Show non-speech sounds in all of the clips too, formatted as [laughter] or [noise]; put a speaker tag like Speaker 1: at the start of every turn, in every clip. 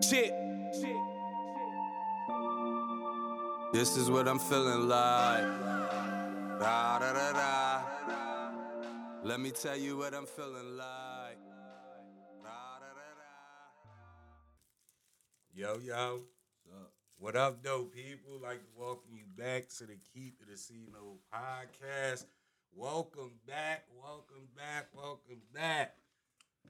Speaker 1: Shit. This is what I'm feeling like. Da, da, da, da. Let me tell you what I'm feeling like. Da, da, da, da. Yo, yo. What up, though, people? Like to welcome you back to the Keep It a Casino podcast. Welcome back, welcome back, welcome back.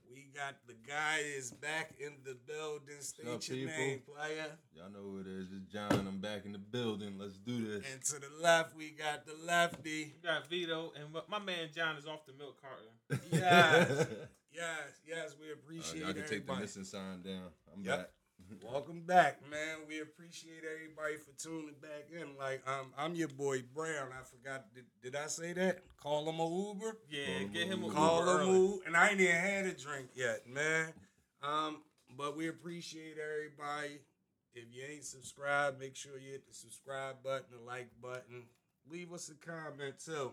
Speaker 1: We got the guy is back in the building. State
Speaker 2: up,
Speaker 1: your
Speaker 2: people?
Speaker 1: name, player.
Speaker 2: Y'all know who it is. It's John. I'm back in the building. Let's do this.
Speaker 1: And to the left, we got the
Speaker 2: [laughs]
Speaker 1: lefty.
Speaker 3: We got Vito, and my- my man John is off the milk carton.
Speaker 2: [laughs]
Speaker 1: Yes, yes, yes. We
Speaker 2: Uh,
Speaker 1: appreciate
Speaker 2: y'all can take the
Speaker 1: everybody.
Speaker 2: missing sign down. I'm
Speaker 1: Yep. Welcome back, man. We appreciate everybody for tuning back in. Like, um, I'm your boy Brown. I forgot. Did, did I say that? Call him a Uber.
Speaker 3: Yeah,
Speaker 2: Call
Speaker 3: get
Speaker 2: him
Speaker 3: him
Speaker 2: a
Speaker 3: a
Speaker 2: Uber.
Speaker 1: Call
Speaker 3: Uber
Speaker 1: him
Speaker 3: early.
Speaker 1: Uber. And I ain't even had a drink yet, man. Um, but we appreciate everybody. If you ain't subscribed, make sure you hit the subscribe button, the like button. Leave us a comment too.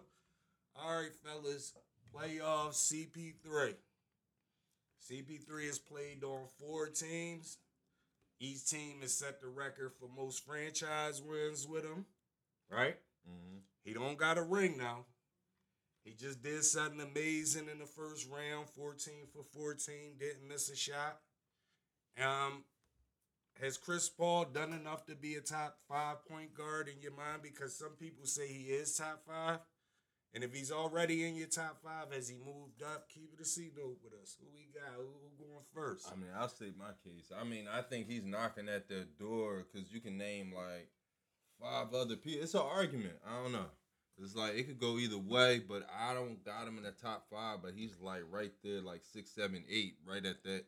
Speaker 1: All right, fellas. Playoff CP3. CP3 is played on four teams. Each team has set the record for most franchise wins with him. Right?
Speaker 2: Mm-hmm.
Speaker 1: He don't got a ring now. He just did something amazing in the first round, 14 for 14, didn't miss a shot. Um, has Chris Paul done enough to be a top five point guard in your mind? Because some people say he is top five. And if he's already in your top five, has he moved up? Keep it a C note with us. Who we got? Who, who going first?
Speaker 2: I mean, I'll state my case. I mean, I think he's knocking at the door because you can name like five other people. It's an argument. I don't know. It's like it could go either way, but I don't got him in the top five. But he's like right there, like six, seven, eight, right at that.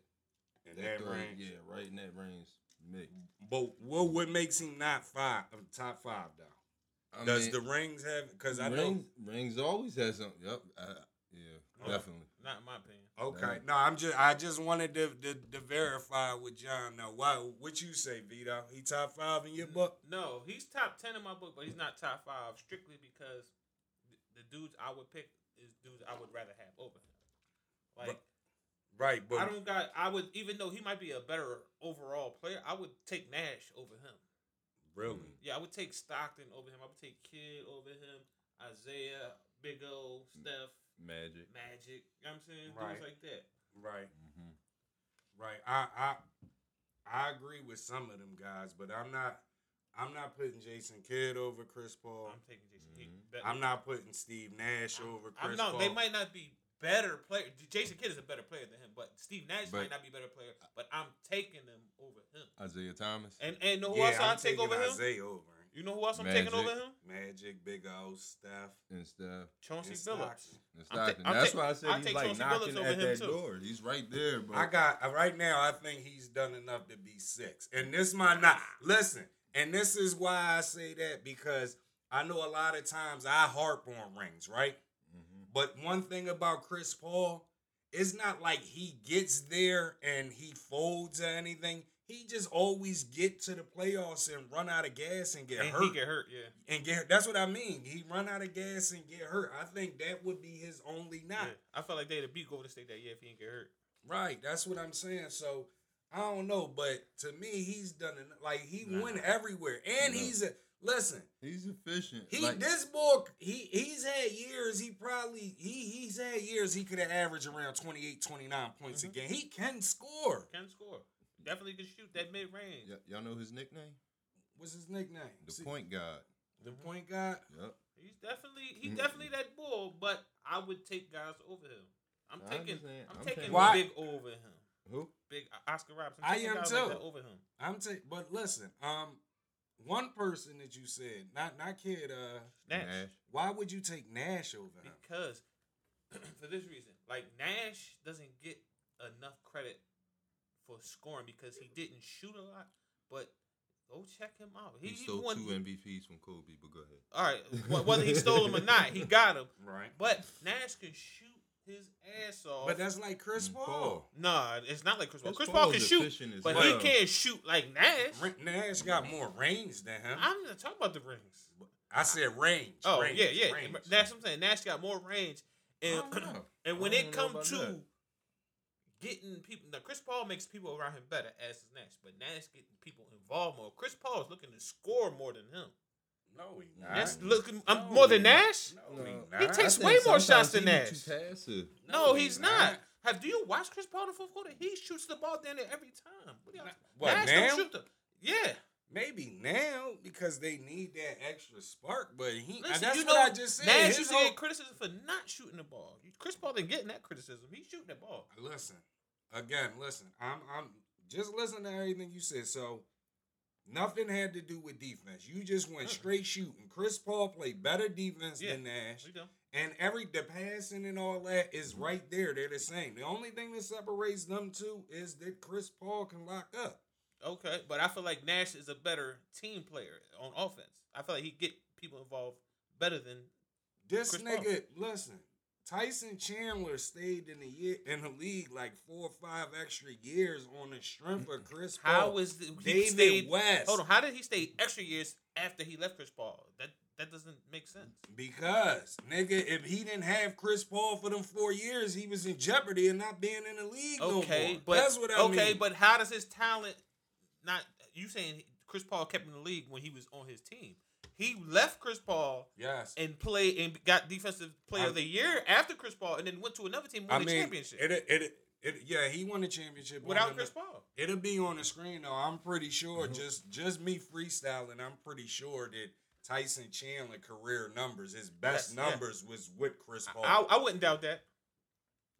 Speaker 1: in that
Speaker 2: third-
Speaker 1: range.
Speaker 2: Yeah, right in that range. Mix.
Speaker 1: But what what makes him not five of top five though?
Speaker 2: I mean,
Speaker 1: Does the rings have? Because I know
Speaker 2: rings, rings always has something. Yep. Uh, yeah,
Speaker 1: Oh.
Speaker 2: definitely.
Speaker 3: Not in my opinion.
Speaker 1: Okay.
Speaker 2: Right.
Speaker 1: No, I'm just I just wanted to, to, to verify with John now. Why what you say, Vito? He top five in
Speaker 3: Mm-hmm.
Speaker 1: your book?
Speaker 3: No, he's top ten in my book, but he's not top five strictly because th- the dudes I would pick is dudes I would rather have over him. Like
Speaker 1: Right,
Speaker 3: I
Speaker 1: but
Speaker 3: don't got. I would even though he might be a better overall player, I would take Nash over him.
Speaker 1: really.
Speaker 3: Yeah, I would take Stockton over him. I would take Kidd over him. Isaiah, Big O, Steph,
Speaker 2: Magic.
Speaker 3: Magic. You know what I'm saying?
Speaker 1: Right.
Speaker 3: Dudes like that.
Speaker 1: Right.
Speaker 2: Mm-hmm.
Speaker 1: Right. I I I agree with some of them guys, but I'm not I'm not putting Jason Kidd over Chris Paul.
Speaker 3: I'm taking Jason. Kidd. But-
Speaker 1: I'm not putting Steve Nash over Chris
Speaker 3: I'm not.
Speaker 1: Paul.
Speaker 3: They might not be better player. Jason Kidd is a better player than him, but Steve Nash
Speaker 2: But-
Speaker 3: might not be a better player. But I'm taking them over him.
Speaker 2: Isaiah Thomas.
Speaker 3: And and know who
Speaker 1: yeah,
Speaker 3: else I
Speaker 1: I'm
Speaker 3: take
Speaker 1: taking
Speaker 3: over him?
Speaker 1: Isaiah over him.
Speaker 3: You know who else I'm
Speaker 2: Magic.
Speaker 3: taking over him?
Speaker 1: Magic, Big O, Steph,
Speaker 2: and stuff.
Speaker 3: Chauncey
Speaker 1: and
Speaker 3: Billups.
Speaker 1: Stockton.
Speaker 2: And
Speaker 3: I'm ta-
Speaker 2: Stockton.
Speaker 3: I'm
Speaker 2: That's
Speaker 3: ta-
Speaker 2: why I said
Speaker 3: I'll
Speaker 2: he's
Speaker 3: take
Speaker 2: like
Speaker 3: Chauncey
Speaker 2: knocking
Speaker 3: Billups over
Speaker 2: at
Speaker 3: him,
Speaker 2: that
Speaker 3: too.
Speaker 2: door. He's right there, bro.
Speaker 1: I got uh, right now. I think he's done enough to be six, and this might not listen. And this is why I say that because I know a lot of times I harp on rings, right?
Speaker 3: Mm-hmm.
Speaker 1: But one thing about Chris Paul, it's not like he gets there and he folds or anything. He just always get to the playoffs and run out of gas and get
Speaker 3: And
Speaker 1: hurt
Speaker 3: he get hurt. Yeah.
Speaker 1: and get. That's what I mean. He run out of gas and get hurt. I think that would be his only knock.
Speaker 3: yeah. I felt like they'd have beat Golden State that year if he didn't get hurt.
Speaker 1: Right, that's what I'm saying. So I don't know, but to me, he's done it. Like he went everywhere, and
Speaker 2: No.
Speaker 1: he's a listen.
Speaker 2: he's efficient.
Speaker 1: He
Speaker 2: Like,
Speaker 1: this boy, he he's had years. He probably he he's had years. He could have averaged around 28, 29 points
Speaker 2: Mm-hmm.
Speaker 1: a game. He can score.
Speaker 3: Can score. Definitely can shoot that mid range.
Speaker 2: y- y'all know his nickname?
Speaker 1: What's his nickname?
Speaker 2: The
Speaker 1: See,
Speaker 2: point guard.
Speaker 1: The point guard.
Speaker 2: Yep.
Speaker 3: He's definitely he definitely that bull, but I would take guys over him. I'm
Speaker 2: I
Speaker 3: taking
Speaker 2: understand.
Speaker 3: I'm,
Speaker 2: I'm
Speaker 3: taking
Speaker 2: taking-
Speaker 1: Why?
Speaker 3: Big O over him.
Speaker 2: Who?
Speaker 3: Big uh, Oscar Robinson.
Speaker 1: I
Speaker 3: I'm taking
Speaker 1: am
Speaker 3: guys like
Speaker 1: too.
Speaker 3: that over him.
Speaker 1: I'm t- but listen, um, one person that you said, not not kid, uh,
Speaker 3: Nash.
Speaker 1: why would you take Nash over
Speaker 2: Uh-huh.
Speaker 1: him?
Speaker 3: because [clears throat] for this reason, like Nash doesn't get enough credit for scoring because he didn't shoot a lot. But go check him out. He,
Speaker 2: He
Speaker 3: he
Speaker 2: stole
Speaker 3: won.
Speaker 2: two MVPs from Kobe, but go ahead.
Speaker 3: All right, wh- whether he stole him or not, he got him.
Speaker 1: Right.
Speaker 3: But Nash can shoot his ass off.
Speaker 1: But that's like Chris
Speaker 2: Mm,
Speaker 1: Paul.
Speaker 3: nah, it's not like Chris Paul.
Speaker 2: Chris
Speaker 3: Chris Paul
Speaker 2: Paul's
Speaker 3: can
Speaker 2: efficient
Speaker 3: shoot,
Speaker 2: as
Speaker 3: but
Speaker 2: well.
Speaker 3: he can't shoot like Nash.
Speaker 1: Ra- Nash got more range than him.
Speaker 3: I'm not talking about the rings.
Speaker 1: I said range.
Speaker 3: Oh
Speaker 1: range,
Speaker 3: yeah, yeah.
Speaker 1: range.
Speaker 3: That's what I'm saying. Nash got more range, and
Speaker 2: I don't know.
Speaker 3: and when
Speaker 2: I
Speaker 3: it
Speaker 2: don't know
Speaker 3: come
Speaker 2: about
Speaker 3: to
Speaker 2: that.
Speaker 3: getting people. Now Chris Paul makes people around him better, as is Nash, but Nash getting people involved more. Chris Paul is looking to score more than him.
Speaker 1: No, he
Speaker 2: Nah.
Speaker 1: not.
Speaker 3: That's
Speaker 2: Alright.
Speaker 3: looking um,
Speaker 1: No,
Speaker 3: more than
Speaker 1: he not.
Speaker 3: Nash.
Speaker 1: No, he
Speaker 2: No.
Speaker 1: not.
Speaker 3: He takes-
Speaker 2: I think
Speaker 3: way more
Speaker 2: sometimes
Speaker 3: shots than
Speaker 2: he be
Speaker 3: Nash.
Speaker 2: Too passive.
Speaker 3: No, he's not. Have do you watch Chris Paul in the fourth quarter? He shoots the ball down there every time. What do y'all-
Speaker 1: What
Speaker 3: Nash
Speaker 1: now?
Speaker 3: don't shoot the. Yeah,
Speaker 1: Maybe now because they need that extra spark. But he. uh,
Speaker 3: listen,
Speaker 1: that's
Speaker 3: you know,
Speaker 1: what I just said.
Speaker 3: Nash
Speaker 1: His
Speaker 3: used to
Speaker 1: whole-
Speaker 3: get criticism for not shooting the ball. Chris Paul didn't get that criticism. He's shooting the ball.
Speaker 1: listen again listen i'm i'm just listen to everything you said so nothing had to do with defense you just went
Speaker 3: Mm-mm.
Speaker 1: straight shooting chris paul played better defense
Speaker 3: Yeah.
Speaker 1: than nash
Speaker 3: We done.
Speaker 1: and every the passing and all that is
Speaker 3: Mm-hmm.
Speaker 1: right there they're the same the only thing that separates them two is that chris paul can lock up
Speaker 3: Okay, but I feel like Nash is a better team player on offense. I feel like he get people involved better than
Speaker 1: this
Speaker 3: Chris Paul.
Speaker 1: nigga listen Tyson Chandler stayed in the year in the league like four or five extra years on the strength of Chris Paul.
Speaker 3: how is the, he
Speaker 1: David
Speaker 3: stayed,
Speaker 1: West?
Speaker 3: Hold on, how did he stay extra years after he left Chris Paul? That that doesn't make sense.
Speaker 1: Because nigga, if he didn't have Chris Paul for them four years, he was in jeopardy of not being in the league no
Speaker 3: Okay,
Speaker 1: more.
Speaker 3: but
Speaker 1: That's what I
Speaker 3: okay,
Speaker 1: mean.
Speaker 3: but how does his talent not? You saying Chris Paul kept in the league when he was on his team? He left Chris Paul
Speaker 1: yes,
Speaker 3: and played and got defensive player
Speaker 1: I-
Speaker 3: of the year after Chris Paul, and then went to another team won
Speaker 1: I
Speaker 3: the
Speaker 1: mean,
Speaker 3: championship
Speaker 1: It, it, it, yeah, he won the championship on
Speaker 3: without
Speaker 1: the-
Speaker 3: Chris Paul.
Speaker 1: It'll be on the screen though. I'm pretty sure.
Speaker 3: Mm-hmm.
Speaker 2: Mhm.
Speaker 1: Just just me freestyling. I'm pretty sure that Tyson Chandler career numbers, his best
Speaker 3: Yes, yeah.
Speaker 1: numbers, was with Chris Paul.
Speaker 3: I, I wouldn't doubt that.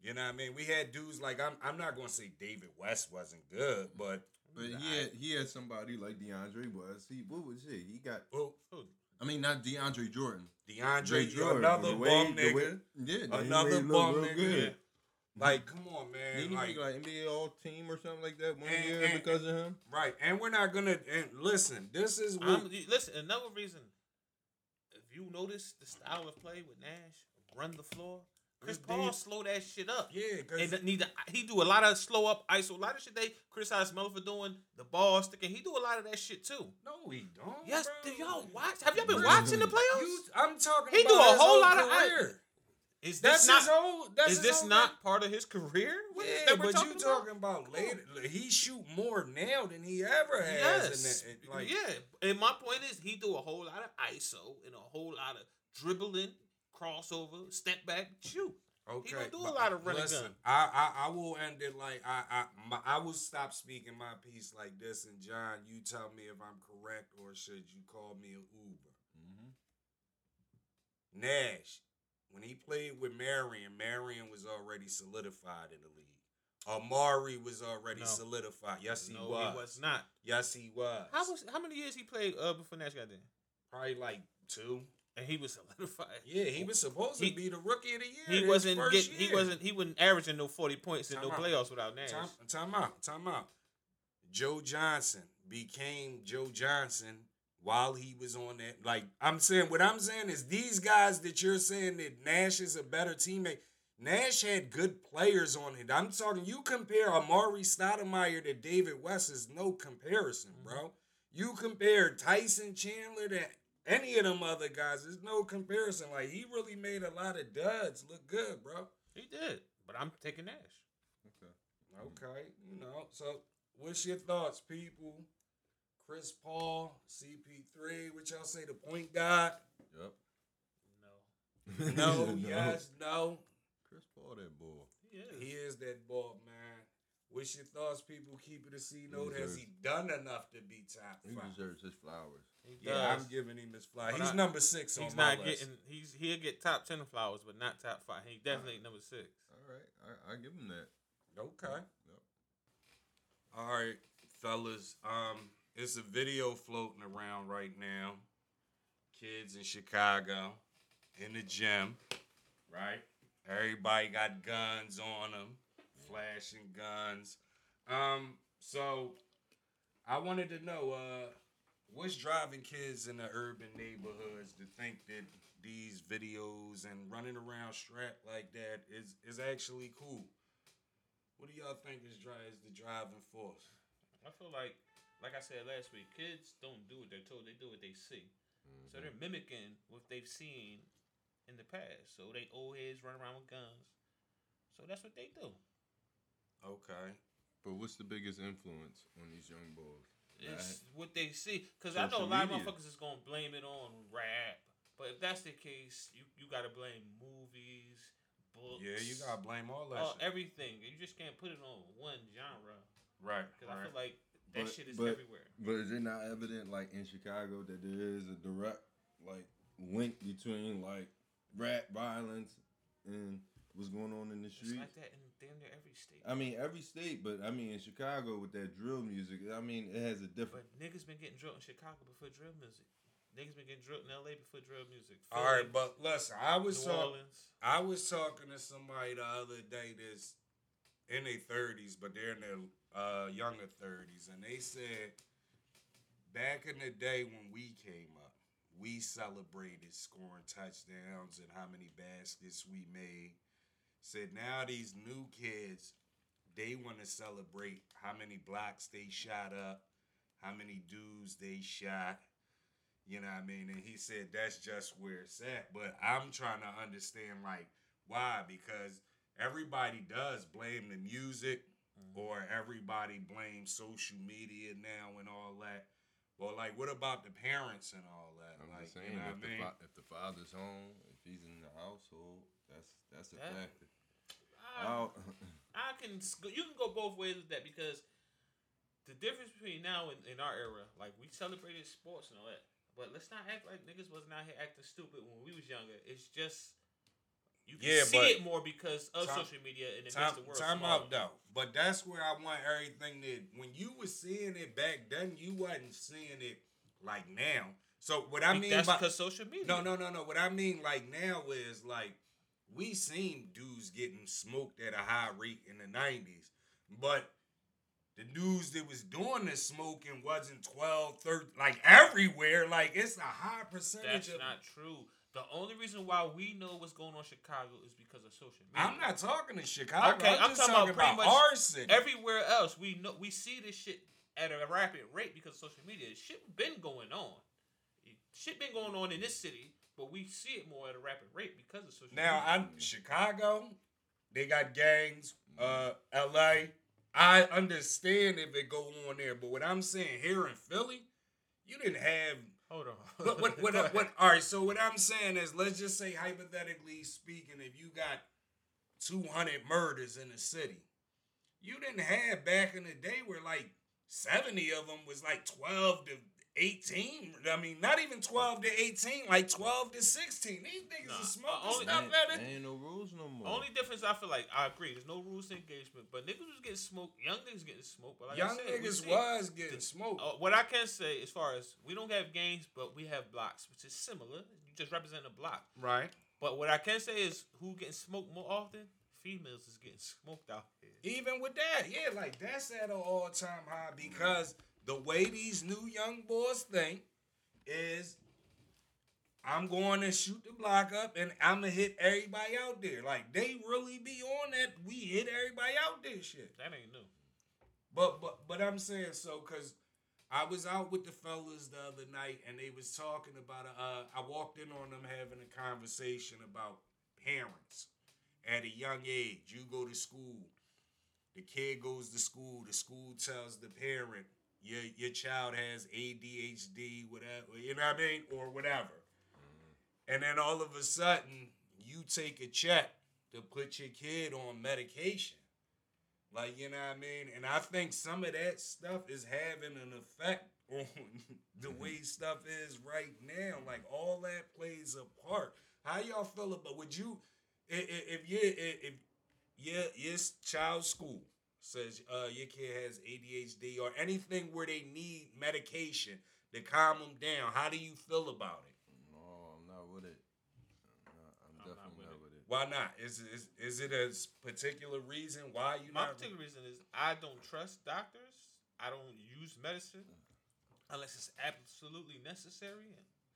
Speaker 1: you know what I mean? We had dudes like I'm. I'm not gonna say David West wasn't good,
Speaker 3: Mm-hmm.
Speaker 1: but
Speaker 2: But he had, he had somebody like DeAndre was. He what was it? He got.
Speaker 1: oh,
Speaker 2: I mean, not DeAndre Jordan.
Speaker 1: DeAndre,
Speaker 2: Andre
Speaker 1: you another
Speaker 2: the
Speaker 1: bum
Speaker 2: way- the
Speaker 1: nigga.
Speaker 2: way- yeah, the
Speaker 1: Another
Speaker 2: way he looked
Speaker 1: bum
Speaker 2: real
Speaker 1: nigga.
Speaker 2: good.
Speaker 3: Mm-hmm.
Speaker 1: Like, come on,
Speaker 2: Didn't
Speaker 1: man.
Speaker 2: he
Speaker 1: Like,
Speaker 2: make like NBA All Team or something like that one
Speaker 1: And-
Speaker 2: year
Speaker 1: and-
Speaker 2: because of him?
Speaker 1: right. And we're not gonna and listen, this is what
Speaker 3: I'm, you- listen, another reason. If you notice the style of play with Nash, run the floor. Chris
Speaker 1: Mhm.
Speaker 3: Paul slow that shit up.
Speaker 1: Yeah,
Speaker 3: And
Speaker 1: cause
Speaker 3: that need to, he do a lot of slow up ISO, a lot of shit they criticize Melo for doing the ball sticking. He do a lot of that shit too.
Speaker 1: no we don't.
Speaker 3: Yes,
Speaker 1: bro.
Speaker 3: do y'all watch? Have y'all been
Speaker 2: Bruh.
Speaker 3: watching the playoffs?
Speaker 1: You, I'm talking
Speaker 3: He
Speaker 1: about
Speaker 3: do a
Speaker 1: his
Speaker 3: whole
Speaker 1: whole
Speaker 3: lot of-
Speaker 1: career.
Speaker 3: is
Speaker 1: that's
Speaker 3: this not
Speaker 1: his whole that's
Speaker 3: is
Speaker 1: his
Speaker 3: this
Speaker 1: whole-
Speaker 3: not part of his career? What is
Speaker 1: yeah,
Speaker 3: that we're
Speaker 1: but you
Speaker 3: about?
Speaker 1: talking about later he shoot more now than he ever has
Speaker 3: Yes.
Speaker 1: in that, like
Speaker 3: yeah. And my point is, he do a whole lot of ISO and a whole lot of dribbling, crossover, step back, shoot.
Speaker 1: Okay.
Speaker 3: don't do a
Speaker 1: but
Speaker 3: lot of run and gun.
Speaker 1: I, I I will end it like I I my, I will stop speaking my piece like this, and John, you tell me if I'm correct or should you call me an Uber? Nash, when he played with Marion, Marion was already solidified in the league. Amari was already
Speaker 3: No.
Speaker 1: solidified. Yes, he,
Speaker 3: no,
Speaker 1: was.
Speaker 3: he was not.
Speaker 1: Yes, he was.
Speaker 3: How was how many years he played uh, before Nash got there?
Speaker 1: probably like two?
Speaker 3: And he was [laughs] solidified.
Speaker 1: Yeah, he was supposed
Speaker 3: He-
Speaker 1: to be the rookie of the year.
Speaker 3: He
Speaker 1: his
Speaker 3: wasn't
Speaker 1: first
Speaker 3: getting. He
Speaker 1: year.
Speaker 3: wasn't. He wasn't averaging no forty points in no
Speaker 1: Time out.
Speaker 3: playoffs without Nash.
Speaker 1: Time, time out. Time out. Joe Johnson became Joe Johnson while he was on that. Like I'm saying, what I'm saying is these guys that you're saying that Nash is a better teammate. Nash had good players on it. I'm talking. You compare Amari Stoudemire to David West is no comparison, bro. You compare Tyson Chandler to any of them other guys. There's no comparison. Like he really made a lot of duds look good, bro.
Speaker 3: He did, but I'm taking Nash.
Speaker 1: mm-hmm.
Speaker 2: Okay.
Speaker 1: Okay, you know. So, what's your thoughts, people? Chris Paul, CP3, what y'all say? The point guard?
Speaker 2: Yep.
Speaker 3: No,
Speaker 2: [laughs]
Speaker 1: No, yes, no.
Speaker 2: Chris Paul, that boy.
Speaker 3: he is.
Speaker 1: He is that ball, man. What's your thoughts, people? Keep it a C note.
Speaker 2: He
Speaker 1: Has he done enough to be top
Speaker 2: He
Speaker 1: five?
Speaker 2: deserves his flowers.
Speaker 3: He
Speaker 1: Yeah,
Speaker 3: does.
Speaker 1: I'm giving him his fly.
Speaker 3: But
Speaker 1: He's
Speaker 3: I-
Speaker 1: number six
Speaker 3: He's
Speaker 1: on my
Speaker 3: not
Speaker 1: list.
Speaker 3: getting. He's he'll get top ten flowers, but not top five. He definitely ain't number six.
Speaker 2: All right, I, I give him that.
Speaker 1: Okay.
Speaker 2: Yep.
Speaker 1: All right, fellas. Um, it's a video floating around right now. Kids in Chicago, in the gym, right? Everybody got guns on them, flashing guns. Um, so I wanted to know, uh, what's driving kids in the urban neighborhoods to think that these videos and running around strapped like that is is actually cool? What do y'all think is, dri- is the driving force?
Speaker 3: I feel like, like I said last week, kids don't do what they're told. They do what they see.
Speaker 1: Mm-hmm.
Speaker 3: So they're mimicking what they've seen in the past. So they old heads run around with guns. So that's what they do.
Speaker 1: Okay.
Speaker 2: But what's the biggest influence on these young boys?
Speaker 3: It's what they see. Because I know a
Speaker 2: Social
Speaker 3: lot of
Speaker 2: media.
Speaker 3: motherfuckers is going to blame it on rap. But if that's the case, you, you got to blame movies, books.
Speaker 1: Yeah, you gotta blame all that
Speaker 3: all,
Speaker 1: shit.
Speaker 3: everything. You just can't put it on one genre.
Speaker 1: Right.
Speaker 3: Because I
Speaker 1: right.
Speaker 3: feel like that
Speaker 2: But-
Speaker 3: shit is
Speaker 2: but-
Speaker 3: everywhere.
Speaker 2: But is it not evident, like in Chicago, that there is a direct like link between like rap violence and what's going on in the
Speaker 3: It's
Speaker 2: streets?
Speaker 3: like that in damn near every state.
Speaker 2: I mean, every state, but I mean, in Chicago with that drill music, I mean, it has a different.
Speaker 3: But niggas been getting drilled in Chicago before drill music. Niggas been getting drilled in LA before drill music.
Speaker 1: all right,
Speaker 3: Philly,
Speaker 1: but listen, I was
Speaker 3: New
Speaker 1: talking.
Speaker 3: Orleans.
Speaker 1: I was talking to somebody the other day that's in their thirties, but they're in their uh, younger thirties, and they said back in the day when we came up, we celebrated scoring touchdowns and how many baskets we made. Said now these new kids, they want to celebrate how many blocks they shot up, how many dudes they shot. You know what I mean? And he said that's just where it's at. But I'm trying to understand like why because everybody does blame the music
Speaker 2: Mm-hmm.
Speaker 1: or everybody blames social media now and all that. But like what about the parents and all that?
Speaker 2: I'm
Speaker 1: like
Speaker 2: just saying,
Speaker 1: you
Speaker 2: if,
Speaker 1: know what I
Speaker 2: the
Speaker 1: mean?
Speaker 2: fa- if the father's home, if he's in the household, that's that's a
Speaker 3: That-
Speaker 2: factor.
Speaker 3: I,
Speaker 2: Oh,
Speaker 3: I can s- go- you can go both ways with that because the difference between now and in our era, like we celebrated sports and all that, but let's not act like niggas wasn't out here acting stupid when we was younger. It's just you can
Speaker 1: Yeah, but-
Speaker 3: see it more because of
Speaker 1: Time-
Speaker 3: social media and it
Speaker 1: Time,
Speaker 3: makes the world
Speaker 1: time out
Speaker 3: smaller.
Speaker 1: though. But that's where I want everything to when you was seeing it back then, you wasn't seeing it like now. So what I
Speaker 3: Be-
Speaker 1: mean
Speaker 3: that's
Speaker 1: by
Speaker 3: because social media.
Speaker 1: No, no, no, no. What I mean, like now, is like we seen dudes getting smoked at a high rate in the nineties, but the dudes that was doing the smoking wasn't 12, 13, like everywhere. Like it's a high percentage
Speaker 3: that's
Speaker 1: of.
Speaker 3: not true. The only reason why we know what's going on in Chicago is because of social media.
Speaker 1: I'm not talking to Chicago.
Speaker 3: Okay,
Speaker 1: I'm,
Speaker 3: I'm
Speaker 1: just
Speaker 3: talking
Speaker 1: talking
Speaker 3: about pretty
Speaker 1: about,
Speaker 3: much
Speaker 1: arson.
Speaker 3: everywhere else we know we see this shit at a rapid rate because of social media shit been going on shit been going on in this city but we see it more at a rapid rate because of social
Speaker 1: Now,
Speaker 3: media
Speaker 1: I Chicago, they got gangs. Uh, L.A. I understand if it go on there, but what I'm saying here in Philly, you didn't have
Speaker 3: hold on
Speaker 1: what, [laughs] what,
Speaker 3: Go [laughs]
Speaker 1: what,
Speaker 3: ahead.
Speaker 1: what, all right, so what I'm saying is, let's just say, hypothetically speaking, if you got 200 murders in the city, you didn't have back in the day where like 70 of them was like 12 to 18. I mean, not even 12 to 18, like 12 to 16. These niggas
Speaker 3: Nah,
Speaker 1: are smoking
Speaker 3: only-
Speaker 1: stuff
Speaker 2: ain't,
Speaker 1: at it.
Speaker 2: ain't no rules no more.
Speaker 3: only difference I feel like I agree there's no rules to engagement but niggas was getting smoked young niggas getting smoked but like I
Speaker 1: Young
Speaker 3: said, we
Speaker 1: niggas
Speaker 3: see-
Speaker 1: was getting smoked.
Speaker 3: Uh, what I can say as far as we don't have gangs but we have blocks which is similar you just represent a block
Speaker 1: Right.
Speaker 3: but what I can say is who getting smoked more often females is getting smoked out here
Speaker 1: Even with that, yeah, like that's at an all time high because the way these new young boys think is I'm going to shoot the block up and I'm going to hit everybody out there. Like they really be on that we hit everybody out there shit.
Speaker 3: that ain't new
Speaker 1: But but but I'm saying so because I was out with the fellas the other night and they was talking about uh I walked in on them having a conversation about parents at a young age. You go to school, the kid goes to school, the school tells the parent your your child has ADHD, whatever you know what I mean, or whatever. And then all of a sudden you take a check to put your kid on medication. Like, you know what I mean? And I think some of that stuff is having an effect [laughs] on the way stuff is right now. Like, all that plays a part. How y'all feel about would you i- i- if you i- if your your child's school says uh your kid has ADHD or anything where they need medication to calm them down, how do you feel about it?
Speaker 2: No, I'm not with it. I'm, not, I'm,
Speaker 3: I'm not
Speaker 2: definitely
Speaker 3: with
Speaker 2: not
Speaker 3: it.
Speaker 2: with it.
Speaker 1: Why not? Is is is it a s- particular reason why you
Speaker 3: My
Speaker 1: not?
Speaker 3: particular reason is I don't trust doctors. I don't use medicine unless it's absolutely necessary.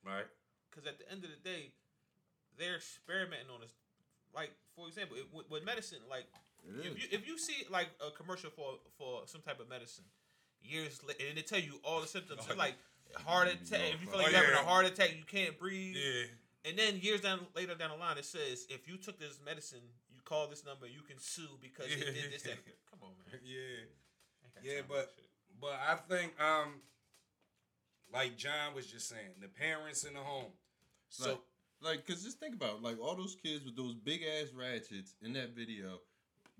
Speaker 1: Right.
Speaker 3: Because at the end of the day, they're experimenting on us. Like for example, it, with, with medicine, like
Speaker 2: It is.
Speaker 3: if you if you see like a commercial for for some type of medicine years later, and they tell you all the symptoms,
Speaker 1: Oh,
Speaker 3: it's like heart
Speaker 2: yeah.
Speaker 3: attack. If you
Speaker 2: Oh,
Speaker 3: feel like you're
Speaker 1: yeah.
Speaker 3: having a heart attack, you can't breathe.
Speaker 1: Yeah. [laughs]
Speaker 3: And then years down later down the line, it says if you took this medicine, you call this number. You can sue because you
Speaker 1: Yeah.
Speaker 3: did this. That. Come on, man.
Speaker 1: yeah.
Speaker 3: I ain't got
Speaker 1: Yeah,
Speaker 3: time for that
Speaker 1: but-
Speaker 3: shit.
Speaker 1: But I think, um, like John was just saying, the parents in the home. So
Speaker 2: Like- Like, cause just think about it, like all those kids with those big ass ratchets in that video.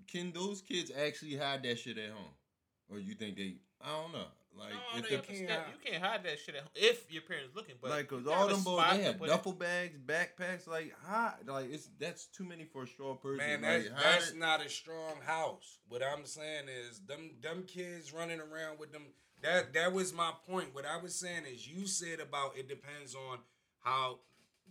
Speaker 2: Can those kids actually hide that shit at home, or you think they? I don't know. Like,
Speaker 3: no,
Speaker 2: if
Speaker 3: no,
Speaker 2: the,
Speaker 3: you, can't
Speaker 1: can't
Speaker 3: step,
Speaker 1: hide-
Speaker 3: you can't hide that shit at home if your parents looking. But
Speaker 2: like,
Speaker 3: you
Speaker 2: cause
Speaker 3: gotta
Speaker 2: all
Speaker 3: have a
Speaker 2: them boys,
Speaker 3: spot
Speaker 2: they
Speaker 3: to
Speaker 2: had
Speaker 3: put it.
Speaker 2: duffel bags, backpacks. Like, hide. Like, it's that's too many for a short person. like,
Speaker 1: man, that's,
Speaker 2: hide
Speaker 1: that's
Speaker 2: it.
Speaker 1: not a strong house. What I'm saying is them them kids running around with them. That that was my point. What I was saying is you said about it depends on how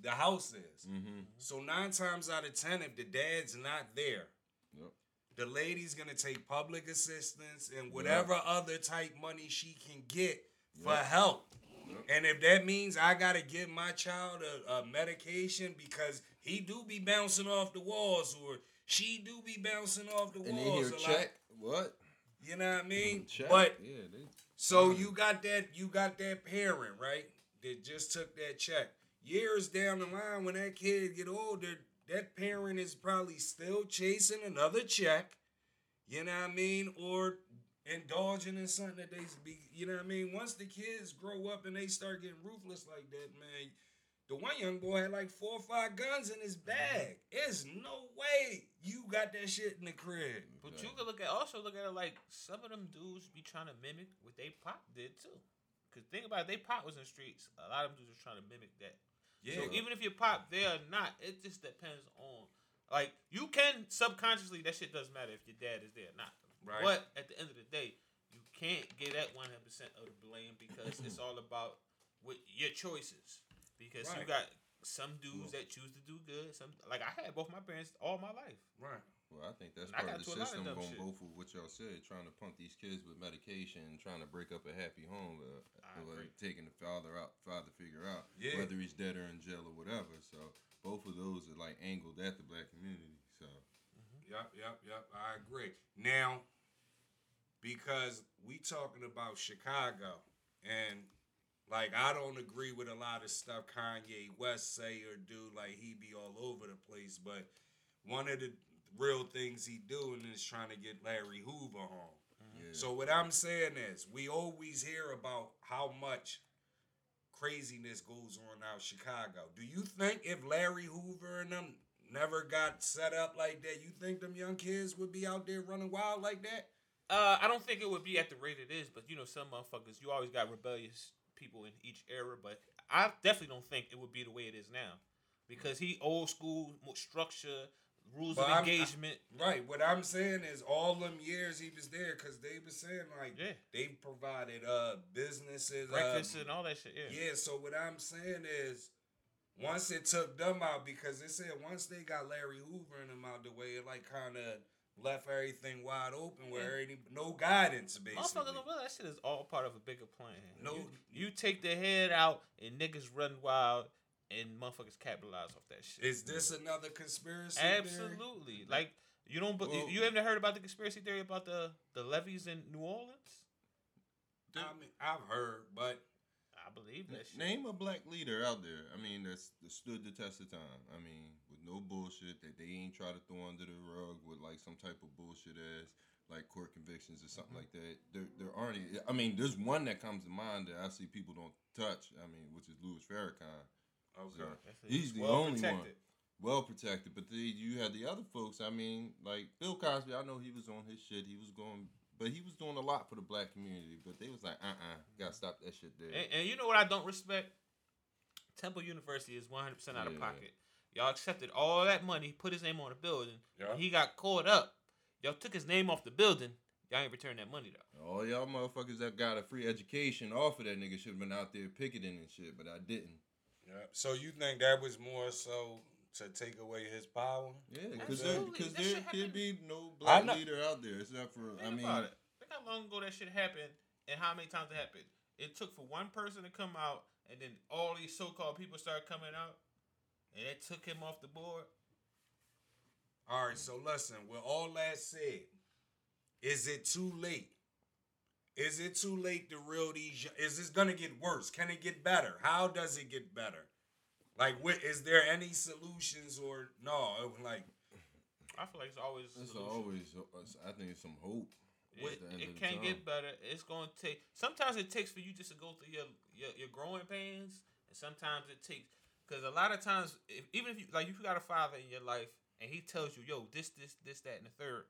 Speaker 1: the house is.
Speaker 2: Mhm.
Speaker 1: So nine times out of ten, if the dad's not there,
Speaker 2: Yep.
Speaker 1: the lady's gonna take public assistance and whatever other type money she can get for
Speaker 2: Yep.
Speaker 1: help.
Speaker 2: Yep.
Speaker 1: And if that means I gotta give my child a, a medication because he do be bouncing off the walls or she do be bouncing off the
Speaker 2: And they
Speaker 1: walls
Speaker 2: hear
Speaker 1: a lot.
Speaker 2: check. What?
Speaker 1: You know what I mean?
Speaker 2: Check.
Speaker 1: But
Speaker 2: yeah, they,
Speaker 1: so
Speaker 2: Mm.
Speaker 1: you got that you got that parent, right? That just took that check. Years down the line when that kid get older, that parent is probably still chasing another check. You know what I mean? Or indulging in something that they be you know what I mean? Once the kids grow up and they start getting ruthless like that, man, the one young boy had like four or five guns in his bag. There's no way you got that shit in the crib.
Speaker 3: But
Speaker 2: Okay.
Speaker 3: you can look at also look at it like some of them dudes be trying to mimic what they pop did too. Cause think about it, they pop was in the streets. A lot of them dudes was trying to mimic that. So even if you pop, they are not. It just depends on like you can subconsciously that shit doesn't matter if your dad is there or not.
Speaker 1: Right.
Speaker 3: But at the end of the day, you can't get that one hundred percent of the blame because it's all about what your choices. Because you
Speaker 1: Right.
Speaker 3: got some dudes
Speaker 2: Yeah.
Speaker 3: that choose to do good. Some like I had both my parents all my life.
Speaker 1: Right.
Speaker 2: Well, I think that's
Speaker 3: And I
Speaker 2: part
Speaker 3: got
Speaker 2: of the
Speaker 3: to a lot of
Speaker 2: system
Speaker 3: dumb
Speaker 2: going
Speaker 3: shit.
Speaker 2: both of what y'all said, trying to pump these kids with medication and trying to break up a happy home, uh,
Speaker 3: I
Speaker 2: uh, like
Speaker 3: agree.
Speaker 2: taking the father out, father figure out
Speaker 1: Yeah.
Speaker 2: whether he's dead or in jail or whatever. So both of those are like angled at the black community. So
Speaker 3: Uh-huh.
Speaker 1: Yep, yep, yep. I agree. Now, because we talking about Chicago, and like I don't agree with a lot of stuff Kanye West say or do. Like he be all over the place, but one of the real things he doing is trying to get Larry Hoover on.
Speaker 2: yeah,
Speaker 1: So what I'm saying is, we always hear about how much craziness goes on out in Chicago. Do you think if Larry Hoover and them never got set up like that, you think them young kids would be out there running wild like that?
Speaker 3: Uh, I don't think it would be at the rate it is, but you know, some motherfuckers, you always got rebellious people in each era. But I definitely don't think it would be the way it is now, because he old school mo- structure, rules
Speaker 1: But
Speaker 3: of
Speaker 1: I'm-
Speaker 3: engagement.
Speaker 1: Right. What I'm saying is, all them years he was there, because they was saying like
Speaker 3: yeah,
Speaker 1: they provided uh businesses, uh,
Speaker 3: breakfast and all that shit. Yeah.
Speaker 1: Yeah, so what I'm saying is once it took them out, because they said once they got Larry Hoover and them out the way, it like kind of left everything wide open where any, no guidance,
Speaker 3: Motherfuckers
Speaker 1: basically.
Speaker 3: don't realize that shit is all part of a bigger plan.
Speaker 1: No.
Speaker 3: you, you take the head out and niggas run wild and motherfuckers capitalize off that shit.
Speaker 1: Is this another conspiracy? theory?
Speaker 3: Absolutely, like you don't. be-
Speaker 2: Well-
Speaker 3: you, you haven't heard about the conspiracy theory about the the levees in New Orleans?
Speaker 1: I mean, I've heard, but
Speaker 3: I believe
Speaker 2: N-
Speaker 3: that shit.
Speaker 2: name a black leader out there. I mean, that's that stood the test of time. I mean, with no bullshit that they ain't try to throw under the rug with like some type of bullshit ass like court convictions or something
Speaker 3: Mm-hmm.
Speaker 2: like that. There, there aren't. any- I mean, there's one that comes to mind that I see people don't touch. I mean, which is Louis Farrakhan.
Speaker 1: okay.
Speaker 2: So,
Speaker 3: That's it.
Speaker 2: He's
Speaker 3: It's
Speaker 2: the only one. well protected. But then you had the other folks. I mean, like Bill Cosby. I know he was on his shit. He was going, but he was doing a lot for the black community. But they was like, uh, uh gotta stop that shit there.
Speaker 3: And, and you know what I don't respect? Temple University is 100% out
Speaker 2: Yeah.
Speaker 3: of pocket. Y'all accepted all that money, put his name on the building.
Speaker 1: Yeah.
Speaker 3: He got caught up. Y'all took his name off the building. Y'all ain't returned that money though.
Speaker 2: All y'all motherfuckers that got a free education off of that nigga should have been out there picketing and shit, but I didn't.
Speaker 1: Yeah. So you think that was more so to take away his power?
Speaker 2: Yeah, because there,
Speaker 3: Absolutely.
Speaker 2: cause
Speaker 3: That
Speaker 2: there
Speaker 3: shit
Speaker 2: could
Speaker 3: happened.
Speaker 2: be no black
Speaker 1: know.
Speaker 2: leader out there. It's not for.
Speaker 3: Think
Speaker 2: I mean,
Speaker 3: about it. Think how long ago that shit happened and how many times it happened. It took for one person to come out, and then all these so-called people started coming out, and it took him off the board.
Speaker 1: All right, so listen, with all that said, is it too late? Is it too late to reel these? yo- Is this gonna get worse? Can it get better? How does it get better? Like, what is there any solutions or no? Like,
Speaker 3: I feel like it's always. a
Speaker 2: It's
Speaker 3: solution.
Speaker 2: always, uh, I think it's some hope.
Speaker 3: It,
Speaker 2: What's the end
Speaker 3: it
Speaker 2: of the
Speaker 3: can
Speaker 2: tunnel?
Speaker 3: get better. It's gonna take. Sometimes it takes for you just to go through your your, your growing pains, and sometimes it takes because a lot of times, if, even if you like, if you got a father in your life and he tells you, "Yo, this, this, this, that, and the third,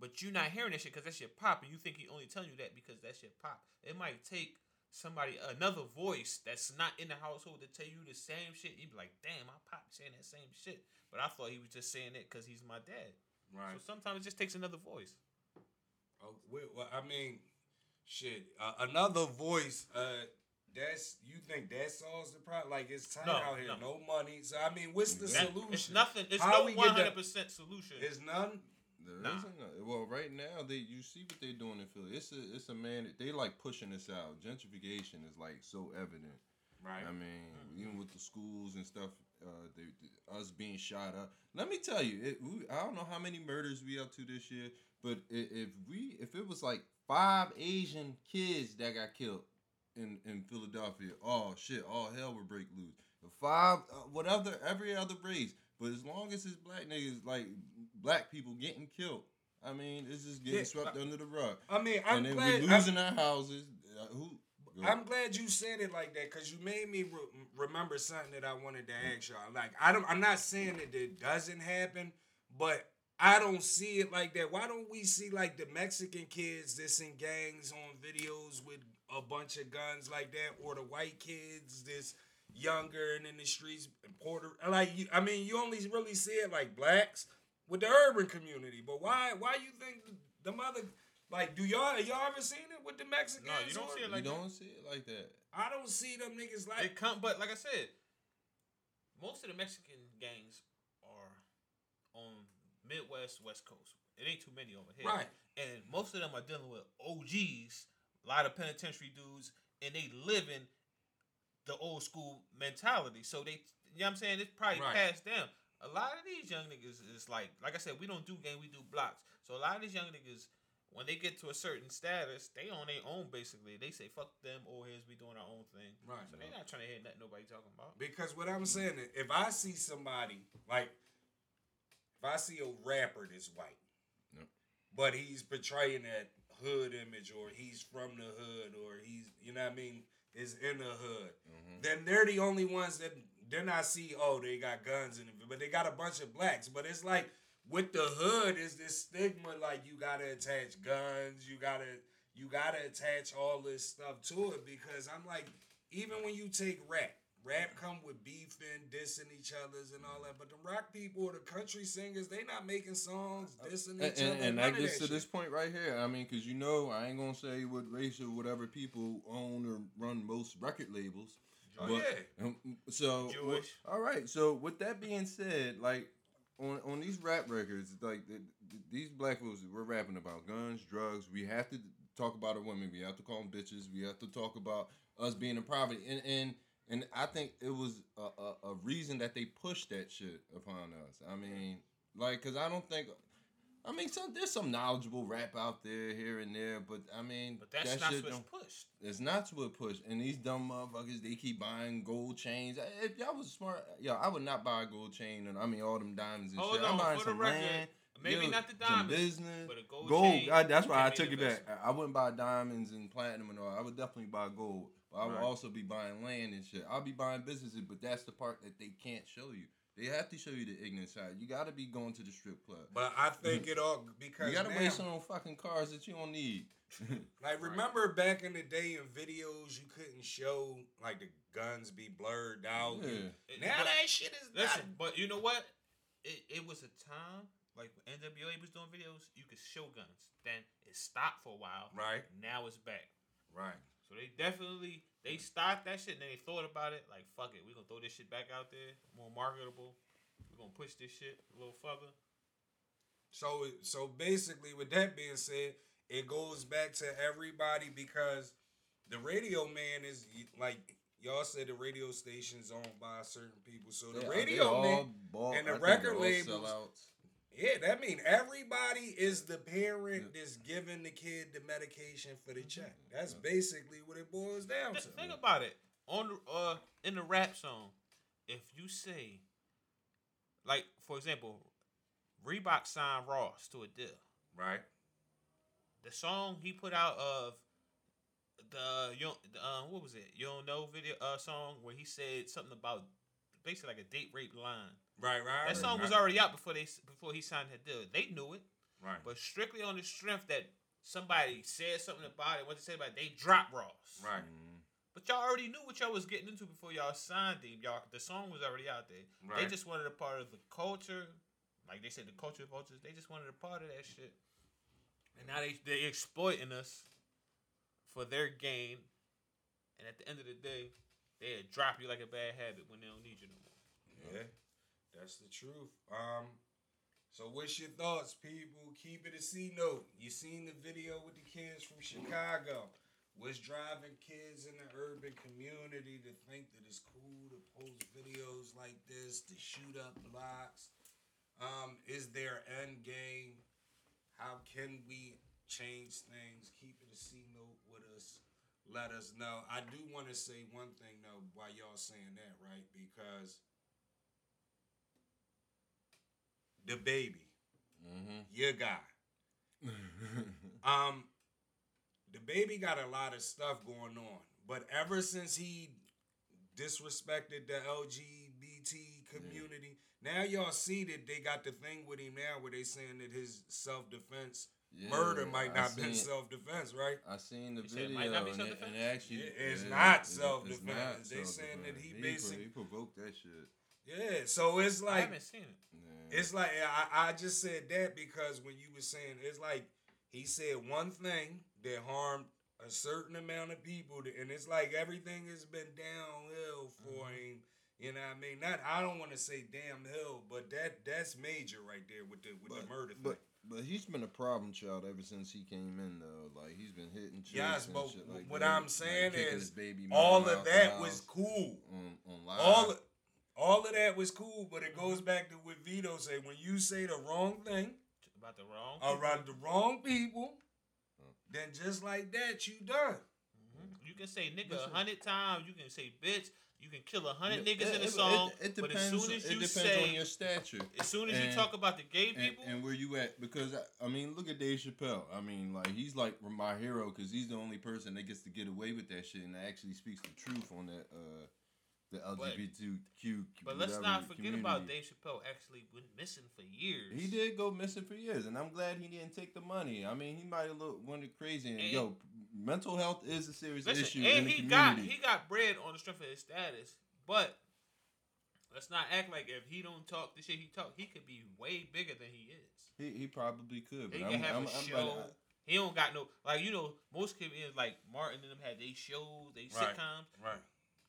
Speaker 3: but you're not hearing that shit because that's your pop, and you think he only telling you that because that's your pop. It might take somebody another voice that's not in the household to tell you the same shit. You'd be like, "Damn, my pop saying that same shit," but I thought he was just saying it because he's my dad.
Speaker 1: Right.
Speaker 3: So sometimes it just takes another voice.
Speaker 1: Oh, wait, well, I mean, shit. Uh, another voice. Uh, that's you think that solves the problem? Like it's time
Speaker 3: No,
Speaker 1: out here,
Speaker 3: no.
Speaker 1: no. money. So I mean, what's the
Speaker 2: That-
Speaker 1: solution?
Speaker 3: It's nothing. It's
Speaker 1: How
Speaker 3: no
Speaker 1: we
Speaker 3: one
Speaker 1: get
Speaker 3: hundred
Speaker 1: that-
Speaker 3: percent solution.
Speaker 1: It's none.
Speaker 2: There
Speaker 3: Nah.
Speaker 2: isn't a- well, right now they you see what they're doing in Philly. It's a it's a man. They like pushing this out. Gentrification is like so evident.
Speaker 1: Right. Mm-hmm.
Speaker 2: I mean, even with the schools and stuff, uh, they, they- us being shot up. Let me tell you, it, we, I don't know how many murders we up to this year, but i- if we if it was like five Asian kids that got killed in in Philadelphia, oh shit, all hell would break loose. The Five, uh, whatever, every other race, but as long as it's black niggas, like black people getting killed. I mean, it's just getting
Speaker 1: Yeah,
Speaker 2: swept under the rug,
Speaker 1: I mean, I'm
Speaker 2: and then
Speaker 1: glad.
Speaker 2: we
Speaker 1: I'm-
Speaker 2: losing our houses. Uh, who? go
Speaker 1: I'm glad you said it like that because you made me re- remember something that I wanted to ask y'all. Like I don't, I'm not saying that it doesn't happen, but I don't see it like that. Why don't we see like the Mexican kids that's in gangs on videos with a bunch of guns like that, or the white kids that's younger and in the streets in Puerto? Like you, I mean, you only really see it like blacks with the urban community, but why? Why you think the mother? Like, do y'all y'all ever seen it with the Mexicans?
Speaker 3: you don't
Speaker 1: or-
Speaker 3: see it
Speaker 2: You
Speaker 3: like that.
Speaker 2: don't see it like that.
Speaker 1: I don't see them niggas
Speaker 3: They
Speaker 1: like
Speaker 3: come, but like I said, most of the Mexican gangs are on Midwest, West Coast. It ain't too many over here,
Speaker 1: right.
Speaker 3: And most of them are dealing with OGs, a lot of penitentiary dudes, and they living the old school mentality. So they, you know what I'm saying? It's probably
Speaker 1: Right.
Speaker 3: passed down. A lot of these young niggas is like, like I said, we don't do gang, we do blocks. So a lot of these young niggas, when they get to a certain status, they on their own basically. They say, fuck them old heads, we doing our own thing.
Speaker 1: Right.
Speaker 3: So they not trying to hear nothing nobody talking about.
Speaker 1: Because what I'm saying is if I see somebody like if I see a rapper that's white,
Speaker 2: Yep.
Speaker 1: but he's portraying that hood image or he's from the hood or he's you know what I mean, is in the hood,
Speaker 2: Mhm.
Speaker 1: then they're the only ones that then I see, oh, they got guns in it, but they got a bunch of blacks. But it's like with the hood is this stigma like you gotta attach guns, you gotta you gotta attach all this stuff to it because I'm like, even when you take rap, rap come with beef and dissing each other's and all that. But the rock people or the country singers, they not making songs dissing
Speaker 2: and,
Speaker 1: each
Speaker 2: and,
Speaker 1: other.
Speaker 2: and
Speaker 1: none
Speaker 2: that
Speaker 1: of
Speaker 2: gets
Speaker 1: that
Speaker 2: to
Speaker 1: shit.
Speaker 2: this point right here. I mean, because you know, I ain't gonna say what race or whatever people own or run most record labels.
Speaker 1: Oh,
Speaker 2: but,
Speaker 1: yeah.
Speaker 2: um, So
Speaker 3: Jewish.
Speaker 2: all right. So with that being said, like on on these rap records, like the, the- these black folks, we're rapping about guns, drugs. We have to talk about our women. We have to call them bitches. We have to talk about us being in poverty. And and and I think it was a, a, a reason that they pushed that shit upon us. I mean, like, cause I don't think. I mean, some, there's some knowledgeable rap out there here and there, but I mean,
Speaker 3: But that's
Speaker 2: that
Speaker 3: not
Speaker 2: shit
Speaker 3: what's
Speaker 2: don't-
Speaker 3: pushed.
Speaker 2: it's not to a push, and these dumb motherfuckers they keep buying gold chains. If y'all was smart, yo, I would not buy a gold chain, and I mean all them diamonds and
Speaker 3: Hold
Speaker 2: shit.
Speaker 3: on,
Speaker 2: I'm buying
Speaker 3: for the
Speaker 2: some
Speaker 3: record,
Speaker 2: land,
Speaker 3: Maybe
Speaker 2: yo,
Speaker 3: not the
Speaker 2: some
Speaker 3: diamonds,
Speaker 2: business,
Speaker 3: but a gold,
Speaker 2: gold.
Speaker 3: chain
Speaker 2: I, that's why
Speaker 3: can
Speaker 2: I
Speaker 3: be
Speaker 2: took
Speaker 3: an
Speaker 2: it back. I I wouldn't buy diamonds and platinum and all. I would definitely buy gold, but I would
Speaker 3: Right.
Speaker 2: also be buying land and shit. I'll be buying businesses, but that's the part that they can't show you. They have to show you the ignorant side. You got to be going to the strip club.
Speaker 1: But I think
Speaker 2: Mm-hmm.
Speaker 1: it all because
Speaker 2: You got to
Speaker 1: now-
Speaker 2: waste on fucking cars that you don't need. [laughs]
Speaker 1: Like remember back in the day in videos you couldn't show like the guns be blurred out.
Speaker 2: Yeah.
Speaker 3: It-
Speaker 1: Now
Speaker 3: but-
Speaker 1: that shit is
Speaker 3: Listen,
Speaker 1: not-
Speaker 3: but you know what? It, it was a time like when NWA was doing videos. You could show guns. Then it stopped for a while.
Speaker 1: Right,
Speaker 3: Now it's back.
Speaker 1: right.
Speaker 3: So they definitely they stopped that shit and they thought about it. Like fuck it, we gonna throw this shit back out there. More marketable. We gonna push this shit a little further.
Speaker 1: So it- so basically, with that being said, it goes back to everybody because the radio man is like y'all said the radio station's owned by certain people. So the
Speaker 2: They- they
Speaker 1: radio
Speaker 2: all
Speaker 1: man,
Speaker 2: bought-
Speaker 1: and the
Speaker 2: I think
Speaker 1: record
Speaker 2: they're all
Speaker 1: labels-
Speaker 2: sellouts.
Speaker 1: yeah, that mean everybody is the parent that's giving the kid the medication for the
Speaker 2: Mm-hmm.
Speaker 1: check. That's basically what it boils down
Speaker 3: Th-
Speaker 1: to.
Speaker 3: think about it. On the, uh in the rap song, if you say like for example, Reebok signed Ross to a deal.
Speaker 2: Right.
Speaker 3: The song he put out of the you don't- the, um what was it? You don't know video uh song where he said something about basically like a date rape line.
Speaker 2: Right, right.
Speaker 3: That song was
Speaker 2: right.
Speaker 3: already out before they before he signed that deal. They knew it,
Speaker 2: Right.
Speaker 3: but strictly on the strength that somebody said something about it. What they said about it, they dropped Ross.
Speaker 2: Right.
Speaker 3: But y'all already knew what y'all was getting into before y'all signed him. Y'all, the song was already out there.
Speaker 2: Right.
Speaker 3: They just wanted a part of the culture, like they said, the culture of vultures. They just wanted a part of that shit. And now they they exploiting us for their gain. And at the end of the day, they drop you like a bad habit when they don't need you no more.
Speaker 1: Yeah, that's the truth. Um, so what's your thoughts, people? Keep it a C note. You seen the video with the kids from Chicago. What's driving kids in the urban community to think that it's cool to post videos like this, to shoot up blocks? Um, is there end game? How can we change things? Keep it a C note with us. Let us know. I do want to say one thing though, while y'all saying that, right? Because the baby, your guy.
Speaker 2: Mm-hmm. [laughs]
Speaker 1: Um, the baby got a lot of stuff going on, but ever since he disrespected the LGBT community, now y'all see that they got the thing with him now where they saying that his self defense [laughs] murder might not
Speaker 2: be
Speaker 1: been self defense, right?
Speaker 2: I seen the
Speaker 3: You said
Speaker 2: video.
Speaker 3: it might not be
Speaker 2: and, it, and
Speaker 3: self-defense?
Speaker 2: it actually,
Speaker 1: It is
Speaker 2: yeah,
Speaker 1: not
Speaker 2: it- it's
Speaker 1: self-defense.
Speaker 2: not
Speaker 1: They saying that
Speaker 2: self-defense.
Speaker 1: he
Speaker 2: pro-
Speaker 1: basically-
Speaker 2: he provoked that shit.
Speaker 1: Yeah, so it's
Speaker 3: I
Speaker 1: like
Speaker 3: haven't seen it.
Speaker 2: Yeah.
Speaker 1: It's like I, I just said that because when you were saying it's like he said one thing that harmed a certain amount of people, and it's like everything has been downhill for
Speaker 2: Mm-hmm.
Speaker 1: him. You know what I mean? Not I don't want to say damn hill, but that that's major right there with the with the murder
Speaker 2: But
Speaker 1: thing.
Speaker 2: but he's been a problem child ever since he came in though. Like he's been hitting chicks
Speaker 1: Yes,
Speaker 2: and
Speaker 1: but
Speaker 2: shit like
Speaker 1: what
Speaker 2: that,
Speaker 1: I'm
Speaker 2: like,
Speaker 1: saying
Speaker 2: kicking
Speaker 1: is
Speaker 2: his baby
Speaker 1: All
Speaker 2: mama
Speaker 1: of
Speaker 2: out the
Speaker 1: that was
Speaker 2: house
Speaker 1: cool.
Speaker 2: on, on live.
Speaker 1: All all of that was cool, but it goes back to what Vito said. When you say the wrong thing
Speaker 3: About the wrong.
Speaker 1: around the wrong people,
Speaker 2: Mm.
Speaker 1: then just like that, you done.
Speaker 3: Mhm. You can say nigga a
Speaker 2: Listen.
Speaker 3: hundred times. You can say bitch. You can kill a hundred
Speaker 2: Yeah,
Speaker 3: niggas
Speaker 2: it-
Speaker 3: in a
Speaker 2: it-
Speaker 3: song.
Speaker 2: It, it
Speaker 3: but
Speaker 2: depends,
Speaker 3: as soon as
Speaker 2: it
Speaker 3: you
Speaker 2: depends
Speaker 3: say,
Speaker 2: on your stature.
Speaker 3: as soon as you
Speaker 2: and-
Speaker 3: talk about the gay
Speaker 2: and,
Speaker 3: people,
Speaker 2: and where you at? Because I, I mean, look at Dave Chappelle. I mean, like he's like my hero because he's the only person that gets to get away with that shit and actually speaks the truth on that uh the LGBTQ.
Speaker 3: but let's
Speaker 2: whatever
Speaker 3: not forget about
Speaker 2: community.
Speaker 3: Dave Chappelle actually went missing for years.
Speaker 2: He did go missing for years, and I'm glad he didn't take the money. I mean, he might have looked went crazy. And,
Speaker 3: And-
Speaker 2: yo, mental health is a serious
Speaker 3: Listen,
Speaker 2: issue in
Speaker 3: and
Speaker 2: the
Speaker 3: he
Speaker 2: community.
Speaker 3: got he got bread on the strength of his status. But let's not act like if he don't talk the shit he talk, he could be way bigger than he is.
Speaker 2: He, he probably could, but
Speaker 3: They
Speaker 2: I'm,
Speaker 3: can have
Speaker 2: I'm,
Speaker 3: a
Speaker 2: I'm
Speaker 3: show.
Speaker 2: about to-
Speaker 3: He don't got no like you know most comedians like Martin and them had they shows, they
Speaker 1: Right.
Speaker 3: sitcoms.
Speaker 1: Right.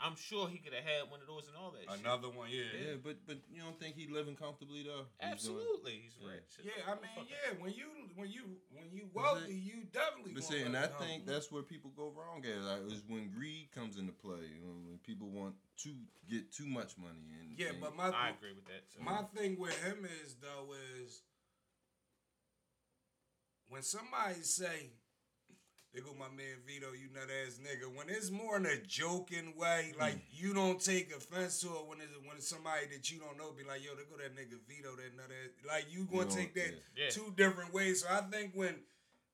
Speaker 3: I'm sure he could have had one of those and all that. shit.
Speaker 1: Another one, yeah.
Speaker 2: yeah, but but you don't think he living comfortably though? He's doing-
Speaker 3: Absolutely, he's
Speaker 2: Yeah.
Speaker 3: rich.
Speaker 1: Yeah, I mean, yeah. When you when you when you
Speaker 2: But
Speaker 1: wealthy,
Speaker 2: see-
Speaker 1: you definitely.
Speaker 2: But
Speaker 1: gonna
Speaker 2: see, and I
Speaker 1: let it
Speaker 2: think
Speaker 1: go.
Speaker 2: that's where people go wrong at. Like, is when greed comes into play, when, when people want to get too much money. And
Speaker 1: Yeah,
Speaker 2: and-
Speaker 1: but my
Speaker 3: I agree with that.
Speaker 1: my thing with him is though is when somebody say, "They go my man Vito, you nut ass nigga," when it's more in a joking
Speaker 2: Mm.
Speaker 1: way, like you don't take offense to it when it's when it's somebody that you don't know be like, "Yo, they go that nigga Vito, that nut ass," like you
Speaker 2: you
Speaker 1: gonna
Speaker 2: know,
Speaker 1: take that.
Speaker 2: yeah.
Speaker 3: Yeah.
Speaker 1: two different ways. So I think when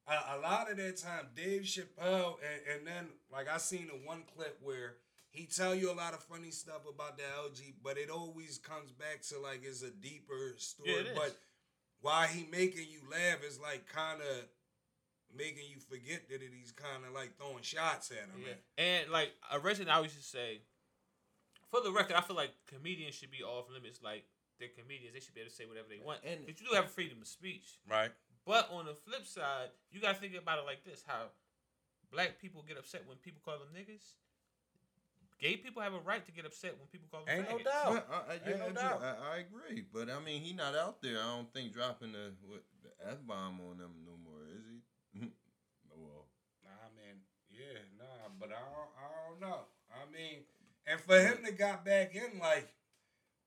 Speaker 1: a, a lot of that time, Dave Chappelle, and, and then like I seen the one clip where he tell you a lot of funny stuff about the LG, but it always comes back to like it's a deeper story.
Speaker 3: Yeah, it is.
Speaker 1: but why he making you laugh is like kind of making you forget that it, he's kind of like throwing shots at him.
Speaker 3: Yeah. And like a resident, I always just say, for the record, I feel like comedians should be off limits. Like they're comedians, they should be able to say whatever they want.
Speaker 2: And-
Speaker 3: but you do have freedom of speech.
Speaker 1: Right.
Speaker 3: But on the flip side, you gotta think about it like this: how black people get upset when people call them niggas. Gay people have a right to get upset when people call them
Speaker 1: Ain't no
Speaker 3: faggots.
Speaker 1: doubt.
Speaker 2: But I, I,
Speaker 1: Ain't
Speaker 2: yeah,
Speaker 1: no
Speaker 2: I,
Speaker 1: doubt.
Speaker 2: I, I agree, but I mean, he not out there. I don't think dropping the what the f bomb on them no more, is he? [laughs] well,
Speaker 1: Nah, man. Yeah, nah, but I don't, I don't know. I mean, and for him to got back in, like,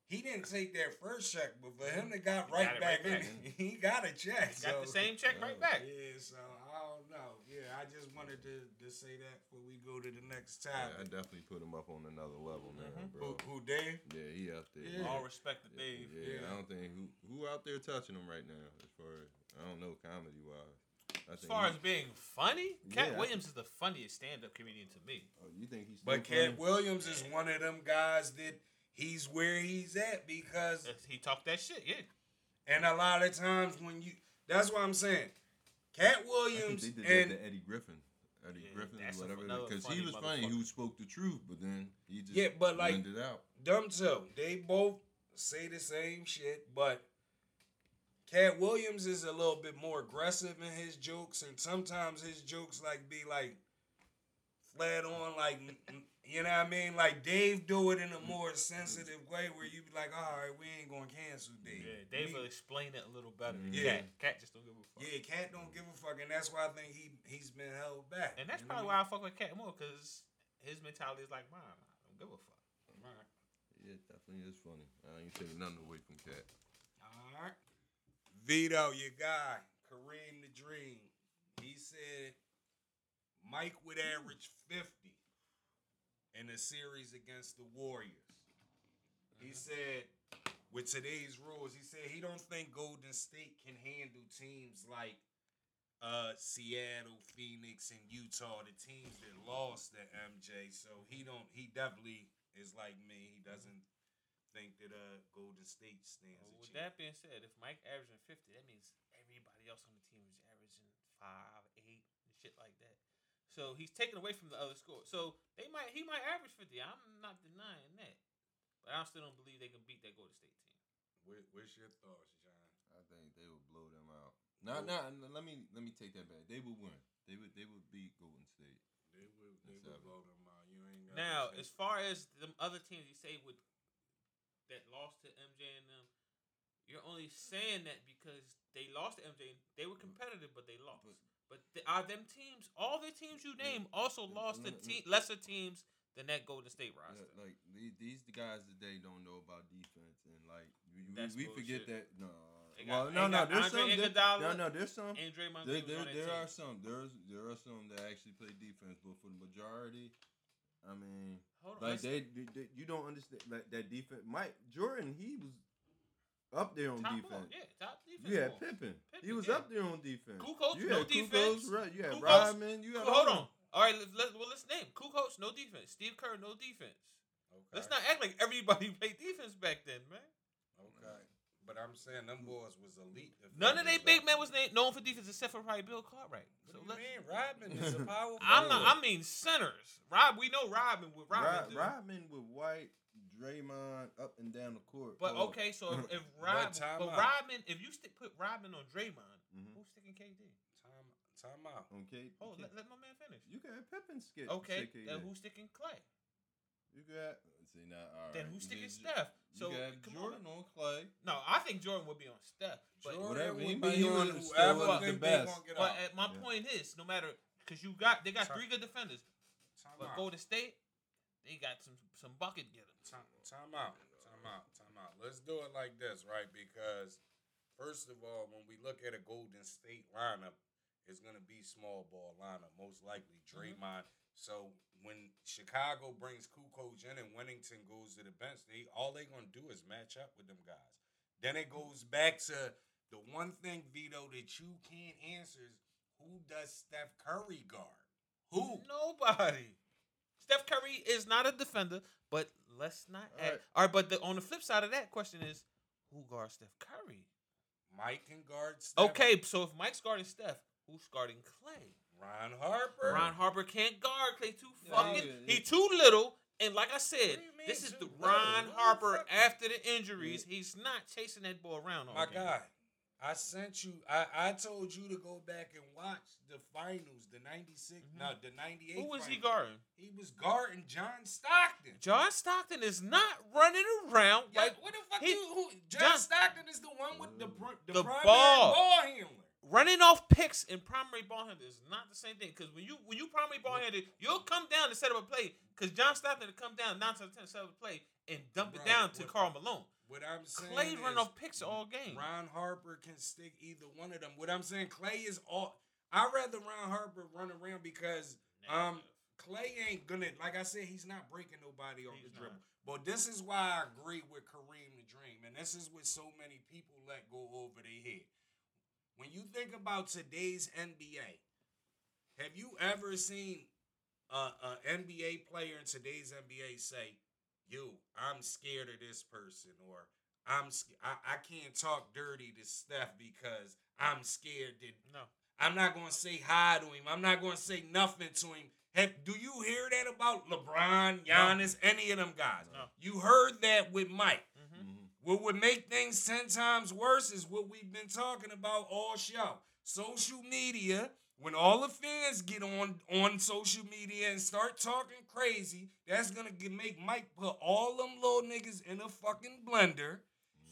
Speaker 1: he didn't take that first check, but for him to got
Speaker 3: He
Speaker 1: right
Speaker 3: got it
Speaker 1: back [laughs]
Speaker 3: right
Speaker 1: in,
Speaker 3: back.
Speaker 1: he got a check. so,
Speaker 3: Got the same check right back.
Speaker 1: Yeah, so I don't know. yeah, I just wanted to, to say that before we go to the next
Speaker 2: Yeah, I
Speaker 1: topic.
Speaker 2: definitely put him up on another level, man,
Speaker 4: Mhm.
Speaker 2: bro.
Speaker 1: Who, who Dave?
Speaker 2: Yeah, he up there.
Speaker 1: Mm-hmm. Yeah.
Speaker 2: man.
Speaker 1: All
Speaker 3: All respect to
Speaker 2: Yeah,
Speaker 3: Dave.
Speaker 2: Yeah,
Speaker 1: Yeah.
Speaker 2: I don't think who who out there touching him right now as far as I don't know comedy wise. I
Speaker 3: As
Speaker 2: think
Speaker 3: far
Speaker 2: he-
Speaker 3: as being funny, Cat
Speaker 2: Yeah.
Speaker 3: Williams is the funniest stand-up comedian to me.
Speaker 2: oh, you think he's
Speaker 1: But
Speaker 2: still
Speaker 1: Cat Williams is one of them guys that he's where he's at
Speaker 3: [laughs]
Speaker 1: because,
Speaker 3: Uh, He talked that shit, yeah.
Speaker 1: and a lot of times when you, that's what I'm saying.
Speaker 2: funny? I
Speaker 1: Cat
Speaker 2: think
Speaker 1: Williams
Speaker 2: they did
Speaker 1: and
Speaker 2: that to Eddie Griffin. Eddie
Speaker 3: Yeah,
Speaker 2: Griffin,
Speaker 3: that's a-
Speaker 2: whatever,
Speaker 3: another
Speaker 2: because
Speaker 3: funny
Speaker 2: he was funny. He
Speaker 3: motherfucker.
Speaker 2: would spoke the truth, but then he just
Speaker 1: Yeah, but, like-
Speaker 2: blended out.
Speaker 1: them two, they both say the same shit, but Cat Williams is a little bit more aggressive in his jokes, and sometimes his jokes like be like flat on, like n- n- you know what I mean. Like Dave do it in a more sensitive way, where you be like, all right, we ain't gonna cancel Dave.
Speaker 3: Yeah, Dave
Speaker 1: We-
Speaker 3: will explain it a little better. than
Speaker 1: Yeah.
Speaker 3: Cat. Cat just don't give a fuck.
Speaker 1: Yeah, Cat don't give a fuck, and that's why I think he he's been held back.
Speaker 3: And that's
Speaker 1: You know
Speaker 3: probably
Speaker 1: what I
Speaker 3: why I fuck with Cat more, cause his mentality is like mine. I don't give a fuck.
Speaker 2: Yeah, it definitely is funny. I ain't taking nothing away from Cat.
Speaker 1: mean? All right. Vito, your guy, Kareem the Dream, he said Mike would average fifty in a series against the Warriors.
Speaker 3: Mm-hmm.
Speaker 1: He said with today's rules, he said he don't think Golden State can handle teams like uh, Seattle, Phoenix, and Utah, the teams that lost to MJ. So he don't he definitely is like me. He
Speaker 3: Mm-hmm.
Speaker 1: doesn't think that uh Golden State stands
Speaker 3: Well,
Speaker 1: a
Speaker 3: with
Speaker 1: chance.
Speaker 3: that being said, if Mike averaging fifty, that means everybody else on the team is averaging five, eight, and shit like that. So he's taken away from the other score. So they might he might average fifty. I'm not denying that, but I still don't believe they can beat that Golden State team.
Speaker 1: What, what's your thoughts, John?
Speaker 2: I think they would blow them out. Not,
Speaker 1: Cool.
Speaker 2: not. Let me let me take that back. They would win. They would they would beat Golden State.
Speaker 1: They would they
Speaker 2: That's happening.
Speaker 1: would blow them out. You ain't got
Speaker 3: Now,
Speaker 1: no chance.
Speaker 3: as far as them other teams you say would that lost to MJ and them, you're only saying that because they lost to MJ. They were competitive, but they lost.
Speaker 2: But-
Speaker 3: But th- are them teams? All the teams you name also
Speaker 2: Yeah,
Speaker 3: lost to
Speaker 2: no, no.
Speaker 3: te- lesser teams than that Golden State roster.
Speaker 2: Yeah, like the- these the guys today don't know about defense, and like we, we,
Speaker 3: That's
Speaker 2: we forget
Speaker 3: bullshit.
Speaker 2: that. No,
Speaker 3: They
Speaker 2: well,
Speaker 3: got-
Speaker 2: no,
Speaker 3: they
Speaker 2: no.
Speaker 3: got
Speaker 2: There's
Speaker 3: Andre
Speaker 2: some. That,
Speaker 3: Iguodala
Speaker 2: no, no. There's some.
Speaker 3: and Draymond
Speaker 2: There,
Speaker 3: Green was
Speaker 2: there,
Speaker 3: on that
Speaker 2: there
Speaker 3: team.
Speaker 2: are some. There's there are some that actually play defense, but for the majority, I mean,
Speaker 3: Hold on,
Speaker 2: like
Speaker 3: let's-
Speaker 2: they, they, they- you don't understand like that defense. Mike Jordan, he was up there on
Speaker 3: top
Speaker 2: defense.
Speaker 3: Ball. Yeah, top defense.
Speaker 2: You had
Speaker 3: ball.
Speaker 2: Pippen. He
Speaker 3: Pippen,
Speaker 2: was
Speaker 3: yeah.
Speaker 2: up there on defense.
Speaker 3: Kukoc,
Speaker 2: you
Speaker 3: no
Speaker 2: had Kukoc,
Speaker 3: defense.
Speaker 2: right? You had
Speaker 3: Kukoc-
Speaker 2: Rodman. You had
Speaker 3: Hold
Speaker 2: all-
Speaker 3: on. All right, let, let, well, let's name Kukoc, no defense. Steve Kerr, no defense.
Speaker 1: okay.
Speaker 3: Let's not act like everybody [laughs] played defense back then, man.
Speaker 1: okay. But I'm saying them boys was elite. defenders,
Speaker 3: None of they
Speaker 1: though.
Speaker 3: big men was named, known for defense except for probably Bill Cartwright.
Speaker 1: What do you
Speaker 3: So let's,
Speaker 1: mean? Rodman is
Speaker 2: [laughs]
Speaker 1: a powerful.
Speaker 3: I'm
Speaker 2: Bro.
Speaker 3: not, I mean centers. Rob, we know Robin with Robin.
Speaker 2: Rod-
Speaker 3: do.
Speaker 2: Rodman with White, Draymond up and down the court.
Speaker 3: But
Speaker 2: Oh,
Speaker 3: okay,
Speaker 1: [laughs]
Speaker 3: so if, if
Speaker 1: But
Speaker 3: Rob,
Speaker 1: time out.
Speaker 3: but,
Speaker 1: Mm-hmm.
Speaker 3: Robin, if you stick put Robin on Draymond,
Speaker 2: mhm.
Speaker 3: who's sticking KD?
Speaker 1: Time, time out.
Speaker 2: Okay.
Speaker 3: Hold,
Speaker 2: okay.
Speaker 3: let, let my man finish.
Speaker 2: you got Pippen skip.
Speaker 3: Okay,
Speaker 2: stick it in.
Speaker 3: then who's sticking Clay?
Speaker 2: you got? See now, all right.
Speaker 3: Then
Speaker 2: You
Speaker 3: who's sticking
Speaker 2: ju-
Speaker 3: Steph?
Speaker 2: you
Speaker 3: So
Speaker 2: got
Speaker 3: come
Speaker 2: Jordan
Speaker 3: on.
Speaker 2: on, Clay.
Speaker 3: No, I think Jordan would be on Steph. But
Speaker 1: Jordan
Speaker 2: whatever,
Speaker 1: would
Speaker 2: anybody
Speaker 1: be
Speaker 2: who
Speaker 1: on
Speaker 2: was-
Speaker 1: whoever
Speaker 2: was the
Speaker 1: think they
Speaker 2: best.
Speaker 1: gonna get
Speaker 3: but
Speaker 1: out.
Speaker 3: at my
Speaker 2: Yeah.
Speaker 3: point is, no matter because you got they got
Speaker 1: Sorry.
Speaker 3: three good defenders,
Speaker 1: Time
Speaker 3: but
Speaker 1: out.
Speaker 3: Golden State they got some some bucket getters.
Speaker 1: Time, time out. Time out. Time out. Let's do it like this, right? Because first of all, when we look at a Golden State lineup, it's gonna be small ball lineup, most likely Draymond. So when Chicago brings Kukoc in and Winnington goes to the bench, they all they gonna do is match up with them guys. Then it goes back to the one thing, Vito, that you can't answer is who does Steph Curry guard? Who?
Speaker 3: Nobody. Steph Curry is not a defender, but let's not.
Speaker 2: All
Speaker 3: All right.
Speaker 2: right.
Speaker 3: All right but the, on the flip side of that question is, who guards Steph Curry?
Speaker 1: Mike can guard Steph.
Speaker 3: Okay, so if Mike's guarding Steph, who's guarding Clay?
Speaker 1: Ron Harper.
Speaker 3: Ron Harper can't guard Clay too
Speaker 2: Yeah,
Speaker 3: fucking.
Speaker 2: yeah, yeah.
Speaker 3: He too little. And like I said,
Speaker 1: do you mean
Speaker 3: this is
Speaker 1: too
Speaker 3: the
Speaker 1: little?
Speaker 3: Ron
Speaker 1: What the
Speaker 3: Harper
Speaker 1: fuck?
Speaker 3: after the injuries. He's not chasing that ball around. All
Speaker 1: My
Speaker 3: game.
Speaker 1: God, I sent you. I, I told you to go back and watch the finals, the '96,
Speaker 3: Mhm.
Speaker 1: no, the '98.
Speaker 3: Who was he
Speaker 1: finals.
Speaker 3: guarding?
Speaker 1: He was guarding John Stockton.
Speaker 3: John Stockton is not running around
Speaker 1: Yeah,
Speaker 3: like
Speaker 1: what the fuck?
Speaker 3: he-
Speaker 1: you, who, John,
Speaker 3: John-
Speaker 1: Stockton is the one with the pr- the,
Speaker 3: The
Speaker 1: primary ball.
Speaker 3: ball.
Speaker 1: handler.
Speaker 3: running off picks and primary ball handler is not the same thing. Because when you when you primary ball handler, you'll come down and set up a play. Because John Stockton will come down nine times out of ten, set up a play and dump
Speaker 1: Bro,
Speaker 3: it down to
Speaker 1: what-
Speaker 3: Carl Malone.
Speaker 1: What I'm saying
Speaker 3: Clay
Speaker 1: is
Speaker 3: running off picks all game.
Speaker 1: Ron Harper can stick either one of them. What I'm saying, Clay is all. I'd rather Ron Harper run around because Um, Clay ain't gonna, like I said, he's not breaking nobody on
Speaker 3: He's
Speaker 1: the dribble. But this is why I agree with Kareem the Dream, and this is what so many people let go over their head. When you think about today's NBA, have you ever seen an NBA player in today's NBA say, "You, I'm scared of this person," or "I'm, sc- I, I can't talk dirty to Steph because I'm scared that
Speaker 3: No.
Speaker 1: I'm not going to say hi to him. I'm not going to say nothing to him. Have, do you hear that about LeBron, Giannis, any of them guys?
Speaker 3: No.
Speaker 1: You heard that with Mike.
Speaker 3: Mm-hmm.
Speaker 2: Mhm.
Speaker 1: What would make things 10 times worse is what we've been talking about all show. Social media, when all the fans get on, on social media and start talking crazy, that's going to make Mike put all them little niggas in a fucking blender.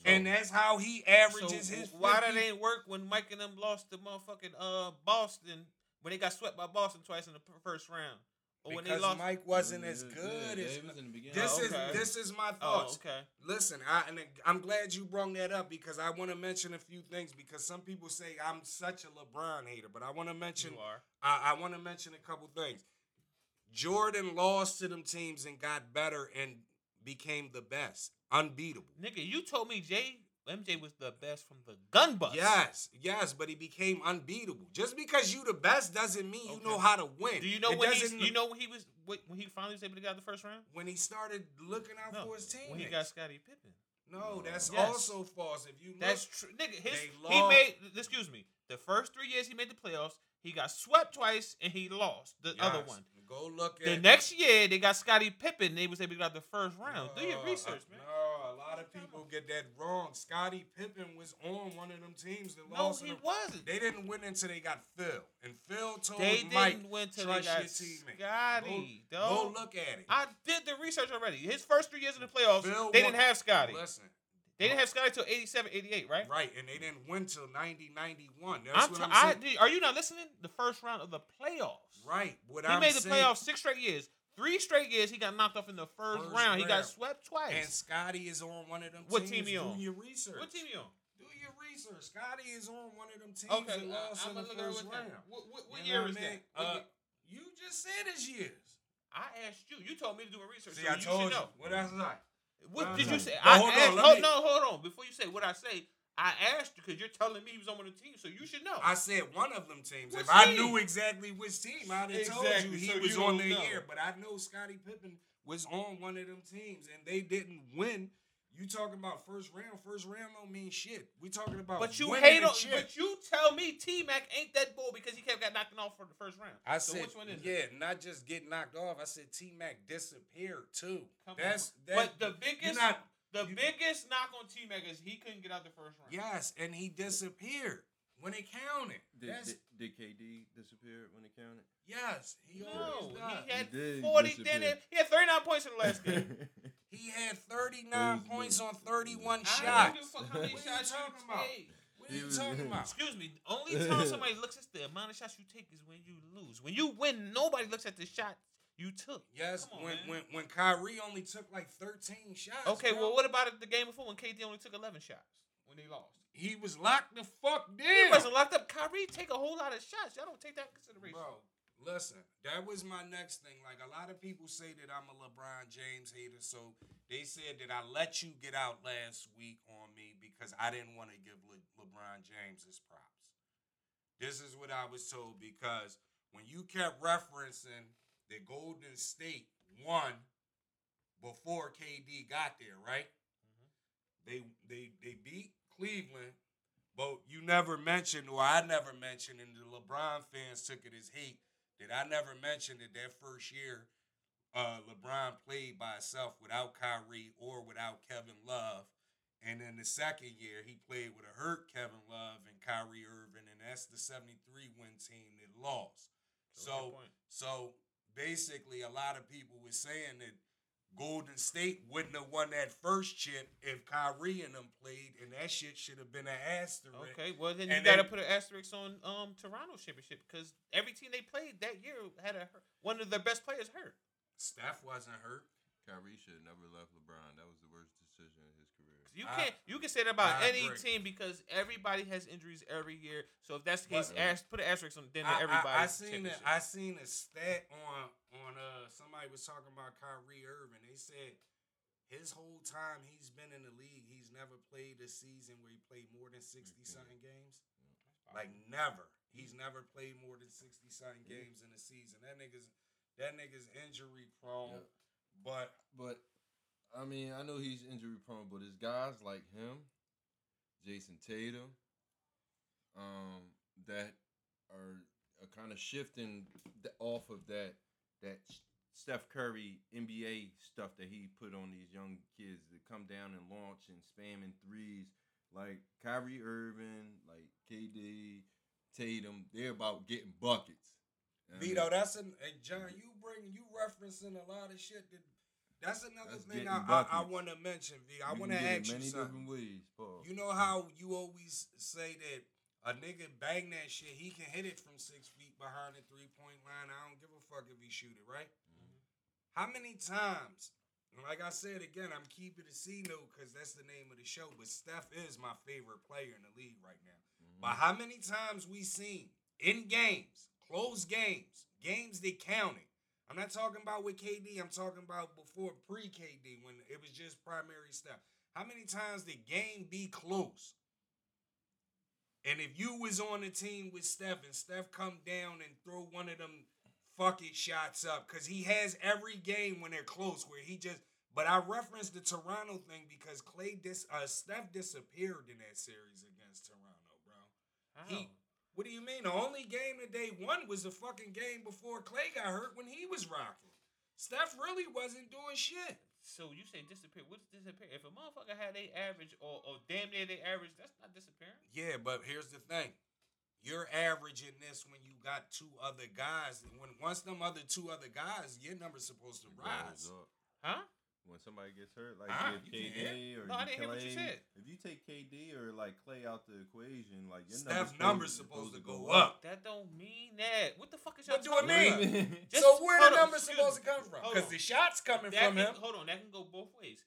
Speaker 1: and that's how he averages
Speaker 3: so
Speaker 1: his.
Speaker 3: wh- why
Speaker 1: 50
Speaker 3: that ain't work when Mike and them lost to motherfucking uh Boston when they got swept by Boston twice in the p- first round, or when they
Speaker 1: because
Speaker 3: lost?
Speaker 1: Mike wasn't
Speaker 2: Yeah,
Speaker 1: as
Speaker 2: yeah,
Speaker 1: good
Speaker 2: yeah,
Speaker 1: as
Speaker 2: they was in the beginning.
Speaker 1: this
Speaker 3: Oh, okay.
Speaker 1: is this is my
Speaker 3: oh,
Speaker 1: thoughts.
Speaker 3: okay.
Speaker 1: Listen, I and I'm glad you brought that up because I want to mention a few things because some people say I'm such a LeBron hater, but I want to mention
Speaker 3: You are.
Speaker 1: I, I want to mention a couple things. Jordan lost to them teams and got better and became the best, unbeatable.
Speaker 3: Nigga, you told me Jay MJ was the best from the gun bus.
Speaker 1: Yes, yes, but he became unbeatable. Just because you the best doesn't mean you
Speaker 3: Okay.
Speaker 1: know how to win.
Speaker 3: Do you know
Speaker 1: It
Speaker 3: when he's,
Speaker 1: doesn't-
Speaker 3: you know when he was wh- when he finally was able to get out the first round?
Speaker 1: when he started looking out
Speaker 3: No,
Speaker 1: for his team?
Speaker 3: when he got Scottie Pippen.
Speaker 1: no, that's
Speaker 3: Yes.
Speaker 1: also false. If you look,
Speaker 3: That's true, nigga. His
Speaker 1: They
Speaker 3: he
Speaker 1: lost.
Speaker 3: made. Excuse me. The first three years he made the playoffs, he got swept twice and he lost the other
Speaker 1: Yes.
Speaker 3: one.
Speaker 1: Go look at
Speaker 3: The next year they got Scottie Pippen. and They was able to get out the first round. Do your
Speaker 1: No,
Speaker 3: research,
Speaker 1: I-
Speaker 3: man.
Speaker 1: No, a lot of people get that wrong. Scottie Pippen was on one of them teams that
Speaker 3: No,
Speaker 1: lost. in
Speaker 3: he
Speaker 1: the-
Speaker 3: wasn't.
Speaker 1: They didn't win until they got Phil, and Phil told
Speaker 3: They
Speaker 1: Mike,
Speaker 3: didn't win till they
Speaker 1: "Trust
Speaker 3: got
Speaker 1: your teammate."
Speaker 3: Scotty.
Speaker 1: "Go
Speaker 3: dog.
Speaker 1: look at it."
Speaker 3: I did the research already. His first three years in the playoffs,
Speaker 1: Phil
Speaker 3: they
Speaker 1: won-
Speaker 3: didn't have Scotty.
Speaker 1: Listen,
Speaker 3: They didn't have Scotty till 87, 88, right?
Speaker 1: right, and they didn't win till 90, 91. That's
Speaker 3: I'm
Speaker 1: what
Speaker 3: t-
Speaker 1: I'm
Speaker 3: I,
Speaker 1: saying.
Speaker 3: dude, are you not listening? The first round of the playoffs.
Speaker 1: right, what
Speaker 3: He
Speaker 1: I'm
Speaker 3: made the
Speaker 1: saying,
Speaker 3: playoffs six straight years. Three straight years, he got knocked off in the first,
Speaker 1: First
Speaker 3: round. He got
Speaker 1: round.
Speaker 3: swept
Speaker 1: and
Speaker 3: twice.
Speaker 1: Scotty is on one of them
Speaker 3: What
Speaker 1: teams.
Speaker 3: team he
Speaker 1: Do
Speaker 3: on?
Speaker 1: your research.
Speaker 3: What team you on?
Speaker 1: Do your research. Scotty is on one of them teams
Speaker 3: Okay,
Speaker 1: that
Speaker 3: I-
Speaker 1: lost
Speaker 3: I'm
Speaker 1: in the
Speaker 3: gonna look at
Speaker 1: first
Speaker 3: what that-
Speaker 1: round.
Speaker 3: What, what, what
Speaker 1: You know
Speaker 3: year
Speaker 1: what
Speaker 3: is
Speaker 1: I
Speaker 3: that?
Speaker 1: mean?
Speaker 3: What
Speaker 1: Uh,
Speaker 3: year-
Speaker 1: you just said his years.
Speaker 3: I asked you. You told me to do a research.
Speaker 1: See,
Speaker 3: so
Speaker 1: I
Speaker 3: you
Speaker 1: told you.
Speaker 3: should know.
Speaker 1: What I like.
Speaker 3: What
Speaker 1: Nah,
Speaker 3: did
Speaker 2: nah.
Speaker 3: you say?
Speaker 1: But
Speaker 3: I
Speaker 1: hold on,
Speaker 3: asked,
Speaker 1: let
Speaker 3: hold,
Speaker 1: me-
Speaker 3: no, hold on. Before you say what I say, I asked you because you're telling me he was on one of the teams, so you should know.
Speaker 1: I said one of them teams.
Speaker 3: Which
Speaker 1: if I
Speaker 3: team?
Speaker 1: knew exactly which team, I'd have told
Speaker 2: Exactly,
Speaker 1: you he
Speaker 2: so
Speaker 1: was
Speaker 2: you
Speaker 1: on
Speaker 2: don't
Speaker 1: their
Speaker 2: know.
Speaker 1: year. But I know Scottie Pippen was on one of them teams, and they didn't win. You talking about first round? First round don't mean shit. We talking about
Speaker 3: but you
Speaker 1: winning
Speaker 3: hate
Speaker 1: the
Speaker 3: on.
Speaker 1: chip.
Speaker 3: But you tell me T Mac ain't that bull because he kept got knocked off for the first round.
Speaker 1: I
Speaker 3: so
Speaker 1: said,
Speaker 3: which one is
Speaker 1: yeah,
Speaker 3: it?
Speaker 1: not just get knocked off. I said T Mac disappeared too.
Speaker 3: Come on.
Speaker 1: That's that.
Speaker 3: But the biggest,
Speaker 1: not-
Speaker 3: the
Speaker 1: you-
Speaker 3: biggest knock on T Mac is he couldn't get out the first round.
Speaker 1: yes, and he disappeared when it counted.
Speaker 2: Did,
Speaker 1: That's
Speaker 2: did, did KD disappear when it counted?
Speaker 1: yes. He
Speaker 3: No,
Speaker 1: always does.
Speaker 3: he had
Speaker 2: He did
Speaker 3: forty.
Speaker 2: disappear.
Speaker 3: Then it- he had thirty nine points in the last game.
Speaker 2: [laughs]
Speaker 3: [laughs]
Speaker 1: He had 39
Speaker 2: Those
Speaker 1: points on
Speaker 2: niggas.
Speaker 1: 31
Speaker 3: I don't
Speaker 1: shots.
Speaker 3: give a fuck how many
Speaker 1: What are you
Speaker 3: shots
Speaker 1: talking
Speaker 3: you
Speaker 1: about?
Speaker 3: take.
Speaker 1: What are you
Speaker 2: He was- [laughs]
Speaker 1: talking about?
Speaker 3: Excuse me. the Only
Speaker 1: [laughs]
Speaker 3: time somebody looks at the amount of shots you take is when you lose. When you win, nobody looks at the shot you took.
Speaker 1: Yes,
Speaker 3: Come on,
Speaker 1: when,
Speaker 3: man.
Speaker 1: when when Kyrie only took like 13 shots.
Speaker 3: Okay,
Speaker 1: bro,
Speaker 3: well, what about the game before when KD only took 11 shots when they lost?
Speaker 1: He was locked the fuck down.
Speaker 3: He wasn't locked up. Kyrie take a whole lot of shots. Y'all don't take that in consideration.
Speaker 1: Bro, listen, that was my next thing. Like a lot of people say that I'm a LeBron James hater, so they said that I let you get out last week on me because I didn't want to give Le- LeBron James his props. This is what I was told because when you kept referencing that Golden State won before KD got there, right? They they they beat Cleveland but you never mentioned, or I never mentioned, and the LeBron fans took it as hate that I never mentioned that that first year, uh, LeBron played by himself without Kyrie or without Kevin Love, and then the second year he played with a hurt Kevin Love and Kyrie Irving, and that's the '73 win team that lost. so so basically, a lot of people were saying that Golden State wouldn't have won that first chip if Kyrie and them played, and that shit should have been an asterisk.
Speaker 3: Okay, well then you
Speaker 1: And
Speaker 3: gotta
Speaker 1: then-
Speaker 3: put an asterisk on um Toronto championship because every team they played that year had a hurt- one of their best players hurt.
Speaker 1: Steph wasn't hurt.
Speaker 2: Kyrie should have never left LeBron. That was the worst decision in his career.
Speaker 5: You
Speaker 1: I-
Speaker 5: can't. you can say that about
Speaker 1: I
Speaker 5: any
Speaker 1: agree.
Speaker 5: team because everybody has injuries every year. So if that's the
Speaker 1: But-
Speaker 5: case, ask, put an asterisk on then
Speaker 1: I,
Speaker 5: everybody.
Speaker 1: I, I seen a, I seen a stat on on uh somebody was talking about Kyrie Irving. They said his whole time he's been in the league, he's never played a season where he played more than sixty something games. Like never. He's never played more than sixty something
Speaker 2: Yeah.
Speaker 1: games in a season. That nigga's that nigga's injury prone. But
Speaker 2: But I mean, I know he's injury prone, but it's guys like him, Jason Tatum, um, that are, are kind of shifting th- off of that that S- Steph Curry NBA stuff that he put on these young kids that come down and launch and spamming threes. Like Kyrie Irving, like KD, Tatum, they're about getting buckets. I mean,
Speaker 1: Vito, that's an hey, John. You bring you referencing a lot of shit. That, that's another
Speaker 2: That's getting
Speaker 1: thing I, I, I
Speaker 2: buckets.
Speaker 1: want to mention. V, I
Speaker 2: you
Speaker 1: want to
Speaker 2: can get it
Speaker 1: ask you
Speaker 2: many
Speaker 1: something.
Speaker 2: different ways, Paul.
Speaker 1: You know how you always say that a nigga bang that shit, he can hit it from six feet behind the three point line. I don't give a fuck if he shoot it, right?
Speaker 2: Mm-hmm.
Speaker 1: How many times? and Like I said again, I'm keeping a C note because that's the name of the show. But Steph is my favorite player in the league right now.
Speaker 2: Mhm.
Speaker 1: But how many times we seen in games, close games, games that counted. I'm not talking about with KD. I'm talking about before pre KD when it was just primary stuff. How many times did game be close? And if you was on the team with Steph and Steph come down and throw one of them fucking shots up, because he has every game when they're close where he just. But I referenced the Toronto thing because Clay dis uh, Steph disappeared in that series against Toronto, bro. He, what do you mean? The only game that they won was the fucking game before Clay got hurt when he was rocking. Steph really wasn't doing shit.
Speaker 3: So you say disappear? What's disappear? If a motherfucker had a average or, or damn near they average, that's not disappearing.
Speaker 1: Yeah, but here's the thing. You're averaging this when you got two other guys. And when once them other two other guys, your number's supposed to
Speaker 2: It goes
Speaker 1: rise.
Speaker 2: up.
Speaker 3: Huh?
Speaker 2: when somebody gets hurt, like
Speaker 3: Ah,
Speaker 2: if
Speaker 3: you
Speaker 2: KD
Speaker 3: can hear?
Speaker 2: or
Speaker 3: No,
Speaker 2: you
Speaker 3: I didn't hear what you
Speaker 2: Clay-
Speaker 3: said.
Speaker 2: If you take KD or like Clay out the equation, like your
Speaker 1: Steph
Speaker 2: number's
Speaker 1: number's supposed to go up.
Speaker 3: That don't mean that. What the fuck is y'all
Speaker 1: What do
Speaker 3: talking
Speaker 1: it mean?
Speaker 2: [laughs]
Speaker 3: about? Just-
Speaker 1: so where
Speaker 3: hold
Speaker 1: the
Speaker 3: on,
Speaker 1: numbers
Speaker 3: excuse
Speaker 1: supposed
Speaker 3: me.
Speaker 1: to come from?
Speaker 3: Hold
Speaker 1: Because
Speaker 3: on.
Speaker 1: the shots coming
Speaker 3: That
Speaker 1: from
Speaker 3: can-
Speaker 1: him.
Speaker 3: Hold on, that can go both ways.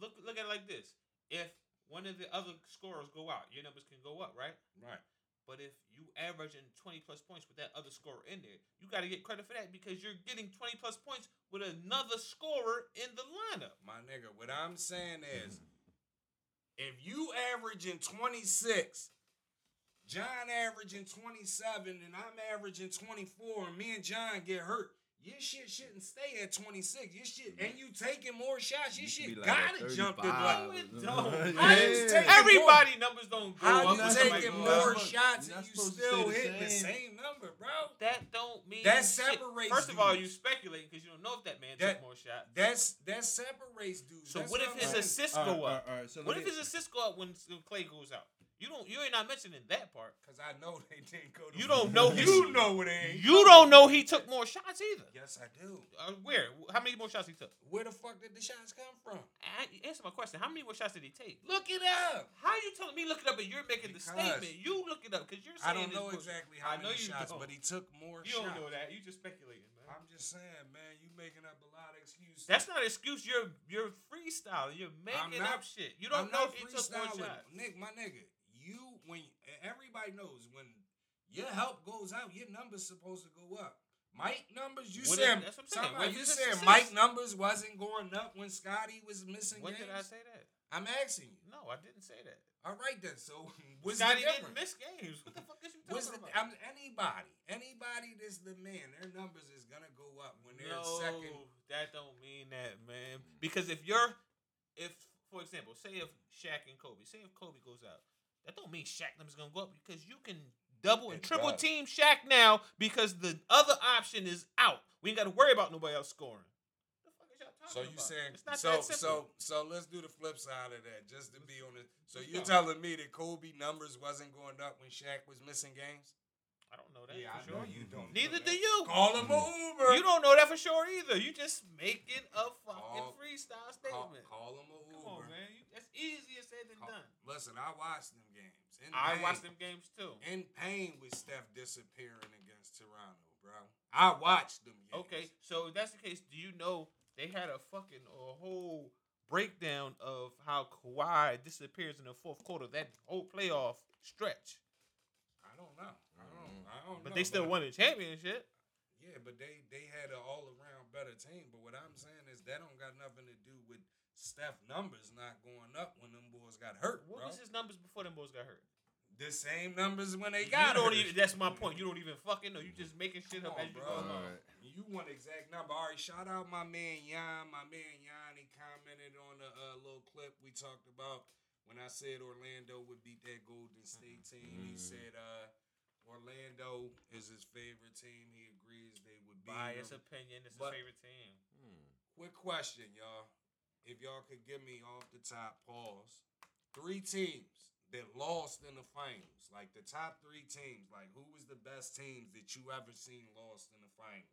Speaker 3: Look, look at it like this: if one of the other scorers go out, your numbers can go up, right?
Speaker 1: Right.
Speaker 3: But if you averaging twenty plus points with that other scorer in there, you got to get credit for that because you're getting twenty plus points with another scorer in the lineup.
Speaker 1: My nigga, what I'm saying is if you averaging 26, John averaging 27, and I'm averaging 24, and me and John get hurt. Your shit shouldn't stay at 26. Your shit, and you taking more shots. Your
Speaker 2: You should be
Speaker 1: shit
Speaker 2: like
Speaker 1: gotta
Speaker 2: at
Speaker 1: jump to
Speaker 2: 35.
Speaker 1: like.
Speaker 2: [laughs]
Speaker 3: No, it don't.
Speaker 2: Yeah.
Speaker 1: It's taking
Speaker 3: Everybody numbers don't go
Speaker 1: How
Speaker 3: up.
Speaker 1: you
Speaker 3: when
Speaker 2: not
Speaker 3: somebody
Speaker 1: taking
Speaker 3: go
Speaker 2: up.
Speaker 1: more
Speaker 3: out.
Speaker 1: shots
Speaker 2: You're
Speaker 1: and
Speaker 2: not
Speaker 1: you
Speaker 2: supposed to
Speaker 1: still
Speaker 2: stay the
Speaker 1: hitting the
Speaker 2: same.
Speaker 1: same number, bro?
Speaker 3: [laughs] That don't mean
Speaker 1: That
Speaker 3: shit.
Speaker 1: separates
Speaker 3: First of all, you
Speaker 1: dudes.
Speaker 3: speculating because you don't know if that man
Speaker 1: That-
Speaker 3: took more shots.
Speaker 1: That's that separates dudes.
Speaker 3: So
Speaker 1: That's
Speaker 3: what if
Speaker 1: I'm
Speaker 3: his
Speaker 1: saying.
Speaker 3: assists
Speaker 2: All right,
Speaker 3: go
Speaker 2: all right,
Speaker 3: up?
Speaker 2: all right, so let
Speaker 3: What
Speaker 2: me-
Speaker 3: if his assists go up when when Clay goes out? You don't. You ain't not mentioning that part.
Speaker 1: Cause I know they didn't go. To
Speaker 3: You don't
Speaker 1: [laughs]
Speaker 3: know
Speaker 1: You
Speaker 3: his-
Speaker 1: know it ain't.
Speaker 3: You don't know he took more shots either.
Speaker 1: Yes, I do.
Speaker 3: Uh, where? How many more shots he took?
Speaker 1: Where the fuck did the shots come from?
Speaker 3: I, answer my question. How many more shots did he take?
Speaker 1: Look it up.
Speaker 3: How you telling me look it up and you're making
Speaker 1: Because-
Speaker 3: the statement? You look it up because you're
Speaker 1: I don't
Speaker 3: saying this
Speaker 1: know
Speaker 3: bullshit.
Speaker 1: exactly how
Speaker 3: I know
Speaker 1: many
Speaker 3: you
Speaker 1: shots,
Speaker 3: don't.
Speaker 1: but he took more shots.
Speaker 3: You don't know that. You just speculating, man.
Speaker 1: I'm just saying, man, you making up a lot of excuses.
Speaker 3: That's not an excuse. You're you're freestyling. You're making
Speaker 1: not-
Speaker 3: up shit. You
Speaker 1: I'm
Speaker 3: don't know
Speaker 1: not
Speaker 3: if he took more
Speaker 1: freestyling.
Speaker 3: shots.
Speaker 1: Nick, my nigga, you when everybody knows when your help goes out, your numbers supposed to go up. Mike numbers, you
Speaker 3: What
Speaker 1: said
Speaker 3: if- that's what I'm saying.
Speaker 1: somebody,
Speaker 3: What if
Speaker 1: you
Speaker 3: it's
Speaker 1: said
Speaker 3: assists?
Speaker 1: Mike numbers wasn't going up when Scotty was missing
Speaker 3: When
Speaker 1: games.
Speaker 3: did I say that?
Speaker 1: am asking you.
Speaker 3: No, I didn't say that.
Speaker 1: All right then. So [laughs] what's
Speaker 3: Scotty
Speaker 1: the
Speaker 3: didn't
Speaker 1: difference?
Speaker 3: miss games. What the fuck is you talking
Speaker 1: What's the,
Speaker 3: about?
Speaker 1: I'm, anybody, anybody that's the man, their numbers is gonna go up when they're
Speaker 3: no,
Speaker 1: second.
Speaker 3: that don't mean that, man. Because if you're, if for example, say if Shaq and Kobe, say if Kobe goes out, that don't mean Shaq numbers gonna go up because you can double
Speaker 2: It
Speaker 3: and triple
Speaker 2: does.
Speaker 3: team Shaq now because the other option is out. We ain't got to worry about nobody else scoring. The fuck is y'all talking
Speaker 1: So you
Speaker 3: about?
Speaker 1: saying
Speaker 3: it's not
Speaker 1: so
Speaker 3: that simple.
Speaker 1: so so let's do the flip side of that, just to be on it. So
Speaker 3: Let's
Speaker 1: you're
Speaker 3: go.
Speaker 1: telling me that Kobe numbers wasn't going up when Shaq was missing games?
Speaker 3: I don't know that for sure.
Speaker 2: know you don't
Speaker 3: Neither do you.
Speaker 1: Call him a Uber.
Speaker 3: You don't know that for sure either. You just making a fucking
Speaker 1: Call-
Speaker 3: freestyle
Speaker 1: call,
Speaker 3: statement.
Speaker 1: call him a Uber.
Speaker 3: Come on, man. You, that's easier said than
Speaker 1: Call-
Speaker 3: done.
Speaker 1: Listen, I watched them games. In
Speaker 3: I
Speaker 1: pain-
Speaker 3: watched them games too.
Speaker 1: in pain with Steph disappearing against Toronto, bro. I watched them. Games.
Speaker 3: Okay, so if that's the case, do you know they had a fucking a whole breakdown of how Kawhi disappears in the fourth quarter, that whole playoff stretch.
Speaker 1: I don't know. I don't. I don't
Speaker 3: But
Speaker 1: know,
Speaker 3: they still won the championship.
Speaker 1: Yeah, but they they had an all around better team. But what I'm saying is that don't got nothing to do with Steph numbers not going up when them boys got hurt,
Speaker 3: What
Speaker 1: bro.
Speaker 3: was his numbers before them boys got hurt?
Speaker 1: the same numbers when they
Speaker 3: You
Speaker 1: got
Speaker 3: don't
Speaker 1: hurt.
Speaker 3: even- that's my point. You don't even fucking know. You just making shit
Speaker 1: Come
Speaker 3: up
Speaker 1: on,
Speaker 3: as you
Speaker 1: bro.
Speaker 3: go
Speaker 2: All
Speaker 3: along.
Speaker 2: right.
Speaker 1: [laughs] You want exact number. All right, shout out my man Yan. My man Yan, he commented on the uh, little clip we talked about when I said Orlando would beat that Golden State team.
Speaker 2: Mhm.
Speaker 1: He said uh, Orlando is his favorite team. He agrees they would be.
Speaker 3: Bias opinion. It's
Speaker 1: But-
Speaker 3: his favorite team.
Speaker 2: Hmm.
Speaker 1: Quick question, y'all. If y'all could give me off the top pause, three teams that lost in the finals, like the top three teams, like who was the best teams that you ever seen lost in the finals?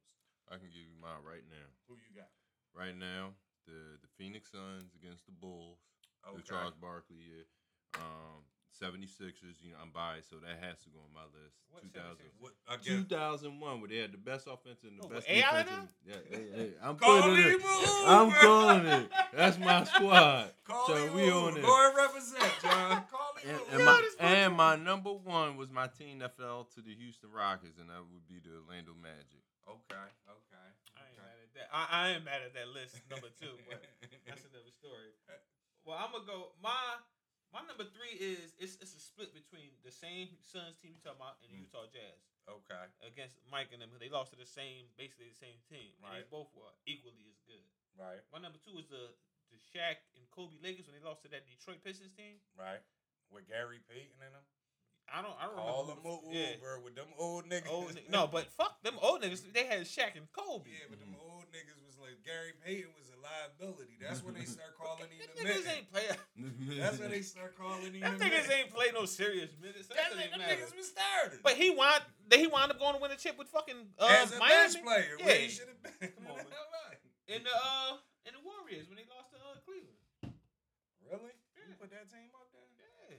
Speaker 2: I can give you mine right now.
Speaker 1: Who you got?
Speaker 2: Right now, the the Phoenix Suns against the Bulls. The
Speaker 1: Okay.
Speaker 2: Charles Barkley year. Um, 76ers, you know, I'm biased, so that has to go on my list.
Speaker 3: What
Speaker 2: 2000.
Speaker 3: 76ers?
Speaker 1: What, again,
Speaker 2: 2001, where they had the best offense and the
Speaker 3: Oh,
Speaker 2: best
Speaker 3: with AI
Speaker 2: defense.
Speaker 3: now?
Speaker 2: and- Yeah, hey, hey, I'm
Speaker 1: Call
Speaker 2: putting
Speaker 1: him
Speaker 2: it.
Speaker 1: Ooh,
Speaker 2: I'm
Speaker 1: bro.
Speaker 2: calling it. That's my squad.
Speaker 1: [laughs] Call
Speaker 2: So
Speaker 1: him
Speaker 2: we
Speaker 1: Ooh.
Speaker 2: on it.
Speaker 1: Go and represent,
Speaker 2: [laughs]
Speaker 1: John. Call him
Speaker 2: And,
Speaker 1: Ooh.
Speaker 2: and, my, and my number one was my team that fell to the Houston Rockets, and that would be the Orlando Magic.
Speaker 1: Okay, okay.
Speaker 3: I ain't
Speaker 1: okay.
Speaker 3: mad at that. I, I am mad at that list number two, but
Speaker 1: [laughs]
Speaker 3: that's another story.
Speaker 1: Uh,
Speaker 3: Well, I'm gonna go. My my number three is it's it's a split between the same Suns team you talking about and
Speaker 2: Mm.
Speaker 3: the Utah Jazz
Speaker 1: okay,
Speaker 3: against Mike and them. They lost to the same, basically the same team. And
Speaker 1: Right.
Speaker 3: they both were equally as good.
Speaker 1: right,
Speaker 3: My number two is the the Shaq and Kobe Lakers when they lost to that Detroit Pistons team.
Speaker 1: right. With Gary Payton in them.
Speaker 3: I don't. I don't
Speaker 1: Call them
Speaker 3: remember.
Speaker 1: Ooh,
Speaker 3: who- yeah.
Speaker 1: bro. With them old niggas.
Speaker 3: Old, ni- no, but fuck them old niggas. They had Shaq and Kobe.
Speaker 1: Yeah, but
Speaker 3: Mm-hmm.
Speaker 1: them old niggas was like Gary Payton was a liability. That's when
Speaker 3: [laughs]
Speaker 1: they start calling him
Speaker 3: Them
Speaker 1: the
Speaker 3: niggas
Speaker 1: mitten.
Speaker 3: ain't play.
Speaker 1: That's
Speaker 2: [laughs]
Speaker 1: when they start calling him
Speaker 3: Them
Speaker 1: the
Speaker 3: niggas
Speaker 1: mitten.
Speaker 3: ain't play no serious minutes. so
Speaker 1: That nigga-
Speaker 3: That doesn't
Speaker 1: them
Speaker 3: matter.
Speaker 1: niggas was starters.
Speaker 3: But he wound that he wound up going to win a chip with fucking uh,
Speaker 1: as a
Speaker 3: Miami
Speaker 1: bench player, where he
Speaker 3: Yeah.
Speaker 1: should have been.
Speaker 3: Come
Speaker 1: [laughs]
Speaker 3: on, man.
Speaker 1: LA.
Speaker 3: in the uh in the Warriors when they lost to uh, Cleveland.
Speaker 1: Really? You
Speaker 3: Yeah.
Speaker 1: put that team up there?
Speaker 3: Yeah.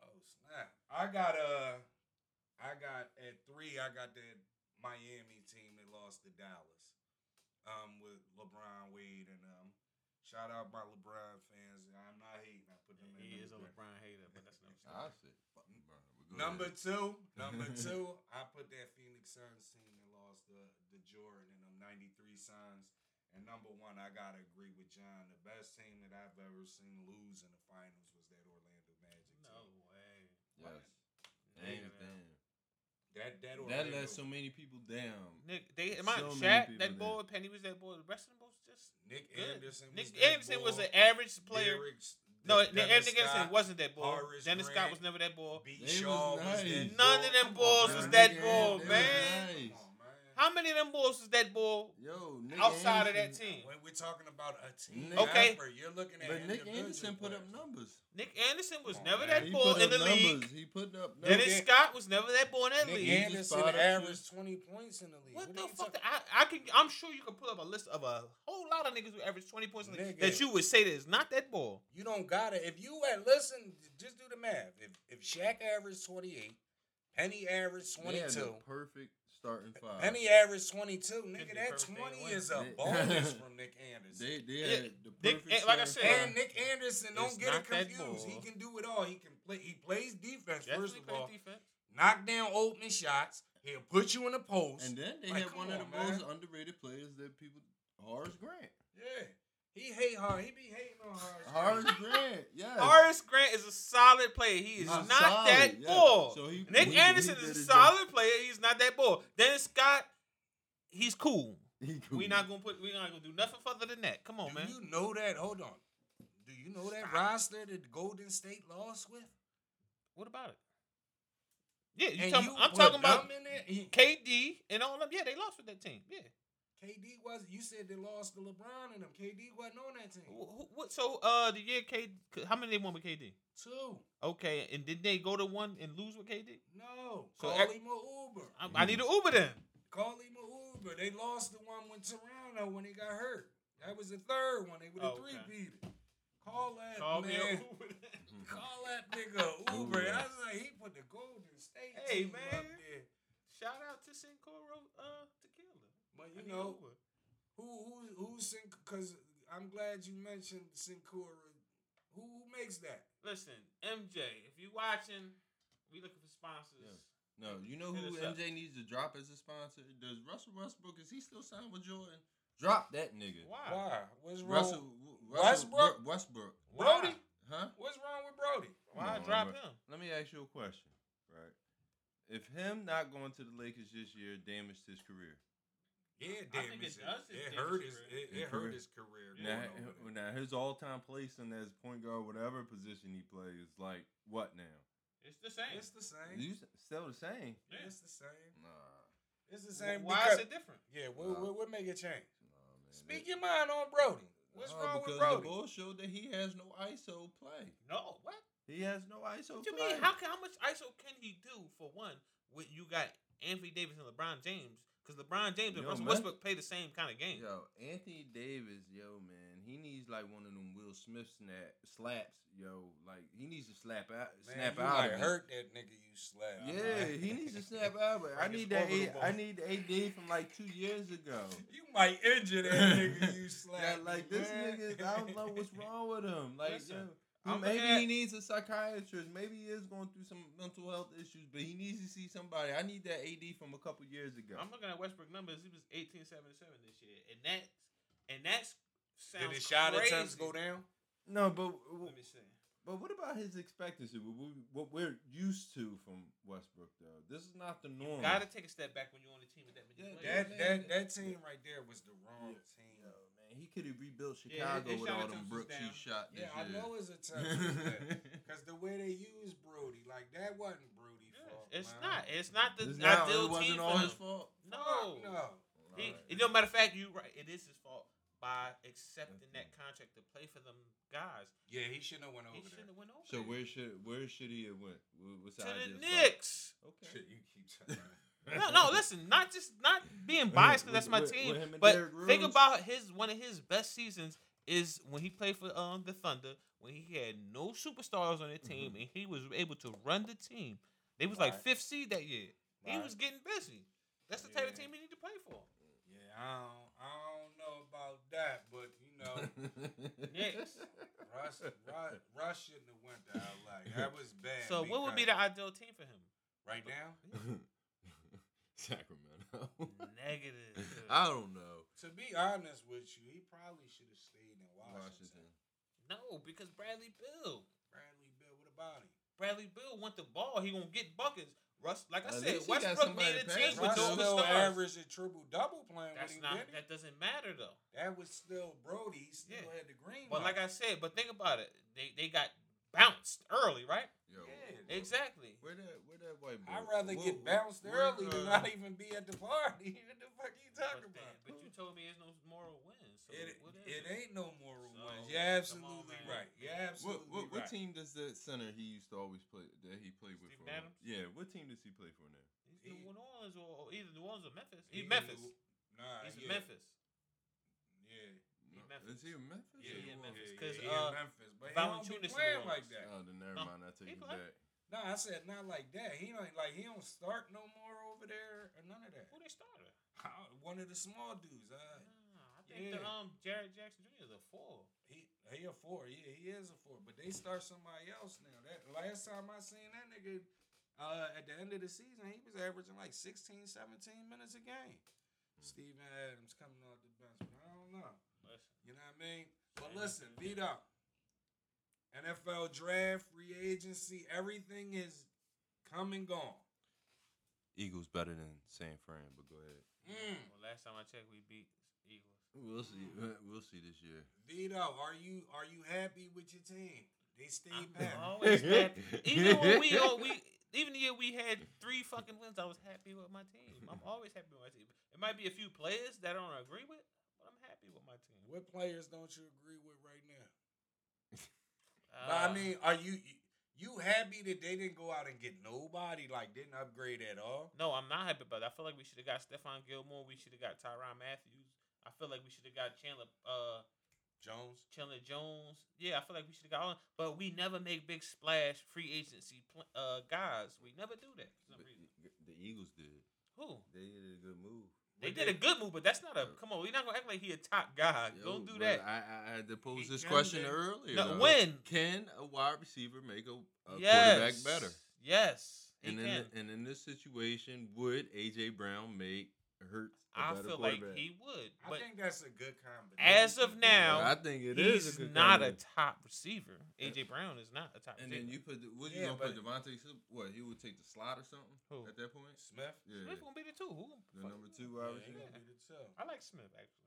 Speaker 1: Oh snap! I got uh, I got at three. I got that Miami team that lost to Dallas, um, with LeBron Wade and um, shout out my LeBron fans. I'm not hating. I put them. in
Speaker 3: He is a
Speaker 1: number three.
Speaker 3: LeBron hater, but that's another
Speaker 2: I
Speaker 3: [laughs] story.
Speaker 2: said, fuck you, bro. But go
Speaker 1: Number
Speaker 2: ahead. [laughs]
Speaker 1: two, number two, I put that Phoenix Suns team that lost the the Jordan and them '93 Suns. And number one, I gotta agree with John. The best team that I've ever seen lose in the finals was that Orlando Magic
Speaker 3: No
Speaker 1: team.
Speaker 3: way.
Speaker 2: Yes.
Speaker 3: Nigga,
Speaker 2: Hands
Speaker 3: that-
Speaker 2: down.
Speaker 1: That that
Speaker 2: That
Speaker 1: Orlando.
Speaker 2: let so many people down.
Speaker 3: Nick, they am I
Speaker 2: So many
Speaker 3: Shaq
Speaker 2: people
Speaker 3: that
Speaker 2: there.
Speaker 3: boy Penny was that boy. The rest of them was just
Speaker 1: Nick
Speaker 3: good.
Speaker 1: Anderson. Was
Speaker 3: Nick
Speaker 1: that
Speaker 3: Anderson
Speaker 1: boy.
Speaker 3: was an average player.
Speaker 1: Derek's-
Speaker 3: no,
Speaker 1: De-
Speaker 3: Nick
Speaker 1: Dennis
Speaker 3: Anderson
Speaker 1: Scott,
Speaker 3: wasn't that boy.
Speaker 1: Horace
Speaker 3: Dennis
Speaker 1: Grant,
Speaker 3: Scott was never that boy.
Speaker 1: B.
Speaker 2: They was
Speaker 1: Shaw
Speaker 2: nice.
Speaker 1: was that
Speaker 3: None
Speaker 1: boy.
Speaker 3: of them
Speaker 1: Come
Speaker 3: boys
Speaker 1: on,
Speaker 2: was
Speaker 1: man.
Speaker 2: that
Speaker 1: Nick
Speaker 2: boy,
Speaker 1: Anderson,
Speaker 2: man.
Speaker 1: come on, man.
Speaker 3: How many of them boys was that boy
Speaker 2: Yo, Nick
Speaker 3: outside of that
Speaker 2: Anderson-
Speaker 3: team?
Speaker 1: When we're talking about a team
Speaker 2: Nick-
Speaker 3: Okay.
Speaker 1: effort, you're looking at
Speaker 2: But Nick
Speaker 1: individual
Speaker 2: Anderson put up
Speaker 1: players.
Speaker 2: numbers.
Speaker 3: Nick Anderson was
Speaker 1: Come on,
Speaker 3: never
Speaker 1: man.
Speaker 3: that
Speaker 2: He
Speaker 3: boy
Speaker 2: put
Speaker 3: in
Speaker 2: up
Speaker 3: the league.
Speaker 2: numbers. He put up numbers.
Speaker 3: Dennis Scott was never that boy in that
Speaker 1: Nick
Speaker 3: league.
Speaker 2: Anderson
Speaker 1: Anderson
Speaker 2: spotted
Speaker 1: averaged 20 points in the league.
Speaker 3: What the
Speaker 1: are you
Speaker 3: fuck?
Speaker 1: talking-
Speaker 3: I, I can. I'm sure you can pull up a list of a whole lot of niggas who average 20 points in the league
Speaker 1: Nigga.
Speaker 3: that you would say that is not that ball.
Speaker 1: You don't got to If you had listen, just do the math. If if Shaq averaged 28, Penny averaged
Speaker 2: They had the
Speaker 1: 22.
Speaker 2: perfect starting five.
Speaker 1: Penny averaged 22.
Speaker 3: be
Speaker 1: Nigga, that
Speaker 3: perfect day
Speaker 1: 20
Speaker 3: one.
Speaker 1: is a
Speaker 2: They-
Speaker 3: [laughs]
Speaker 1: bonus from Nick Anderson.
Speaker 2: They, they
Speaker 3: Yeah,
Speaker 2: had the perfect
Speaker 3: Nick- like I
Speaker 2: starting
Speaker 3: said-
Speaker 2: five.
Speaker 1: And Nick Anderson,
Speaker 3: It's
Speaker 1: don't get it
Speaker 3: not that
Speaker 1: confused. He
Speaker 3: ball.
Speaker 1: can do it all. He can play. He plays defense first
Speaker 3: Definitely
Speaker 1: of
Speaker 3: plays
Speaker 1: all.
Speaker 3: defense.
Speaker 1: Knock down open shots. He'll put you in the post.
Speaker 2: And then they
Speaker 1: Like,
Speaker 2: had
Speaker 1: come
Speaker 2: one of the
Speaker 1: on, man.
Speaker 2: most underrated players that people, Horace Grant.
Speaker 1: yeah, he hate hard. He be hating on hard.
Speaker 3: [laughs]
Speaker 2: Horace Grant, yes.
Speaker 3: Horace Grant is a solid player. He is
Speaker 2: He's
Speaker 3: not
Speaker 2: solid,
Speaker 3: that
Speaker 2: yeah.
Speaker 3: ball.
Speaker 2: So he-
Speaker 3: Nick
Speaker 2: he- he
Speaker 3: Anderson
Speaker 2: did
Speaker 3: is a
Speaker 2: his
Speaker 3: solid player. He's not that ball. Dennis Scott, he's cool.
Speaker 2: job. [laughs] He cool. [laughs]
Speaker 3: We not gonna put. We not gonna do nothing further than that. Come on,
Speaker 1: Do
Speaker 3: man.
Speaker 1: you know that? Hold on. Do you know that roster that Golden State lost with?
Speaker 3: What about it? Yeah, you
Speaker 1: And
Speaker 3: talking,
Speaker 1: you
Speaker 3: I'm
Speaker 1: put
Speaker 3: talking about
Speaker 1: them in there? He-
Speaker 3: KD and all of them. Yeah, they lost with that team. Yeah.
Speaker 1: KD was. You said they lost to LeBron and them. KD wasn't on that team.
Speaker 3: Wh- wh- What? So uh, the year K, how many they won with KD?
Speaker 1: Two.
Speaker 3: Okay, and did they go to one and lose with KD?
Speaker 1: No.
Speaker 3: So
Speaker 1: Call
Speaker 3: ev-
Speaker 1: him a Uber.
Speaker 3: I,
Speaker 2: Mm-hmm.
Speaker 3: I need an Uber
Speaker 1: [laughs]
Speaker 3: then.
Speaker 1: Call him a Uber. They lost the one with Toronto when he got hurt. That was the third one. They were the
Speaker 3: Oh, okay.
Speaker 1: three beater. Call that
Speaker 3: Call me
Speaker 1: man.
Speaker 3: an Uber. then. [laughs]
Speaker 2: Mm-hmm.
Speaker 1: Call that nigga a Uber.
Speaker 2: Uber.
Speaker 1: I was like, he put the Golden State
Speaker 3: Hey,
Speaker 1: team up
Speaker 3: man.
Speaker 1: there.
Speaker 3: Shout out to Sincoro uh, Tequila.
Speaker 1: But
Speaker 3: I
Speaker 1: you
Speaker 3: need an
Speaker 1: know
Speaker 3: Uber.
Speaker 1: who who who's because I'm glad you mentioned Sincora. Who makes that?
Speaker 3: Listen, MJ, if you watching, we looking for sponsors.
Speaker 2: Yeah. No, you know who
Speaker 3: Hit us up.
Speaker 2: MJ needs to drop as a sponsor? Does Russell Westbrook is he still signed with Jordan? Drop that nigga.
Speaker 3: Why?
Speaker 1: Why? What's wrong?
Speaker 2: Russell, Russell
Speaker 1: Westbrook?
Speaker 2: Westbrook. Westbrook,
Speaker 1: Brody?
Speaker 3: Why?
Speaker 2: huh?
Speaker 1: What's wrong with Brody?
Speaker 3: Why
Speaker 2: Come on,
Speaker 3: drop
Speaker 2: bro.
Speaker 3: him?
Speaker 2: Let me ask you a question, right? If him not going to the Lakers this year damaged his career.
Speaker 1: Yeah,
Speaker 3: I
Speaker 1: damn
Speaker 3: think
Speaker 1: it.
Speaker 3: it does his
Speaker 1: It
Speaker 3: damn
Speaker 1: hurt his it,
Speaker 3: career.
Speaker 2: Yeah,
Speaker 1: it hurt
Speaker 2: career.
Speaker 1: his career.
Speaker 2: Now,
Speaker 1: going over
Speaker 2: now
Speaker 1: there.
Speaker 2: his all-time placing as point guard, whatever position he plays, like what now?
Speaker 3: It's the same.
Speaker 1: It's the same.
Speaker 2: You s- still the same?
Speaker 3: Yeah.
Speaker 1: It's the same.
Speaker 2: Nah,
Speaker 1: It's the same.
Speaker 3: Why
Speaker 1: because,
Speaker 3: is it different?
Speaker 1: Yeah, what,
Speaker 2: Nah.
Speaker 1: what, what make it change?
Speaker 2: nah, man.
Speaker 1: Speak
Speaker 2: that-
Speaker 1: your mind on Brody. What's
Speaker 2: Nah,
Speaker 1: wrong with
Speaker 2: because
Speaker 1: Brody?
Speaker 2: The Bulls showed that he has no ISO play.
Speaker 3: No. What?
Speaker 2: He has no ISO
Speaker 3: What you
Speaker 2: play.
Speaker 3: mean? How can, how much ISO can he do for one? When you got Anthony Davis and LeBron James, because LeBron James
Speaker 2: Yo,
Speaker 3: and Russell
Speaker 2: man.
Speaker 3: Westbrook play the same kind of game.
Speaker 2: Yo, Anthony Davis, yo, man, he needs like one of them Will Smith snap slaps, yo. Like he needs to slap out,
Speaker 1: Man,
Speaker 2: snap
Speaker 1: you
Speaker 2: out
Speaker 1: might
Speaker 2: of it.
Speaker 1: hurt that nigga you slap.
Speaker 2: Yeah, he needs to
Speaker 1: [laughs]
Speaker 2: snap out. of it. I
Speaker 1: Like
Speaker 2: need
Speaker 1: it's
Speaker 2: that. A,
Speaker 1: vulnerable.
Speaker 2: I need AD from like two years
Speaker 1: [laughs]
Speaker 2: ago.
Speaker 1: You might injure that nigga
Speaker 2: [laughs]
Speaker 1: you slap.
Speaker 2: Yeah, like this
Speaker 1: man.
Speaker 2: nigga, I don't know
Speaker 1: [laughs]
Speaker 2: what's wrong with
Speaker 3: [laughs]
Speaker 2: him. Like,
Speaker 3: Listen,
Speaker 2: yo,
Speaker 3: I'm
Speaker 2: maybe
Speaker 3: looking at-
Speaker 2: he needs a psychiatrist. Maybe he is going through some mental health issues, but he needs to see somebody. I need that AD from a couple years ago.
Speaker 3: I'm looking at Westbrook numbers. He was 1877 this year, and that and that's sounds
Speaker 1: Did his shot
Speaker 3: crazy.
Speaker 1: attempts go down?
Speaker 2: no, but
Speaker 3: Let me see.
Speaker 2: But what about his expectancy? What, we, what we're used to from Westbrook, though. This is not the norm.
Speaker 3: Gotta take a step back when you're on the team with that many
Speaker 2: Yeah,
Speaker 1: That
Speaker 3: players.
Speaker 1: that that team right there was the wrong
Speaker 2: Yeah.
Speaker 1: team.
Speaker 2: Yo, man, he could have rebuilt
Speaker 3: Yeah,
Speaker 2: Chicago
Speaker 3: his- his
Speaker 2: with all
Speaker 3: shot
Speaker 2: them
Speaker 3: attempts was
Speaker 2: Brooks he
Speaker 3: down.
Speaker 2: shot this
Speaker 1: Yeah, I
Speaker 2: year.
Speaker 1: know it's a
Speaker 2: [laughs]
Speaker 1: tough [laughs] team, because the way they used Brody, like that wasn't Brody's
Speaker 3: Yes,
Speaker 1: fault.
Speaker 3: it's
Speaker 1: man.
Speaker 3: not. It's not the
Speaker 2: It's not,
Speaker 3: ideal
Speaker 2: it wasn't
Speaker 3: team
Speaker 2: all
Speaker 3: for
Speaker 2: his
Speaker 3: him.
Speaker 2: fault.
Speaker 3: No,
Speaker 1: no.
Speaker 3: He,
Speaker 2: Alright.
Speaker 3: you know, matter of fact, you right. It is his fault by accepting that contract to play for them guys.
Speaker 1: Yeah, he shouldn't have went
Speaker 3: He
Speaker 1: over there.
Speaker 3: shouldn't have went over.
Speaker 2: So
Speaker 3: there.
Speaker 2: where should where should he have went? Wh- What's
Speaker 3: to
Speaker 2: the
Speaker 3: the
Speaker 2: ideal spot?
Speaker 3: Knicks.
Speaker 2: Okay.
Speaker 1: you
Speaker 3: [laughs]
Speaker 1: keep talking.
Speaker 3: No, no. Listen, not just not
Speaker 2: [laughs]
Speaker 3: being biased because that's my
Speaker 2: With- with
Speaker 3: team.
Speaker 2: him and
Speaker 3: But
Speaker 2: Derrick [laughs]
Speaker 3: think
Speaker 2: Rose?
Speaker 3: about his one of his best seasons is when he played for um the Thunder when he had no superstars
Speaker 2: Mm-hmm.
Speaker 3: on the team and he was able to run the team. They was like
Speaker 1: Right.
Speaker 3: fifth seed that year. He
Speaker 1: Right.
Speaker 3: was getting busy. That's the type of
Speaker 1: Yeah.
Speaker 3: team he need to play for.
Speaker 1: yeah, I don't, I don't know about that, but you know,
Speaker 3: [laughs] Knicks.
Speaker 1: Russ, Russ, Russ shouldn't have went there. Like that
Speaker 3: [laughs]
Speaker 1: was bad.
Speaker 3: So what would be
Speaker 1: because-
Speaker 3: the ideal team
Speaker 2: [laughs]
Speaker 3: for him?
Speaker 1: right now?
Speaker 2: [laughs] Sacramento.
Speaker 3: Negative.
Speaker 2: [laughs] I don't know.
Speaker 1: To be honest with you, he probably should have stayed in Washington.
Speaker 2: Washington.
Speaker 3: no, because Bradley Bill.
Speaker 1: Bradley Bill, what about him?
Speaker 3: Bradley Bill want the ball. He gonna get buckets. Russ, like I
Speaker 2: At
Speaker 3: said,
Speaker 2: least he got
Speaker 3: Westbrook
Speaker 2: somebody
Speaker 3: needed a
Speaker 2: to
Speaker 3: team
Speaker 2: pass
Speaker 3: with
Speaker 1: Russ
Speaker 2: to.
Speaker 3: no
Speaker 1: still
Speaker 3: stars.
Speaker 1: averaged a triple double playing
Speaker 3: That's
Speaker 1: when he
Speaker 3: not.
Speaker 1: did it.
Speaker 3: That doesn't matter though.
Speaker 1: That was still Brody. He still
Speaker 3: Yeah.
Speaker 1: had the green.
Speaker 3: But
Speaker 1: light.
Speaker 3: like I said, but think about it. They they got bounced early, right?
Speaker 2: Yo,
Speaker 1: Yeah.
Speaker 3: Exactly.
Speaker 2: where that where that white boy?
Speaker 1: I'd rather
Speaker 2: where-
Speaker 1: get bounced
Speaker 2: where,
Speaker 1: early than
Speaker 2: uh,
Speaker 1: not even be at the party. [laughs] what the fuck you
Speaker 3: But,
Speaker 1: talking
Speaker 3: they-
Speaker 1: about?
Speaker 3: but you told me there's no moral wins. So
Speaker 1: It,
Speaker 3: what is
Speaker 1: it
Speaker 3: it?
Speaker 1: ain't no moral
Speaker 3: So,
Speaker 1: wins.
Speaker 3: come
Speaker 1: You're
Speaker 3: on,
Speaker 1: absolutely
Speaker 3: man.
Speaker 1: right. You're absolutely
Speaker 2: What, what, what
Speaker 1: right.
Speaker 2: team does that center he used to always play that he played with
Speaker 3: Steve
Speaker 2: for? a while?
Speaker 3: Adams?
Speaker 2: Yeah, what team does he play for now?
Speaker 3: It's
Speaker 1: it-
Speaker 3: New Orleans or, or either New Orleans or Memphis.
Speaker 1: He
Speaker 3: He's Memphis.
Speaker 1: knew- Nah, Uh,
Speaker 3: He's
Speaker 1: yeah,
Speaker 3: Memphis.
Speaker 1: Yeah,
Speaker 3: He
Speaker 2: No,
Speaker 3: Memphis.
Speaker 2: Is he in Memphis?
Speaker 1: yeah,
Speaker 2: or what?
Speaker 3: he in
Speaker 1: yeah,
Speaker 3: Memphis,
Speaker 1: yeah,
Speaker 3: 'cause,
Speaker 1: he in
Speaker 3: uh,
Speaker 1: Memphis, but he don't
Speaker 3: Valanciunas
Speaker 1: be
Speaker 3: in New
Speaker 1: playing like
Speaker 3: Orleans.
Speaker 1: that.
Speaker 2: Oh, then never
Speaker 3: No,
Speaker 2: mind. I
Speaker 3: he
Speaker 2: take it
Speaker 3: play.
Speaker 2: back.
Speaker 1: No, I said not like that. He don't like he don't start no more over there or none of that.
Speaker 3: Who they started?
Speaker 1: How- One of the small dudes. Uh,
Speaker 3: Nah, I think the
Speaker 1: Yeah.
Speaker 3: um Jared Jackson Jr. is a four.
Speaker 1: He he a four, yeah, he is a four. But they start somebody else now. That last time I seen that nigga, uh, at the end of the season, he was averaging like 16, 17 minutes a game.
Speaker 3: Hmm.
Speaker 1: Steven Adams coming off the bench, but I don't know.
Speaker 3: Listen,
Speaker 1: You know what I mean? But
Speaker 3: Yeah.
Speaker 1: listen, Vito, NFL draft, free agency, everything is come and gone.
Speaker 2: Eagles better than San Fran, but go ahead.
Speaker 1: Mm.
Speaker 3: Well, last time I checked, we beat Eagles.
Speaker 2: We'll see.
Speaker 3: Mm.
Speaker 2: [laughs] We'll see this year.
Speaker 1: Vito, are you are you happy with your team? They stayed [laughs]
Speaker 3: I'm
Speaker 1: back.
Speaker 3: always happy. Even when we, all we even the year we had three fucking wins, I was happy with my team. I'm always happy with my team. It might be a few players that I don't agree with, but I'm happy with my team.
Speaker 1: What players don't you agree with right now? But
Speaker 3: Uh,
Speaker 1: I mean, are you you happy that they didn't go out and get nobody like didn't upgrade at all?
Speaker 3: no, I'm not happy about it. I feel like we should have got Stephon Gilmore. We should have got Tyron Matthews. I feel like we should have got Chandler uh,
Speaker 1: Jones,
Speaker 3: Chandler Jones. Yeah, I feel like we should have got all. But we never make big splash free agency pl- uh, guys. We never do that for some reason.
Speaker 2: The E-, Eagles did.
Speaker 3: Who?
Speaker 2: They did a good move.
Speaker 5: They
Speaker 3: They
Speaker 5: did
Speaker 3: did a good move, but that's not a. Come on, we're not gonna act like he a top guy.
Speaker 2: Yo,
Speaker 3: Don't do
Speaker 2: but
Speaker 3: that.
Speaker 2: I, I- I had to pose
Speaker 1: He
Speaker 2: this
Speaker 1: can
Speaker 2: question
Speaker 1: do-
Speaker 2: earlier.
Speaker 3: No,
Speaker 2: though.
Speaker 3: when?
Speaker 2: can a wide receiver make a, a
Speaker 3: yes.
Speaker 2: quarterback better?
Speaker 3: Yes, he
Speaker 2: And in,
Speaker 3: can.
Speaker 2: and in this situation, would AJ Brown make Hurts a
Speaker 3: I
Speaker 2: better
Speaker 3: feel like
Speaker 2: quarterback?
Speaker 3: he would,
Speaker 1: I
Speaker 3: but
Speaker 1: think that's a good combination.
Speaker 3: as of now,
Speaker 2: I think it is.
Speaker 3: he's
Speaker 2: a good
Speaker 3: not
Speaker 2: comeback.
Speaker 3: a top receiver. AJ Brown is not a top
Speaker 2: And
Speaker 3: receiver.
Speaker 2: then you put the, what you
Speaker 1: Yeah,
Speaker 2: gonna put Devontae? Smith- What he would take the slot or something
Speaker 3: Who?
Speaker 2: at that point?
Speaker 1: Smith.
Speaker 2: Yeah,
Speaker 3: Smith gonna be the two. Who gonna
Speaker 2: the
Speaker 3: fuck-
Speaker 2: number two
Speaker 1: Yeah,
Speaker 2: wide
Speaker 1: he
Speaker 2: receiver.
Speaker 3: [laughs]
Speaker 1: gonna be the two.
Speaker 3: I like Smith actually.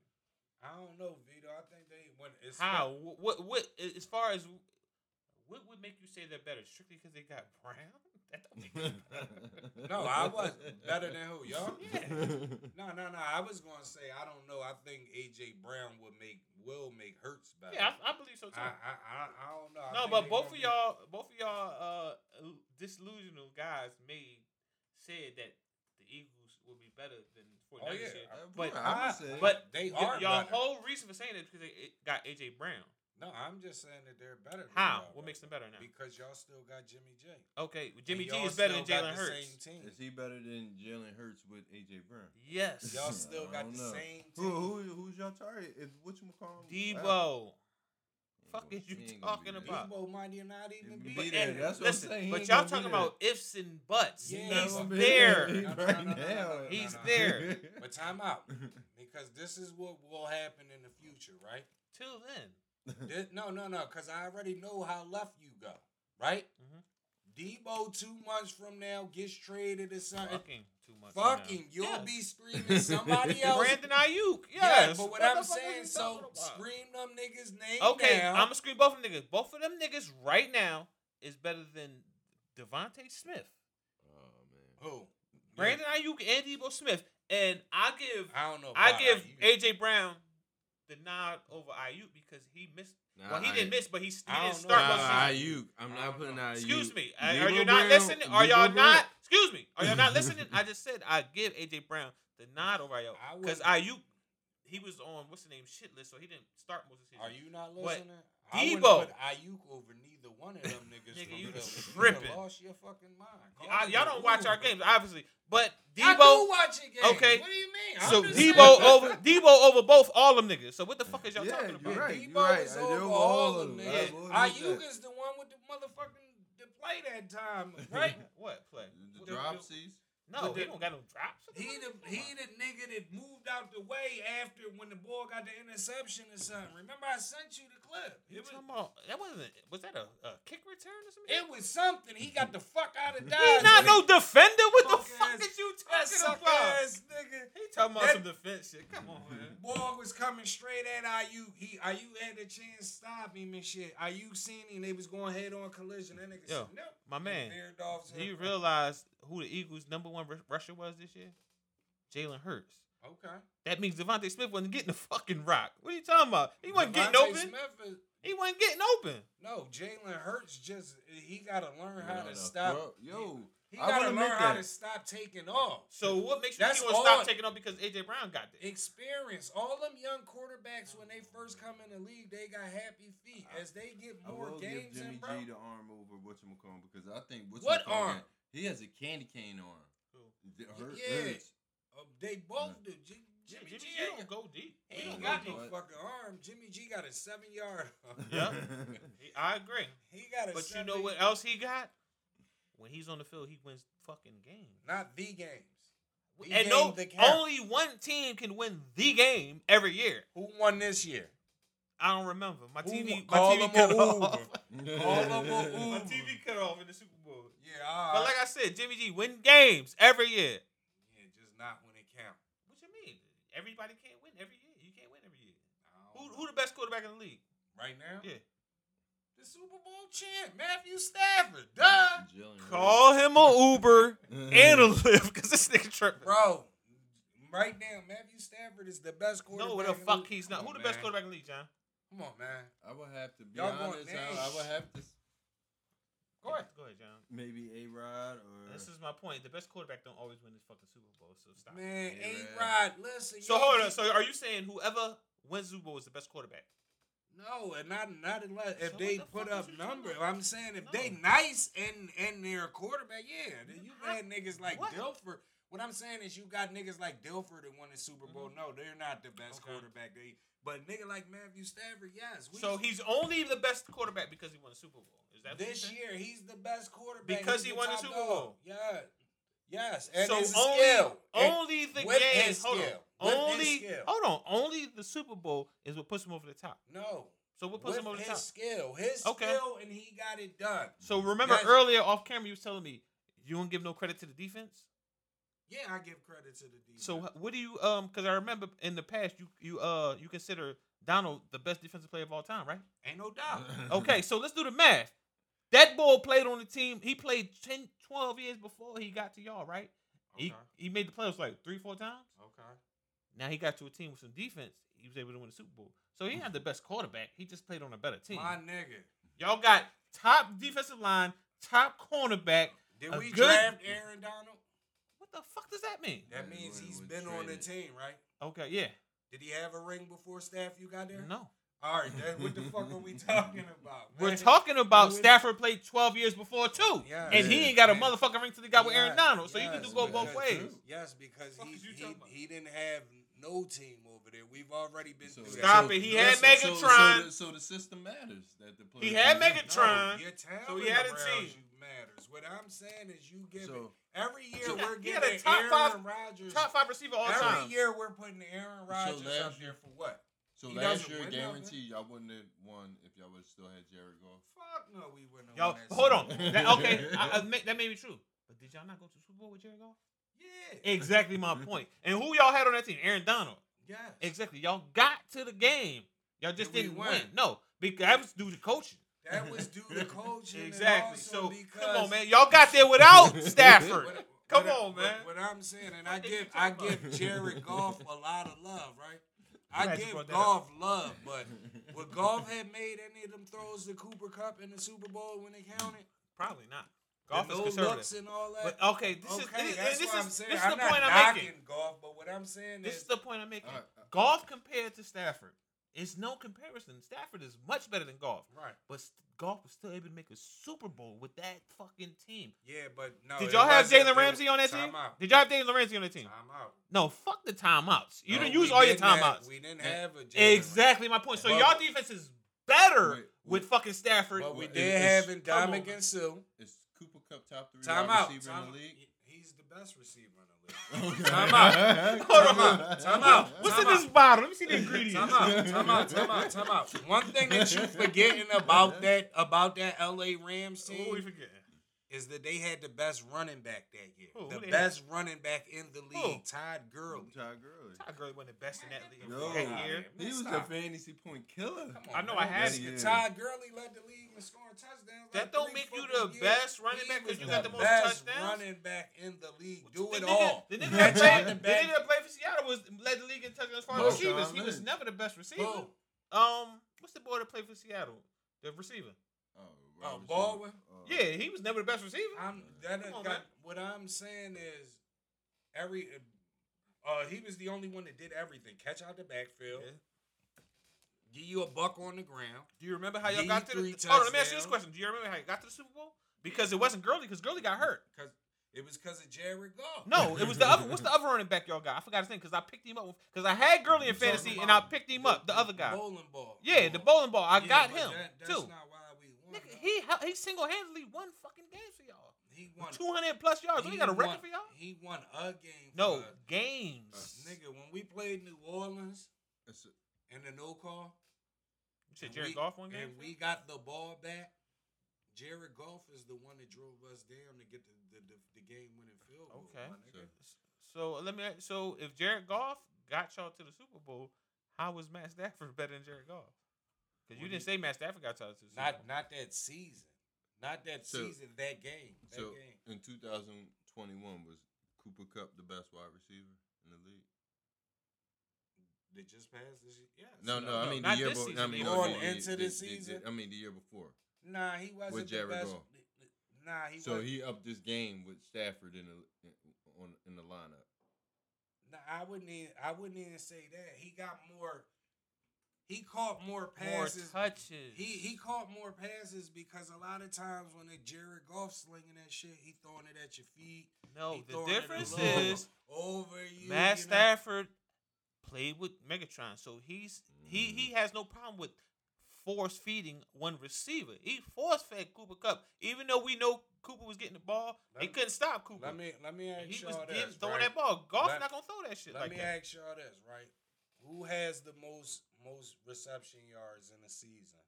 Speaker 1: I don't know, Vito. I think they when it's
Speaker 3: How? Wh- What? What? As far as what would make you say they're better? Strictly because they got Brown? [laughs] That don't make
Speaker 2: [laughs]
Speaker 3: them better.
Speaker 1: No, I was better than who y'all.
Speaker 3: [laughs] Yeah.
Speaker 2: Uh,
Speaker 1: No, no, no. I was gonna say I don't know. I think AJ Brown would make will make Hurts better.
Speaker 3: yeah, I, I believe so too.
Speaker 1: I, I, I, I don't know. I
Speaker 3: no,
Speaker 1: think
Speaker 3: but
Speaker 1: they
Speaker 3: both
Speaker 1: gonna be-
Speaker 3: of y'all, both of y'all, uh, disillusional guys made said that the Eagles would be better than the 49ers.
Speaker 1: Oh yeah,
Speaker 3: said.
Speaker 2: but
Speaker 3: But-
Speaker 2: I'm
Speaker 1: I-
Speaker 2: saying,
Speaker 3: but
Speaker 1: they
Speaker 3: Y-
Speaker 1: are
Speaker 3: y'all
Speaker 1: better.
Speaker 3: whole reason for saying that because they it got AJ Brown.
Speaker 1: No, I'm just saying that they're better. Than
Speaker 3: How?
Speaker 1: y'all
Speaker 3: What
Speaker 1: right
Speaker 3: makes them better now?
Speaker 1: Because y'all still got Jimmy J.
Speaker 3: Okay, Jimmy
Speaker 1: And
Speaker 3: G
Speaker 1: y'all
Speaker 3: is better than
Speaker 1: still
Speaker 3: Jalen
Speaker 1: got the
Speaker 3: Hurts.
Speaker 1: Same
Speaker 2: is
Speaker 1: team.
Speaker 2: he better than Jalen Hurts with AJ Brown?
Speaker 3: Yes,
Speaker 1: Y'all
Speaker 2: I
Speaker 1: still got
Speaker 2: don't
Speaker 1: the
Speaker 2: know.
Speaker 1: same team.
Speaker 2: Who, who who's your target? If what you call him?
Speaker 3: Debo.
Speaker 2: Wow.
Speaker 3: Fuck
Speaker 2: He
Speaker 3: is you
Speaker 2: ain't gonna be
Speaker 3: talking
Speaker 2: there.
Speaker 3: about?
Speaker 1: Debo might not even
Speaker 2: He
Speaker 1: be
Speaker 2: be
Speaker 1: there.
Speaker 2: there. That's what I'm
Speaker 3: listen,
Speaker 2: saying. He
Speaker 3: but
Speaker 2: ain't
Speaker 3: y'all
Speaker 2: gonna be
Speaker 3: talking
Speaker 2: there.
Speaker 3: about ifs and buts.
Speaker 1: Yeah,
Speaker 2: not
Speaker 3: He's
Speaker 2: gonna be
Speaker 3: there.
Speaker 2: He
Speaker 1: No, no,
Speaker 2: right
Speaker 1: no, no, no,
Speaker 2: now.
Speaker 1: no, no,
Speaker 3: He's
Speaker 1: no.
Speaker 3: there.
Speaker 1: But time out, because this is what will happen in the future, right?
Speaker 3: Till then,
Speaker 1: Thi- no, no, no, because I already know how left you go, right?
Speaker 3: Mhm.
Speaker 1: Debo two months from now gets traded or something.
Speaker 3: fucking too much.
Speaker 1: Fuck, him. You'll
Speaker 3: Yeah.
Speaker 1: be screaming somebody else.
Speaker 3: [laughs] Brandon Ayuk. Yes,
Speaker 1: yeah, but what
Speaker 3: the
Speaker 1: I'm
Speaker 3: fuck is
Speaker 1: saying,
Speaker 3: you
Speaker 1: so
Speaker 3: talking about?
Speaker 1: scream them niggas' name
Speaker 3: Okay,
Speaker 1: now.
Speaker 3: I'm gonna scream both of them niggas. Both of them niggas right now is better than Devontae Smith,
Speaker 2: Oh
Speaker 1: Who?
Speaker 3: Brandon Ayuk, and Debo Smith, and I give
Speaker 1: I don't know.
Speaker 3: I
Speaker 1: about
Speaker 3: give
Speaker 1: you.
Speaker 3: AJ Brown the nod over Ayuk because he missed.
Speaker 2: [laughs] man.
Speaker 3: well, he
Speaker 2: Nah, I-
Speaker 3: did't miss, but he, s- he
Speaker 1: I
Speaker 3: didn't
Speaker 1: don't know.
Speaker 3: start.
Speaker 1: Nah,
Speaker 3: most
Speaker 1: I-
Speaker 3: season.
Speaker 2: Ayuk. I'm not putting Ayuk.
Speaker 3: Excuse me. Are,
Speaker 2: Debo
Speaker 3: are you not
Speaker 2: Brown-
Speaker 3: listening? Are
Speaker 2: Debo
Speaker 3: y'all
Speaker 2: Brown.
Speaker 3: not? Excuse me. Are
Speaker 1: [laughs]
Speaker 3: y'all not listening? I just said I give AJ Brown the nod over Ayuk
Speaker 1: I
Speaker 3: because
Speaker 1: wouldn't-
Speaker 3: Ayuk he was on what's the name shit list, so he didn't start most of the season.
Speaker 1: Are you not
Speaker 3: What?
Speaker 1: listening? I wouldn't
Speaker 3: Debo.
Speaker 1: put Ayuk over neither one of them niggas.
Speaker 3: Nigga,
Speaker 1: from
Speaker 3: you
Speaker 1: Philly.
Speaker 3: tripping.
Speaker 1: done lost your fucking mind. Call
Speaker 3: I,
Speaker 1: it
Speaker 3: y'all
Speaker 1: a
Speaker 3: don't watch our
Speaker 1: move.
Speaker 3: games, obviously,
Speaker 1: I
Speaker 3: but
Speaker 1: do
Speaker 3: Debo.
Speaker 1: watch your games.
Speaker 3: Okay.
Speaker 1: What do you mean? I'm
Speaker 3: So
Speaker 1: just
Speaker 3: Debo
Speaker 1: saying.
Speaker 3: over
Speaker 1: [laughs]
Speaker 3: Debo over both all them niggas. So what the fuck is y'all
Speaker 2: Yeah,
Speaker 3: talking
Speaker 2: you're
Speaker 3: about?
Speaker 2: right.
Speaker 1: Debo
Speaker 2: right.
Speaker 1: is
Speaker 2: I
Speaker 1: over
Speaker 2: do
Speaker 1: all of
Speaker 2: all
Speaker 1: them.
Speaker 3: of them.
Speaker 1: niggas.
Speaker 2: Yeah. What
Speaker 1: Ayuk
Speaker 2: was
Speaker 1: is the one with the motherfucking the play that
Speaker 2: [laughs]
Speaker 1: time, right?
Speaker 3: What play?
Speaker 2: The
Speaker 3: What-
Speaker 2: drop seas.
Speaker 3: No,
Speaker 1: But
Speaker 3: he
Speaker 1: the-
Speaker 3: don't got no drops.
Speaker 1: he the he the nigga that moved out the way after when the ball got the interception or something. Remember, I sent you the clip.
Speaker 3: You
Speaker 1: It was,
Speaker 3: talking about that wasn't was that a, a kick return or something?
Speaker 1: it was something. He got the fuck out of Dodge.
Speaker 3: He not no defender. What the
Speaker 1: Punk
Speaker 3: fuck
Speaker 1: ass-
Speaker 3: is you
Speaker 1: that
Speaker 3: talking
Speaker 1: suck
Speaker 3: about?
Speaker 1: ass nigga.
Speaker 3: He talking about
Speaker 1: That-
Speaker 3: some defense shit.
Speaker 1: [laughs]
Speaker 3: Come on, man.
Speaker 1: Ball was coming straight at IU. He IU had the chance to stop him and shit. IU seen him. They was going head on collision. That nigga
Speaker 3: Yo,
Speaker 1: said, nope.
Speaker 3: My
Speaker 1: and
Speaker 3: man,
Speaker 1: veered off to
Speaker 3: do you
Speaker 1: the-
Speaker 3: realize who the Eagles' number one ru- rusher was this year? Jalen Hurts.
Speaker 1: Okay.
Speaker 3: That means Devontae Smith wasn't getting the fucking rock. What are you talking about? He wasn't getting
Speaker 1: Devontae
Speaker 3: open.
Speaker 1: Smith is-
Speaker 3: He wasn't getting open.
Speaker 1: no, Jalen Hurts just he got to learn how
Speaker 2: No, no.
Speaker 1: to stop.
Speaker 2: Bro, Yo,
Speaker 1: He
Speaker 2: I
Speaker 1: got
Speaker 2: would
Speaker 1: to
Speaker 2: admit
Speaker 1: learn how
Speaker 2: that.
Speaker 1: to stop taking off.
Speaker 3: So what makes you
Speaker 1: That's
Speaker 3: think he gonna stop
Speaker 1: all-
Speaker 3: taking off because AJ Brown got there?
Speaker 1: Experience. All them young quarterbacks when they first come in the league, they got happy feet. As they get
Speaker 2: I
Speaker 1: more
Speaker 2: will give
Speaker 1: games
Speaker 2: Jimmy
Speaker 1: in, bro.
Speaker 2: G the arm over whatchamacallit because I think whatchamacallit
Speaker 1: What arm?
Speaker 2: got- He has a candy cane arm. The Hurt,
Speaker 1: Yeah.
Speaker 2: Hurts.
Speaker 1: Uh, they both do. J-
Speaker 3: Yeah,
Speaker 1: Jimmy,
Speaker 3: Jimmy
Speaker 1: G
Speaker 3: G
Speaker 1: ain't
Speaker 3: don't go deep.
Speaker 1: He
Speaker 3: He
Speaker 1: ain't
Speaker 3: don't
Speaker 1: got
Speaker 3: got
Speaker 1: no
Speaker 3: deep.
Speaker 2: What?
Speaker 1: fucking arm. Jimmy G got a seven yard.
Speaker 3: Yeah. He- I agree.
Speaker 1: [laughs] he got a.
Speaker 3: But you
Speaker 1: seven
Speaker 3: know what else he got? When he's on the field, he wins fucking games.
Speaker 1: Not the games. He
Speaker 3: and
Speaker 1: gave
Speaker 3: no,
Speaker 1: the count.
Speaker 3: only one team can win the game every year.
Speaker 1: Who won this year?
Speaker 3: I don't remember. My
Speaker 1: Who won-
Speaker 3: TV, my
Speaker 1: call
Speaker 3: TV
Speaker 1: them
Speaker 3: cut
Speaker 1: a
Speaker 3: off.
Speaker 1: Uber.
Speaker 2: [laughs]
Speaker 1: All of them
Speaker 3: [laughs] My
Speaker 1: Uber.
Speaker 3: TV cut off in the Super Bowl.
Speaker 1: Yeah, uh, all right.
Speaker 3: But like I said, Jimmy G win games every year.
Speaker 1: yeah, just not when it count.
Speaker 3: What you mean? Everybody can't win every year. You can't win every year.
Speaker 1: I
Speaker 3: Who
Speaker 1: don't
Speaker 3: who
Speaker 1: know.
Speaker 3: the best quarterback in the league?
Speaker 1: right now?
Speaker 3: Yeah.
Speaker 1: The Super Bowl champ, Matthew Stafford. Duh.
Speaker 2: Jalen Hurts.
Speaker 3: Call him a Uber and
Speaker 1: [laughs]
Speaker 3: a lift because this nigga tripping.
Speaker 1: Bro, right now, Matthew Stafford is the best quarterback.
Speaker 3: No, the
Speaker 1: in league.
Speaker 3: fuck he's not.
Speaker 1: Come
Speaker 3: Who
Speaker 1: on,
Speaker 3: the best
Speaker 1: man.
Speaker 3: quarterback in the league, John?
Speaker 1: Come on, man.
Speaker 2: I would have to be
Speaker 1: Y'all want
Speaker 2: honest. I, I
Speaker 1: names.
Speaker 2: would have to s-
Speaker 3: Go ahead. Go ahead, John.
Speaker 2: maybe A Rod or
Speaker 3: This is my point. The best quarterback don't always win this fucking Super Bowl, so stop.
Speaker 1: Man,
Speaker 2: Yeah, man.
Speaker 1: A-Rod, listen.
Speaker 3: So
Speaker 1: y'all
Speaker 3: hold
Speaker 1: keep-
Speaker 3: on. So are you saying whoever wins Super Bowl is the best quarterback?
Speaker 1: No, and not not unless
Speaker 3: So
Speaker 1: if
Speaker 3: what
Speaker 1: they
Speaker 3: the
Speaker 1: put
Speaker 3: fuck
Speaker 1: up
Speaker 3: is you talking
Speaker 1: number.
Speaker 3: about?
Speaker 1: I'm saying if
Speaker 3: No.
Speaker 1: they nice and and they're a quarterback, yeah. Then you
Speaker 3: How-
Speaker 1: had niggas like
Speaker 3: what?
Speaker 1: Dilfer What I'm saying is you got niggas like Dilford that won the Super Bowl. No, they're not the best
Speaker 3: Mm-hmm. Okay.
Speaker 1: quarterback. They, but nigga like Matthew Stafford, yes. we-
Speaker 3: So he's only the best quarterback because he won the Super Bowl. Is that what you're
Speaker 1: this
Speaker 3: saying?
Speaker 1: year he's the best quarterback
Speaker 3: Because
Speaker 1: He's
Speaker 3: he won the
Speaker 1: top
Speaker 3: Super
Speaker 1: dog.
Speaker 3: Bowl.
Speaker 1: Yeah. Yes, and
Speaker 3: so
Speaker 1: it's a
Speaker 3: only,
Speaker 1: skill. And-
Speaker 3: only the
Speaker 1: with
Speaker 3: game.
Speaker 1: his
Speaker 3: hold
Speaker 1: skill.
Speaker 3: on.
Speaker 1: With his
Speaker 3: only
Speaker 1: skill.
Speaker 3: hold on. Only the Super Bowl is what puts him over the top.
Speaker 1: no,
Speaker 3: So what puts
Speaker 1: with
Speaker 3: him over the
Speaker 1: his
Speaker 3: top?
Speaker 1: skill, his
Speaker 3: Okay.
Speaker 1: skill, and he got it done.
Speaker 3: So remember
Speaker 1: Yes.
Speaker 3: earlier off camera you was telling me you don't give no credit to the defense.
Speaker 1: Yeah, I give credit to the defense.
Speaker 3: So wh- what do you um? Because I remember in the past you you uh you consider Donald the best defensive player of all time, right?
Speaker 1: ain't no
Speaker 6: [laughs]
Speaker 2: [laughs]
Speaker 1: doubt.
Speaker 3: Okay, so let's do the math. That boy played on the team. He played 10, 12 years before he got to y'all, right?
Speaker 6: Okay.
Speaker 3: He he made the playoffs like three, four times.
Speaker 6: Okay.
Speaker 3: Now he got to a team with some defense. He was able to win the Super Bowl. So
Speaker 1: Hmm.
Speaker 3: he had the best quarterback. He just played on a better team.
Speaker 1: My nigga.
Speaker 3: Y'all got top defensive line, top cornerback.
Speaker 1: Did
Speaker 3: A
Speaker 1: we
Speaker 3: good-
Speaker 1: draft Aaron Donald?
Speaker 3: What the fuck does that mean?
Speaker 1: That
Speaker 2: Yeah,
Speaker 1: means
Speaker 2: we-
Speaker 1: he's
Speaker 2: we
Speaker 1: been on the
Speaker 2: traded.
Speaker 1: team, right?
Speaker 3: Okay, yeah.
Speaker 1: Did he have a ring before staff you got there?
Speaker 3: No.
Speaker 1: All right, then what the fuck
Speaker 6: [laughs]
Speaker 1: are we talking about?
Speaker 3: We're
Speaker 1: man?
Speaker 3: talking about
Speaker 1: Who is-
Speaker 3: Stafford played 12 years before too.
Speaker 1: Yeah.
Speaker 3: and he
Speaker 2: Yeah.
Speaker 3: ain't got a
Speaker 1: Yeah.
Speaker 3: motherfucking ring to the guy with Aaron
Speaker 1: Yes,
Speaker 3: Donald. So you can
Speaker 1: yes,
Speaker 3: do go
Speaker 2: man.
Speaker 3: both
Speaker 1: because-
Speaker 3: ways.
Speaker 1: Yes, because
Speaker 6: Fuck
Speaker 1: he,
Speaker 6: is you
Speaker 1: he,
Speaker 6: talking about?
Speaker 1: he didn't have no team over there. We've already been
Speaker 2: So-
Speaker 1: through
Speaker 3: Stop
Speaker 1: that.
Speaker 3: it, he had
Speaker 2: so- so- So,
Speaker 3: Megatron.
Speaker 2: the, so the system matters. That the
Speaker 3: He
Speaker 2: players
Speaker 3: had
Speaker 2: can win.
Speaker 3: Megatron. Tron.
Speaker 1: No, your talent
Speaker 3: So he had a
Speaker 1: around
Speaker 3: team.
Speaker 1: you matters. What I'm saying is you give
Speaker 2: So-
Speaker 1: it. Every year
Speaker 3: So-
Speaker 1: we're
Speaker 3: He had
Speaker 1: giving
Speaker 3: a top
Speaker 1: Aaron
Speaker 3: five-
Speaker 1: Rodgers.
Speaker 3: Top five receiver all
Speaker 1: every
Speaker 3: time.
Speaker 1: year we're putting Aaron Rodgers
Speaker 2: last
Speaker 1: up there for what?
Speaker 2: So
Speaker 1: He
Speaker 2: last
Speaker 1: doesn't
Speaker 2: year,
Speaker 1: win nothing.
Speaker 2: guarantee y'all wouldn't have won if y'all would have still had Jared Goff.
Speaker 1: Fuck no, we wouldn't. have
Speaker 3: Y'all,
Speaker 1: won that
Speaker 3: hold on.
Speaker 1: Super Bowl.
Speaker 3: That, [laughs] okay, I, I, may- that may be true. But did y'all not go to the Super Bowl with Jared Goff?
Speaker 1: Yeah.
Speaker 3: Exactly my point. And who y'all had on that team? Aaron Donald.
Speaker 1: Yes.
Speaker 3: Exactly. Y'all got to the game. Y'all just
Speaker 1: Did we
Speaker 3: didn't
Speaker 1: win?
Speaker 3: win. No, because that was due to coaching.
Speaker 1: That was due to coaching.
Speaker 3: Exactly.
Speaker 1: And also
Speaker 3: So
Speaker 1: because
Speaker 3: come on, man. Y'all got there [laughs] without Stafford.
Speaker 1: What-
Speaker 3: Come
Speaker 1: what-
Speaker 3: on,
Speaker 1: what-
Speaker 3: man.
Speaker 1: What, I'm saying, and I
Speaker 3: What the fuck
Speaker 1: give
Speaker 3: you
Speaker 1: I
Speaker 3: talking
Speaker 1: give
Speaker 2: about?
Speaker 3: [laughs]
Speaker 1: Jared Goff a lot of love, right?
Speaker 3: Glad
Speaker 1: I
Speaker 3: you
Speaker 1: give
Speaker 3: brought that
Speaker 1: Goff love, but
Speaker 3: [laughs]
Speaker 1: would Goff had made any of them throws to Cooper Cup in the Super Bowl when they counted?
Speaker 3: Probably not.
Speaker 1: The
Speaker 3: Golf is
Speaker 1: no looks
Speaker 3: conservative.
Speaker 1: and all that.
Speaker 3: But, okay, this
Speaker 1: okay,
Speaker 3: is
Speaker 1: that's
Speaker 3: this,
Speaker 1: what
Speaker 3: is
Speaker 1: I'm saying.
Speaker 3: this is
Speaker 1: I'm
Speaker 3: the
Speaker 1: not
Speaker 3: point I'm
Speaker 1: knocking
Speaker 3: making.
Speaker 1: Goff, but what I'm saying
Speaker 3: This
Speaker 1: is
Speaker 3: is the point I'm making.
Speaker 2: All right, uh,
Speaker 3: golf compared to Stafford, it's no comparison. Stafford is much better than golf,
Speaker 1: right.
Speaker 3: but golf was still able to make a Super Bowl with that fucking team.
Speaker 1: Yeah, but no.
Speaker 3: Did
Speaker 1: it
Speaker 3: y'all have
Speaker 1: wasn't-
Speaker 3: Jalen Ramsey on that
Speaker 1: time
Speaker 3: team?
Speaker 1: Out.
Speaker 3: Did y'all have Jalen Ramsey on that team?
Speaker 1: Time out.
Speaker 3: No, fuck the timeouts. You
Speaker 2: No,
Speaker 3: didn't
Speaker 1: We
Speaker 3: use all your
Speaker 1: didn't have-
Speaker 3: timeouts. Eh,
Speaker 1: We didn't have a Jalen
Speaker 3: Exactly my point. So
Speaker 2: But-
Speaker 3: y'all defense is better
Speaker 2: Wait,
Speaker 3: with fucking Stafford.
Speaker 1: Ramsey. But we
Speaker 2: Well,
Speaker 1: did
Speaker 2: it's-
Speaker 1: have
Speaker 3: come on,
Speaker 1: Indomik
Speaker 3: man.
Speaker 1: and Sue.
Speaker 2: Is Cooper Cup top three
Speaker 1: Time
Speaker 2: wide
Speaker 1: out.
Speaker 2: receiver
Speaker 1: Time
Speaker 2: in
Speaker 1: out.
Speaker 2: the
Speaker 1: [laughs]
Speaker 2: league? Oh,
Speaker 1: He's the best receiver
Speaker 3: [laughs]
Speaker 1: in the league. Time out.
Speaker 2: out.
Speaker 3: Hold
Speaker 1: on. Time out.
Speaker 3: What's
Speaker 1: Time
Speaker 3: in this
Speaker 1: out.
Speaker 3: bottle? Let me see the ingredients.
Speaker 1: Time out, time [laughs] out, time out, time out. One thing that you forgetting
Speaker 2: [laughs]
Speaker 1: about that about that LA Rams
Speaker 3: What we
Speaker 1: team
Speaker 3: forgetting?
Speaker 1: is that they had the best running back that year.
Speaker 3: Who? Who
Speaker 1: the
Speaker 3: they
Speaker 1: best running back in the league,
Speaker 3: Who?
Speaker 1: Todd Gurley.
Speaker 2: Todd Gurley.
Speaker 3: Todd Gurley wasn't the best in that league
Speaker 2: No.
Speaker 3: that year.
Speaker 2: He was a
Speaker 1: Stop.
Speaker 2: fantasy point killer.
Speaker 1: Come
Speaker 3: I know I had
Speaker 1: this
Speaker 2: it.
Speaker 1: year, Todd Gurley led the league in scoring touchdowns.
Speaker 3: That
Speaker 1: like
Speaker 3: don't
Speaker 1: three
Speaker 3: make you
Speaker 1: fucking
Speaker 3: the
Speaker 1: years.
Speaker 3: best running
Speaker 1: He
Speaker 3: back 'cause
Speaker 1: was
Speaker 3: you
Speaker 2: got the
Speaker 3: most
Speaker 1: best
Speaker 3: touchdowns?
Speaker 1: running back in the league.
Speaker 3: What
Speaker 1: Do
Speaker 3: you-
Speaker 1: it
Speaker 3: the
Speaker 1: all.
Speaker 3: Nigga, the nigga
Speaker 1: That
Speaker 3: that
Speaker 1: Todd
Speaker 3: played, the
Speaker 1: back-
Speaker 3: nigga that played for Seattle was led the league in touchdowns for
Speaker 2: Mo
Speaker 3: receivers.
Speaker 2: Sean
Speaker 3: He was
Speaker 2: Lynn.
Speaker 3: never the best receiver.
Speaker 1: Who?
Speaker 3: Um, what's the boy that played for Seattle? The receiver.
Speaker 2: Oh,
Speaker 1: Oh,
Speaker 2: Robinson.
Speaker 1: Baldwin?
Speaker 2: Oh.
Speaker 3: Yeah, he was never the best receiver.
Speaker 1: I'm that
Speaker 3: Come on,
Speaker 1: got,
Speaker 3: man.
Speaker 1: what I'm saying is every uh he was the only one that did everything. Catch out the backfield,
Speaker 3: Yeah.
Speaker 1: give you a buck on the ground.
Speaker 3: Do you remember how y'all got to the?
Speaker 1: D3
Speaker 3: Hold on, let me ask you
Speaker 1: touchdowns.
Speaker 3: this question. Do you remember how you got to the Super Bowl? Because it wasn't Gurley, because Gurley got [laughs] hurt.
Speaker 1: Cause it was because of Jared Goff.
Speaker 3: No, it was the other. What's the other running back y'all got? I forgot his name because I picked him up because I had Gurley
Speaker 1: You
Speaker 3: in
Speaker 1: talking
Speaker 3: fantasy and I
Speaker 1: about
Speaker 3: picked him up. The other guy.
Speaker 1: Bowling ball.
Speaker 3: Yeah, the bowling ball. I
Speaker 1: Yeah,
Speaker 3: got
Speaker 1: but
Speaker 3: him
Speaker 1: that- that's
Speaker 3: too.
Speaker 1: not why we won.
Speaker 3: Nigga,
Speaker 1: though.
Speaker 3: he hel- he single handedly won fucking games for y'all.
Speaker 1: he won.
Speaker 3: Two hundred plus yards. Don't
Speaker 1: he
Speaker 3: he got a
Speaker 1: won-
Speaker 3: record for y'all?
Speaker 1: He won a game.
Speaker 3: No
Speaker 1: for us.
Speaker 3: games.
Speaker 1: nigga, when we played New Orleans
Speaker 2: It's a-
Speaker 1: in the no call,
Speaker 3: You said
Speaker 1: And
Speaker 3: Jared
Speaker 1: we-
Speaker 3: Goff one game.
Speaker 1: And we got the ball back. Jared Goff is the one that drove us down to get the, the, the, the game winning field goal.
Speaker 3: Okay.
Speaker 1: my nigga.
Speaker 3: So uh, let me. ask- So if Jared Goff got y'all to the Super Bowl, how was Matt Stafford [laughs] better than Jared Goff? Because you
Speaker 1: Well,
Speaker 3: didn't
Speaker 1: he-
Speaker 3: say Matt Stafford got y'all to the Super
Speaker 1: Not
Speaker 3: Bowl.
Speaker 1: not that season. Not that
Speaker 2: So-
Speaker 1: season, that game. That
Speaker 2: so in
Speaker 1: game.
Speaker 2: 2021 was Cooper Cup the best wide receiver in the league?
Speaker 1: They just passed this year. Yes.
Speaker 2: No, no, I mean the
Speaker 3: not
Speaker 2: year
Speaker 3: this
Speaker 2: before. I
Speaker 3: season,
Speaker 2: mean,
Speaker 1: going
Speaker 2: no, the-
Speaker 1: into
Speaker 2: the- the-
Speaker 1: this
Speaker 2: the-
Speaker 1: season?
Speaker 2: I mean the year before.
Speaker 1: Nah, he wasn't
Speaker 2: With Jared
Speaker 1: the best.
Speaker 2: Goff.
Speaker 1: Nah, he
Speaker 2: So
Speaker 1: was
Speaker 2: he upped this game with Stafford in the in, on in the lineup.
Speaker 1: Nah, I wouldn't even I wouldn't even say that. He got more he caught more
Speaker 3: More
Speaker 1: passes.
Speaker 3: touches.
Speaker 1: He he caught more passes because a lot of times when a Jared Goff slinging that shit, he throwing it at your feet.
Speaker 3: no,
Speaker 1: he
Speaker 3: the
Speaker 1: throwing it
Speaker 3: difference
Speaker 1: all over-
Speaker 3: is
Speaker 1: over you.
Speaker 3: Matt
Speaker 1: you know?
Speaker 3: Stafford played with Megatron, so he's he
Speaker 1: Mm.
Speaker 3: he has no problem with force feeding one receiver. He force fed Cooper Cup, even though we know Cooper was getting the ball, they
Speaker 1: Let-
Speaker 3: couldn't stop Cooper.
Speaker 1: Let me let me ask
Speaker 3: he was
Speaker 1: y'all
Speaker 3: getting-
Speaker 1: this.
Speaker 3: throwing
Speaker 1: right?
Speaker 3: that ball. Golf's
Speaker 1: Let-
Speaker 3: not gonna throw that shit
Speaker 1: Let
Speaker 3: like
Speaker 1: me
Speaker 3: that.
Speaker 1: ask y'all this, right? Who has the most most reception yards in a season?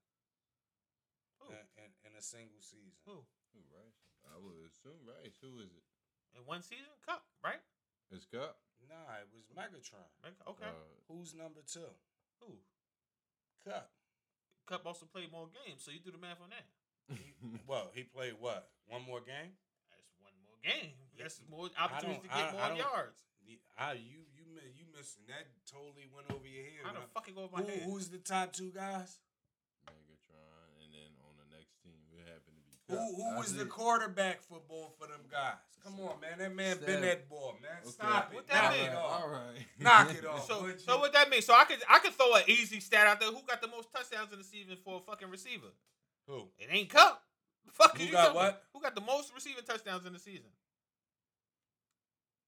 Speaker 3: Who?
Speaker 1: In, in, in a single season.
Speaker 3: Who?
Speaker 2: Who, Rice? I would assume Rice. Who is it?
Speaker 3: In one season, Cup, right?
Speaker 2: It's Cup.
Speaker 1: Nah, it was Megatron.
Speaker 3: Meg- [laughs] Okay.
Speaker 2: Uh, [laughs]
Speaker 1: Who's number two?
Speaker 3: Who?
Speaker 1: Cup.
Speaker 3: Cup also played more games, so you do the math on that.
Speaker 1: well, he played what? One more game?
Speaker 3: That's one more game. That's more
Speaker 1: I don't-
Speaker 3: opportunities to
Speaker 1: I-
Speaker 3: get
Speaker 1: I
Speaker 3: more
Speaker 1: don't-
Speaker 3: yards.
Speaker 1: The- I you you mi- you missing that totally went over your head.
Speaker 3: How the
Speaker 1: when I-
Speaker 3: fuck it go over my
Speaker 1: Who,
Speaker 3: head?
Speaker 1: who's the top two guys?
Speaker 2: Megatron, and then on the next team, it happened to be.
Speaker 1: Who
Speaker 2: Cup.
Speaker 1: who
Speaker 2: I
Speaker 1: was the
Speaker 2: see.
Speaker 1: quarterback for both of them guys? Come on, man. That man
Speaker 2: Steph.
Speaker 1: been that ball, man.
Speaker 2: Okay.
Speaker 1: Stop it.
Speaker 3: What that
Speaker 1: Knock
Speaker 3: mean?
Speaker 1: it off.
Speaker 2: All right.
Speaker 1: Knock it
Speaker 2: [laughs]
Speaker 1: off.
Speaker 3: So,
Speaker 1: would
Speaker 3: so
Speaker 1: you?
Speaker 3: what that means? So I could I could throw an easy stat out there. Who got the most touchdowns in the season for a fucking receiver?
Speaker 1: Who?
Speaker 3: It ain't Cup. Fuck
Speaker 1: Who
Speaker 3: you
Speaker 1: got
Speaker 3: talking about?
Speaker 1: what?
Speaker 3: Who got the most receiving touchdowns in the season?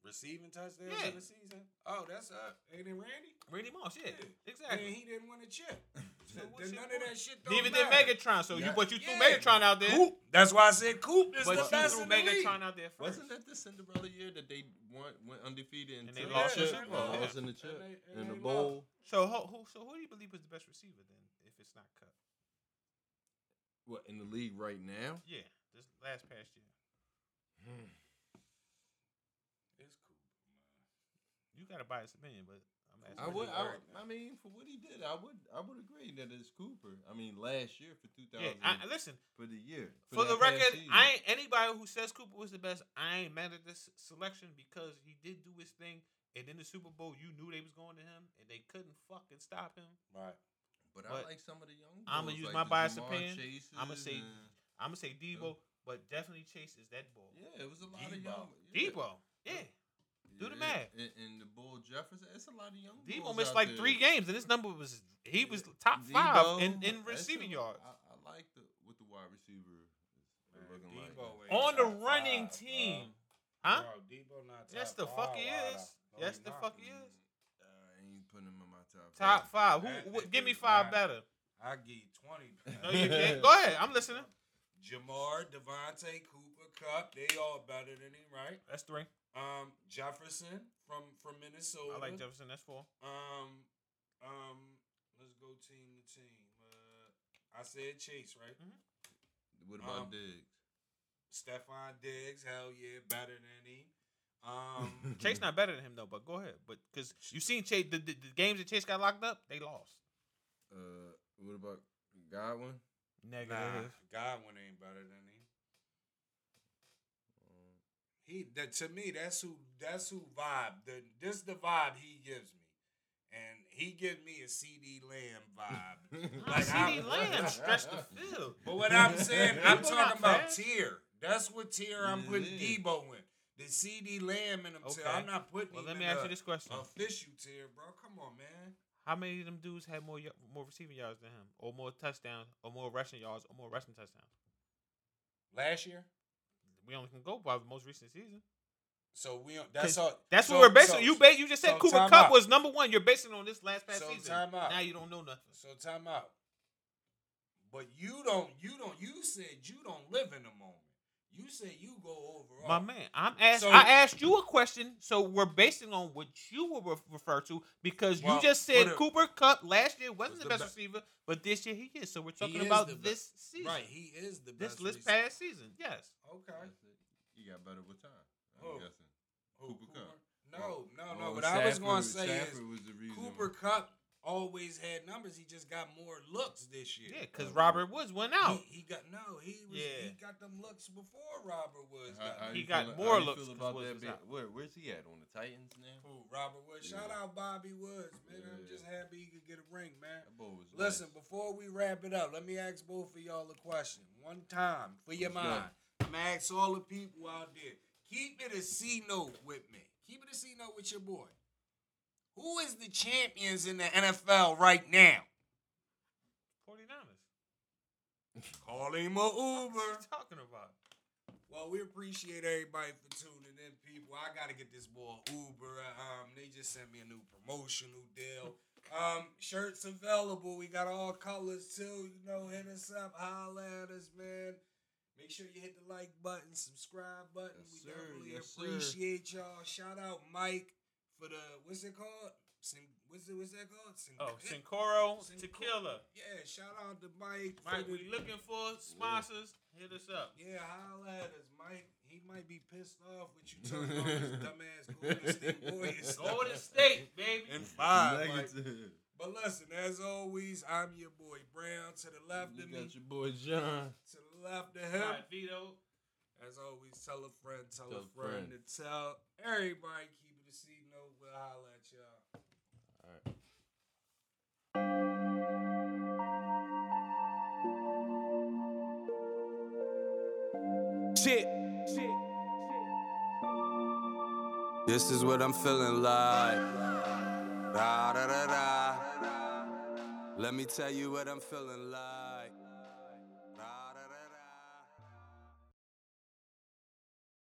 Speaker 1: Receiving touchdowns
Speaker 3: Yeah.
Speaker 1: in the season? Oh, that's up. Ain't it Randy?
Speaker 3: Randy Moss. Yeah,
Speaker 1: Yeah.
Speaker 3: exactly.
Speaker 1: Man, he didn't win
Speaker 2: [laughs]
Speaker 1: a chip.
Speaker 3: So
Speaker 1: Then
Speaker 3: what's your
Speaker 1: none of
Speaker 3: point?
Speaker 1: that shit don't
Speaker 3: Neither did
Speaker 1: matter.
Speaker 3: Megatron. So
Speaker 2: Yeah.
Speaker 3: you, but you threw
Speaker 1: Yeah.
Speaker 3: Megatron out there.
Speaker 1: Coop. That's why I said Coop is
Speaker 3: But
Speaker 1: the
Speaker 3: you
Speaker 1: best
Speaker 3: threw
Speaker 1: in the league.
Speaker 3: Megatron out there 1st
Speaker 2: Wasn't that the Cinderella year that they won, went undefeated and,
Speaker 3: And they
Speaker 2: took
Speaker 1: lost
Speaker 2: the
Speaker 1: the
Speaker 2: chip?
Speaker 1: Super
Speaker 2: Well,
Speaker 1: Bowl.
Speaker 2: Lost in the
Speaker 1: And
Speaker 2: chip
Speaker 1: they- and
Speaker 2: in the
Speaker 1: they
Speaker 2: bowl.
Speaker 3: So who, who so who do you believe is the best receiver then? If it's not Cup,
Speaker 2: What in the league right now?
Speaker 3: yeah, this last past year,
Speaker 1: It's Coop.
Speaker 3: you got a biased opinion, but I'm asking.
Speaker 2: I
Speaker 1: what
Speaker 2: would.
Speaker 1: he
Speaker 2: I,
Speaker 1: worried
Speaker 2: would- I mean, for what he did, I would. I would agree that it's Cooper. I mean, last year for two
Speaker 3: yeah,
Speaker 2: thousand
Speaker 3: I, I- listen.
Speaker 2: for the year.
Speaker 3: For
Speaker 2: that
Speaker 3: the
Speaker 2: past
Speaker 3: record,
Speaker 2: season.
Speaker 3: I ain't anybody who says Cooper was the best. I ain't mad at this selection because he did do his thing, and in the Super Bowl, you knew they was going to him, and they couldn't fucking stop him.
Speaker 1: Right.
Speaker 2: But,
Speaker 3: but
Speaker 2: I like some of the young.
Speaker 3: I'ma
Speaker 2: boys,
Speaker 3: use
Speaker 2: like
Speaker 3: my
Speaker 2: the
Speaker 3: biased
Speaker 2: Jamar
Speaker 3: opinion.
Speaker 2: Chases
Speaker 3: I'ma say-
Speaker 2: and-
Speaker 3: I'm gonna say Debo, but definitely Chase is that ball.
Speaker 2: Yeah, it was a lot
Speaker 1: Debo.
Speaker 2: of young. Yeah.
Speaker 3: Debo, yeah. Do the
Speaker 2: Yeah,
Speaker 3: math.
Speaker 2: And, and the Bull Jefferson, it's a lot of young.
Speaker 3: Debo
Speaker 2: bulls
Speaker 3: missed
Speaker 2: out
Speaker 3: like
Speaker 2: there.
Speaker 3: three games, and his number was he was
Speaker 2: Yeah.
Speaker 3: top
Speaker 2: Debo,
Speaker 3: five in, in
Speaker 2: that's
Speaker 3: receiving
Speaker 2: a-
Speaker 3: yards.
Speaker 2: I, I like the what the wide receiver is
Speaker 1: Man,
Speaker 2: looking like.
Speaker 1: Debo ain't
Speaker 3: On the
Speaker 1: top
Speaker 3: running
Speaker 1: five,
Speaker 3: team.
Speaker 1: bro.
Speaker 3: Huh?
Speaker 1: Bro, Debo not
Speaker 3: Yes,
Speaker 1: top
Speaker 3: the
Speaker 1: five
Speaker 3: fuck he
Speaker 1: wide
Speaker 3: is.
Speaker 1: out. No,
Speaker 3: Yes,
Speaker 1: he
Speaker 3: the
Speaker 1: not.
Speaker 3: fuck he
Speaker 2: Mm,
Speaker 3: is.
Speaker 2: uh, I ain't putting him in my top.
Speaker 3: Top five. Who?
Speaker 1: That
Speaker 3: wh-
Speaker 1: nigga
Speaker 3: give me
Speaker 1: is
Speaker 3: five
Speaker 1: not-
Speaker 3: better.
Speaker 1: I give you twenty.
Speaker 3: No, you can't. Go ahead. I'm listening.
Speaker 1: Jamar, Devontae, Cooper, Cup, they all better than him, right?
Speaker 3: That's three.
Speaker 1: Um, Jefferson from from Minnesota.
Speaker 3: I like Jefferson. That's four.
Speaker 1: Um, um, let's go team to team. Uh, I said Chase, right?
Speaker 2: What about
Speaker 1: Um,
Speaker 2: Diggs?
Speaker 1: Stephon Diggs, hell yeah, better than him.
Speaker 3: [laughs]
Speaker 1: Um,
Speaker 3: Chase not better than him though. But go ahead. But because you seen Chase, the, the, the games that Chase got locked up, they lost.
Speaker 2: Uh, what about
Speaker 1: [laughs]
Speaker 2: Godwin?
Speaker 1: nah, Godwin ain't better than him. He that to me that's who that's who vibe. The this the vibe he gives me, and he gives me a CD Lamb
Speaker 3: [laughs]
Speaker 1: vibe.
Speaker 3: Nah,
Speaker 1: Like, I-
Speaker 3: CD
Speaker 1: [laughs]
Speaker 3: Lamb stretched the field.
Speaker 1: but what I'm saying, I'm
Speaker 3: Debo not
Speaker 1: talking about
Speaker 3: fast.
Speaker 1: tier. That's what tier I'm
Speaker 2: Yeah,
Speaker 1: putting
Speaker 2: yeah.
Speaker 1: Debo in. The CD Lamb in them tier.
Speaker 3: Okay.
Speaker 1: I'm not putting.
Speaker 3: Well,
Speaker 1: him
Speaker 3: let
Speaker 1: in
Speaker 3: me ask
Speaker 1: the
Speaker 3: you this question:
Speaker 1: Uh, Official tier, bro. Come on, man.
Speaker 3: How many of them dudes had more y- more receiving yards than him, or more touchdowns, or more rushing yards, or more rushing touchdowns?
Speaker 1: Last year,
Speaker 3: We only can go by the most recent season.
Speaker 1: so we don't-
Speaker 3: 'Cause
Speaker 1: that's all.
Speaker 3: That's
Speaker 1: so-
Speaker 3: what we're basing.
Speaker 1: so-
Speaker 3: you ba- you just said
Speaker 1: so
Speaker 3: Cooper
Speaker 1: time
Speaker 3: Cup
Speaker 1: out.
Speaker 3: was number one. You're basing it on this last past
Speaker 1: So
Speaker 3: season.
Speaker 1: time out.
Speaker 3: Now you don't know nothing.
Speaker 1: So time out. But you don't. You don't. You said you don't live in the moment. You said you go overall.
Speaker 3: My man, I'm asked.
Speaker 1: So-
Speaker 3: I asked you a question, so we're basing on what you will re- refer to because
Speaker 1: Well,
Speaker 3: you just said
Speaker 1: what if-
Speaker 3: Cooper Cup last year wasn't
Speaker 1: Was
Speaker 3: the,
Speaker 1: the
Speaker 3: best
Speaker 1: be-
Speaker 3: receiver, but this year he is. So we're talking
Speaker 1: is
Speaker 3: about
Speaker 1: the be-
Speaker 3: this season,
Speaker 1: Right. He is the
Speaker 3: This
Speaker 1: best.
Speaker 3: list
Speaker 1: receiver.
Speaker 3: past season, yes.
Speaker 1: Okay.
Speaker 2: You got better with time. I'm
Speaker 1: Who?
Speaker 2: guessing.
Speaker 1: Who,
Speaker 2: Cooper Kupp.
Speaker 1: No, no, no.
Speaker 2: Oh,
Speaker 1: what Oh, I was
Speaker 2: Stafford
Speaker 1: going to
Speaker 2: was-
Speaker 1: say
Speaker 2: Stafford
Speaker 1: is
Speaker 2: was the reason
Speaker 1: Cooper Cup always had numbers. He just got more looks this year.
Speaker 3: Yeah, because
Speaker 2: Oh,
Speaker 3: Robert Woods went out.
Speaker 1: uh, He, he got no. He was.
Speaker 3: Yeah.
Speaker 1: He got them looks before Robert Woods.
Speaker 2: How-
Speaker 1: got
Speaker 2: how
Speaker 1: them.
Speaker 3: He
Speaker 2: you
Speaker 3: got
Speaker 2: feel-
Speaker 3: more
Speaker 2: how you
Speaker 3: looks
Speaker 2: feel
Speaker 3: 'cause
Speaker 2: about
Speaker 3: Woods
Speaker 2: that
Speaker 3: was
Speaker 2: big-
Speaker 3: out.
Speaker 2: Where, where's he at on the Titans now?
Speaker 1: Who? Robert Woods. Shout
Speaker 2: Yeah.
Speaker 1: out Bobby Woods, man. I'm
Speaker 2: Yeah.
Speaker 1: just happy he could get a ring, man.
Speaker 2: That boy was
Speaker 1: Listen,
Speaker 2: nice.
Speaker 1: before we wrap it up, let me ask both of y'all a question. One time for your
Speaker 2: Let's go.
Speaker 1: mind. I'm gonna ask all the people out there. Keep it a C note with me. Keep it a C note with your boy. Who is the champions in the NFL right now? Call him a
Speaker 5: What
Speaker 1: Uber.
Speaker 5: you talking about?
Speaker 1: Well, we appreciate everybody for tuning in, people. I gotta get this boy Uber. Um, they just sent me a new promotional deal. Um, shirts available. We got all colors too. You know, hit us up, holla at us, man. Make sure you hit the like button, subscribe button.
Speaker 2: Yes,
Speaker 1: we
Speaker 2: sir.
Speaker 1: definitely
Speaker 2: Yes, sir.
Speaker 1: appreciate y'all. Shout out Mike for the what's it called? Sin, what's it? What's that called? Sin-
Speaker 5: Oh, Sincoro
Speaker 1: Sincoro.
Speaker 5: Tequila.
Speaker 1: Yeah, shout out to Mike. for
Speaker 5: Mike,
Speaker 1: the-
Speaker 5: we looking for sponsors. Hit us up.
Speaker 1: yeah, holla at us, Mike. He might be pissed off with you talking about his dumbass Golden State Warriors. stuff. [laughs]
Speaker 5: Golden State, baby.
Speaker 1: And five. Mike.
Speaker 2: Negative.
Speaker 1: But listen, as always, I'm your boy Brown. To the left
Speaker 2: You
Speaker 1: of me,
Speaker 2: got your boy John.
Speaker 1: to the left of
Speaker 5: All
Speaker 1: him.
Speaker 5: right, Vito.
Speaker 1: As always, tell a friend, tell,
Speaker 2: Tell
Speaker 1: a
Speaker 2: a
Speaker 1: friend, to tell everybody. Keep it a seat. No, we'll holla at y'all.
Speaker 2: All right.
Speaker 7: Shit. This is what I'm feeling like. Da, da, da, da. Let me tell you what I'm feeling like.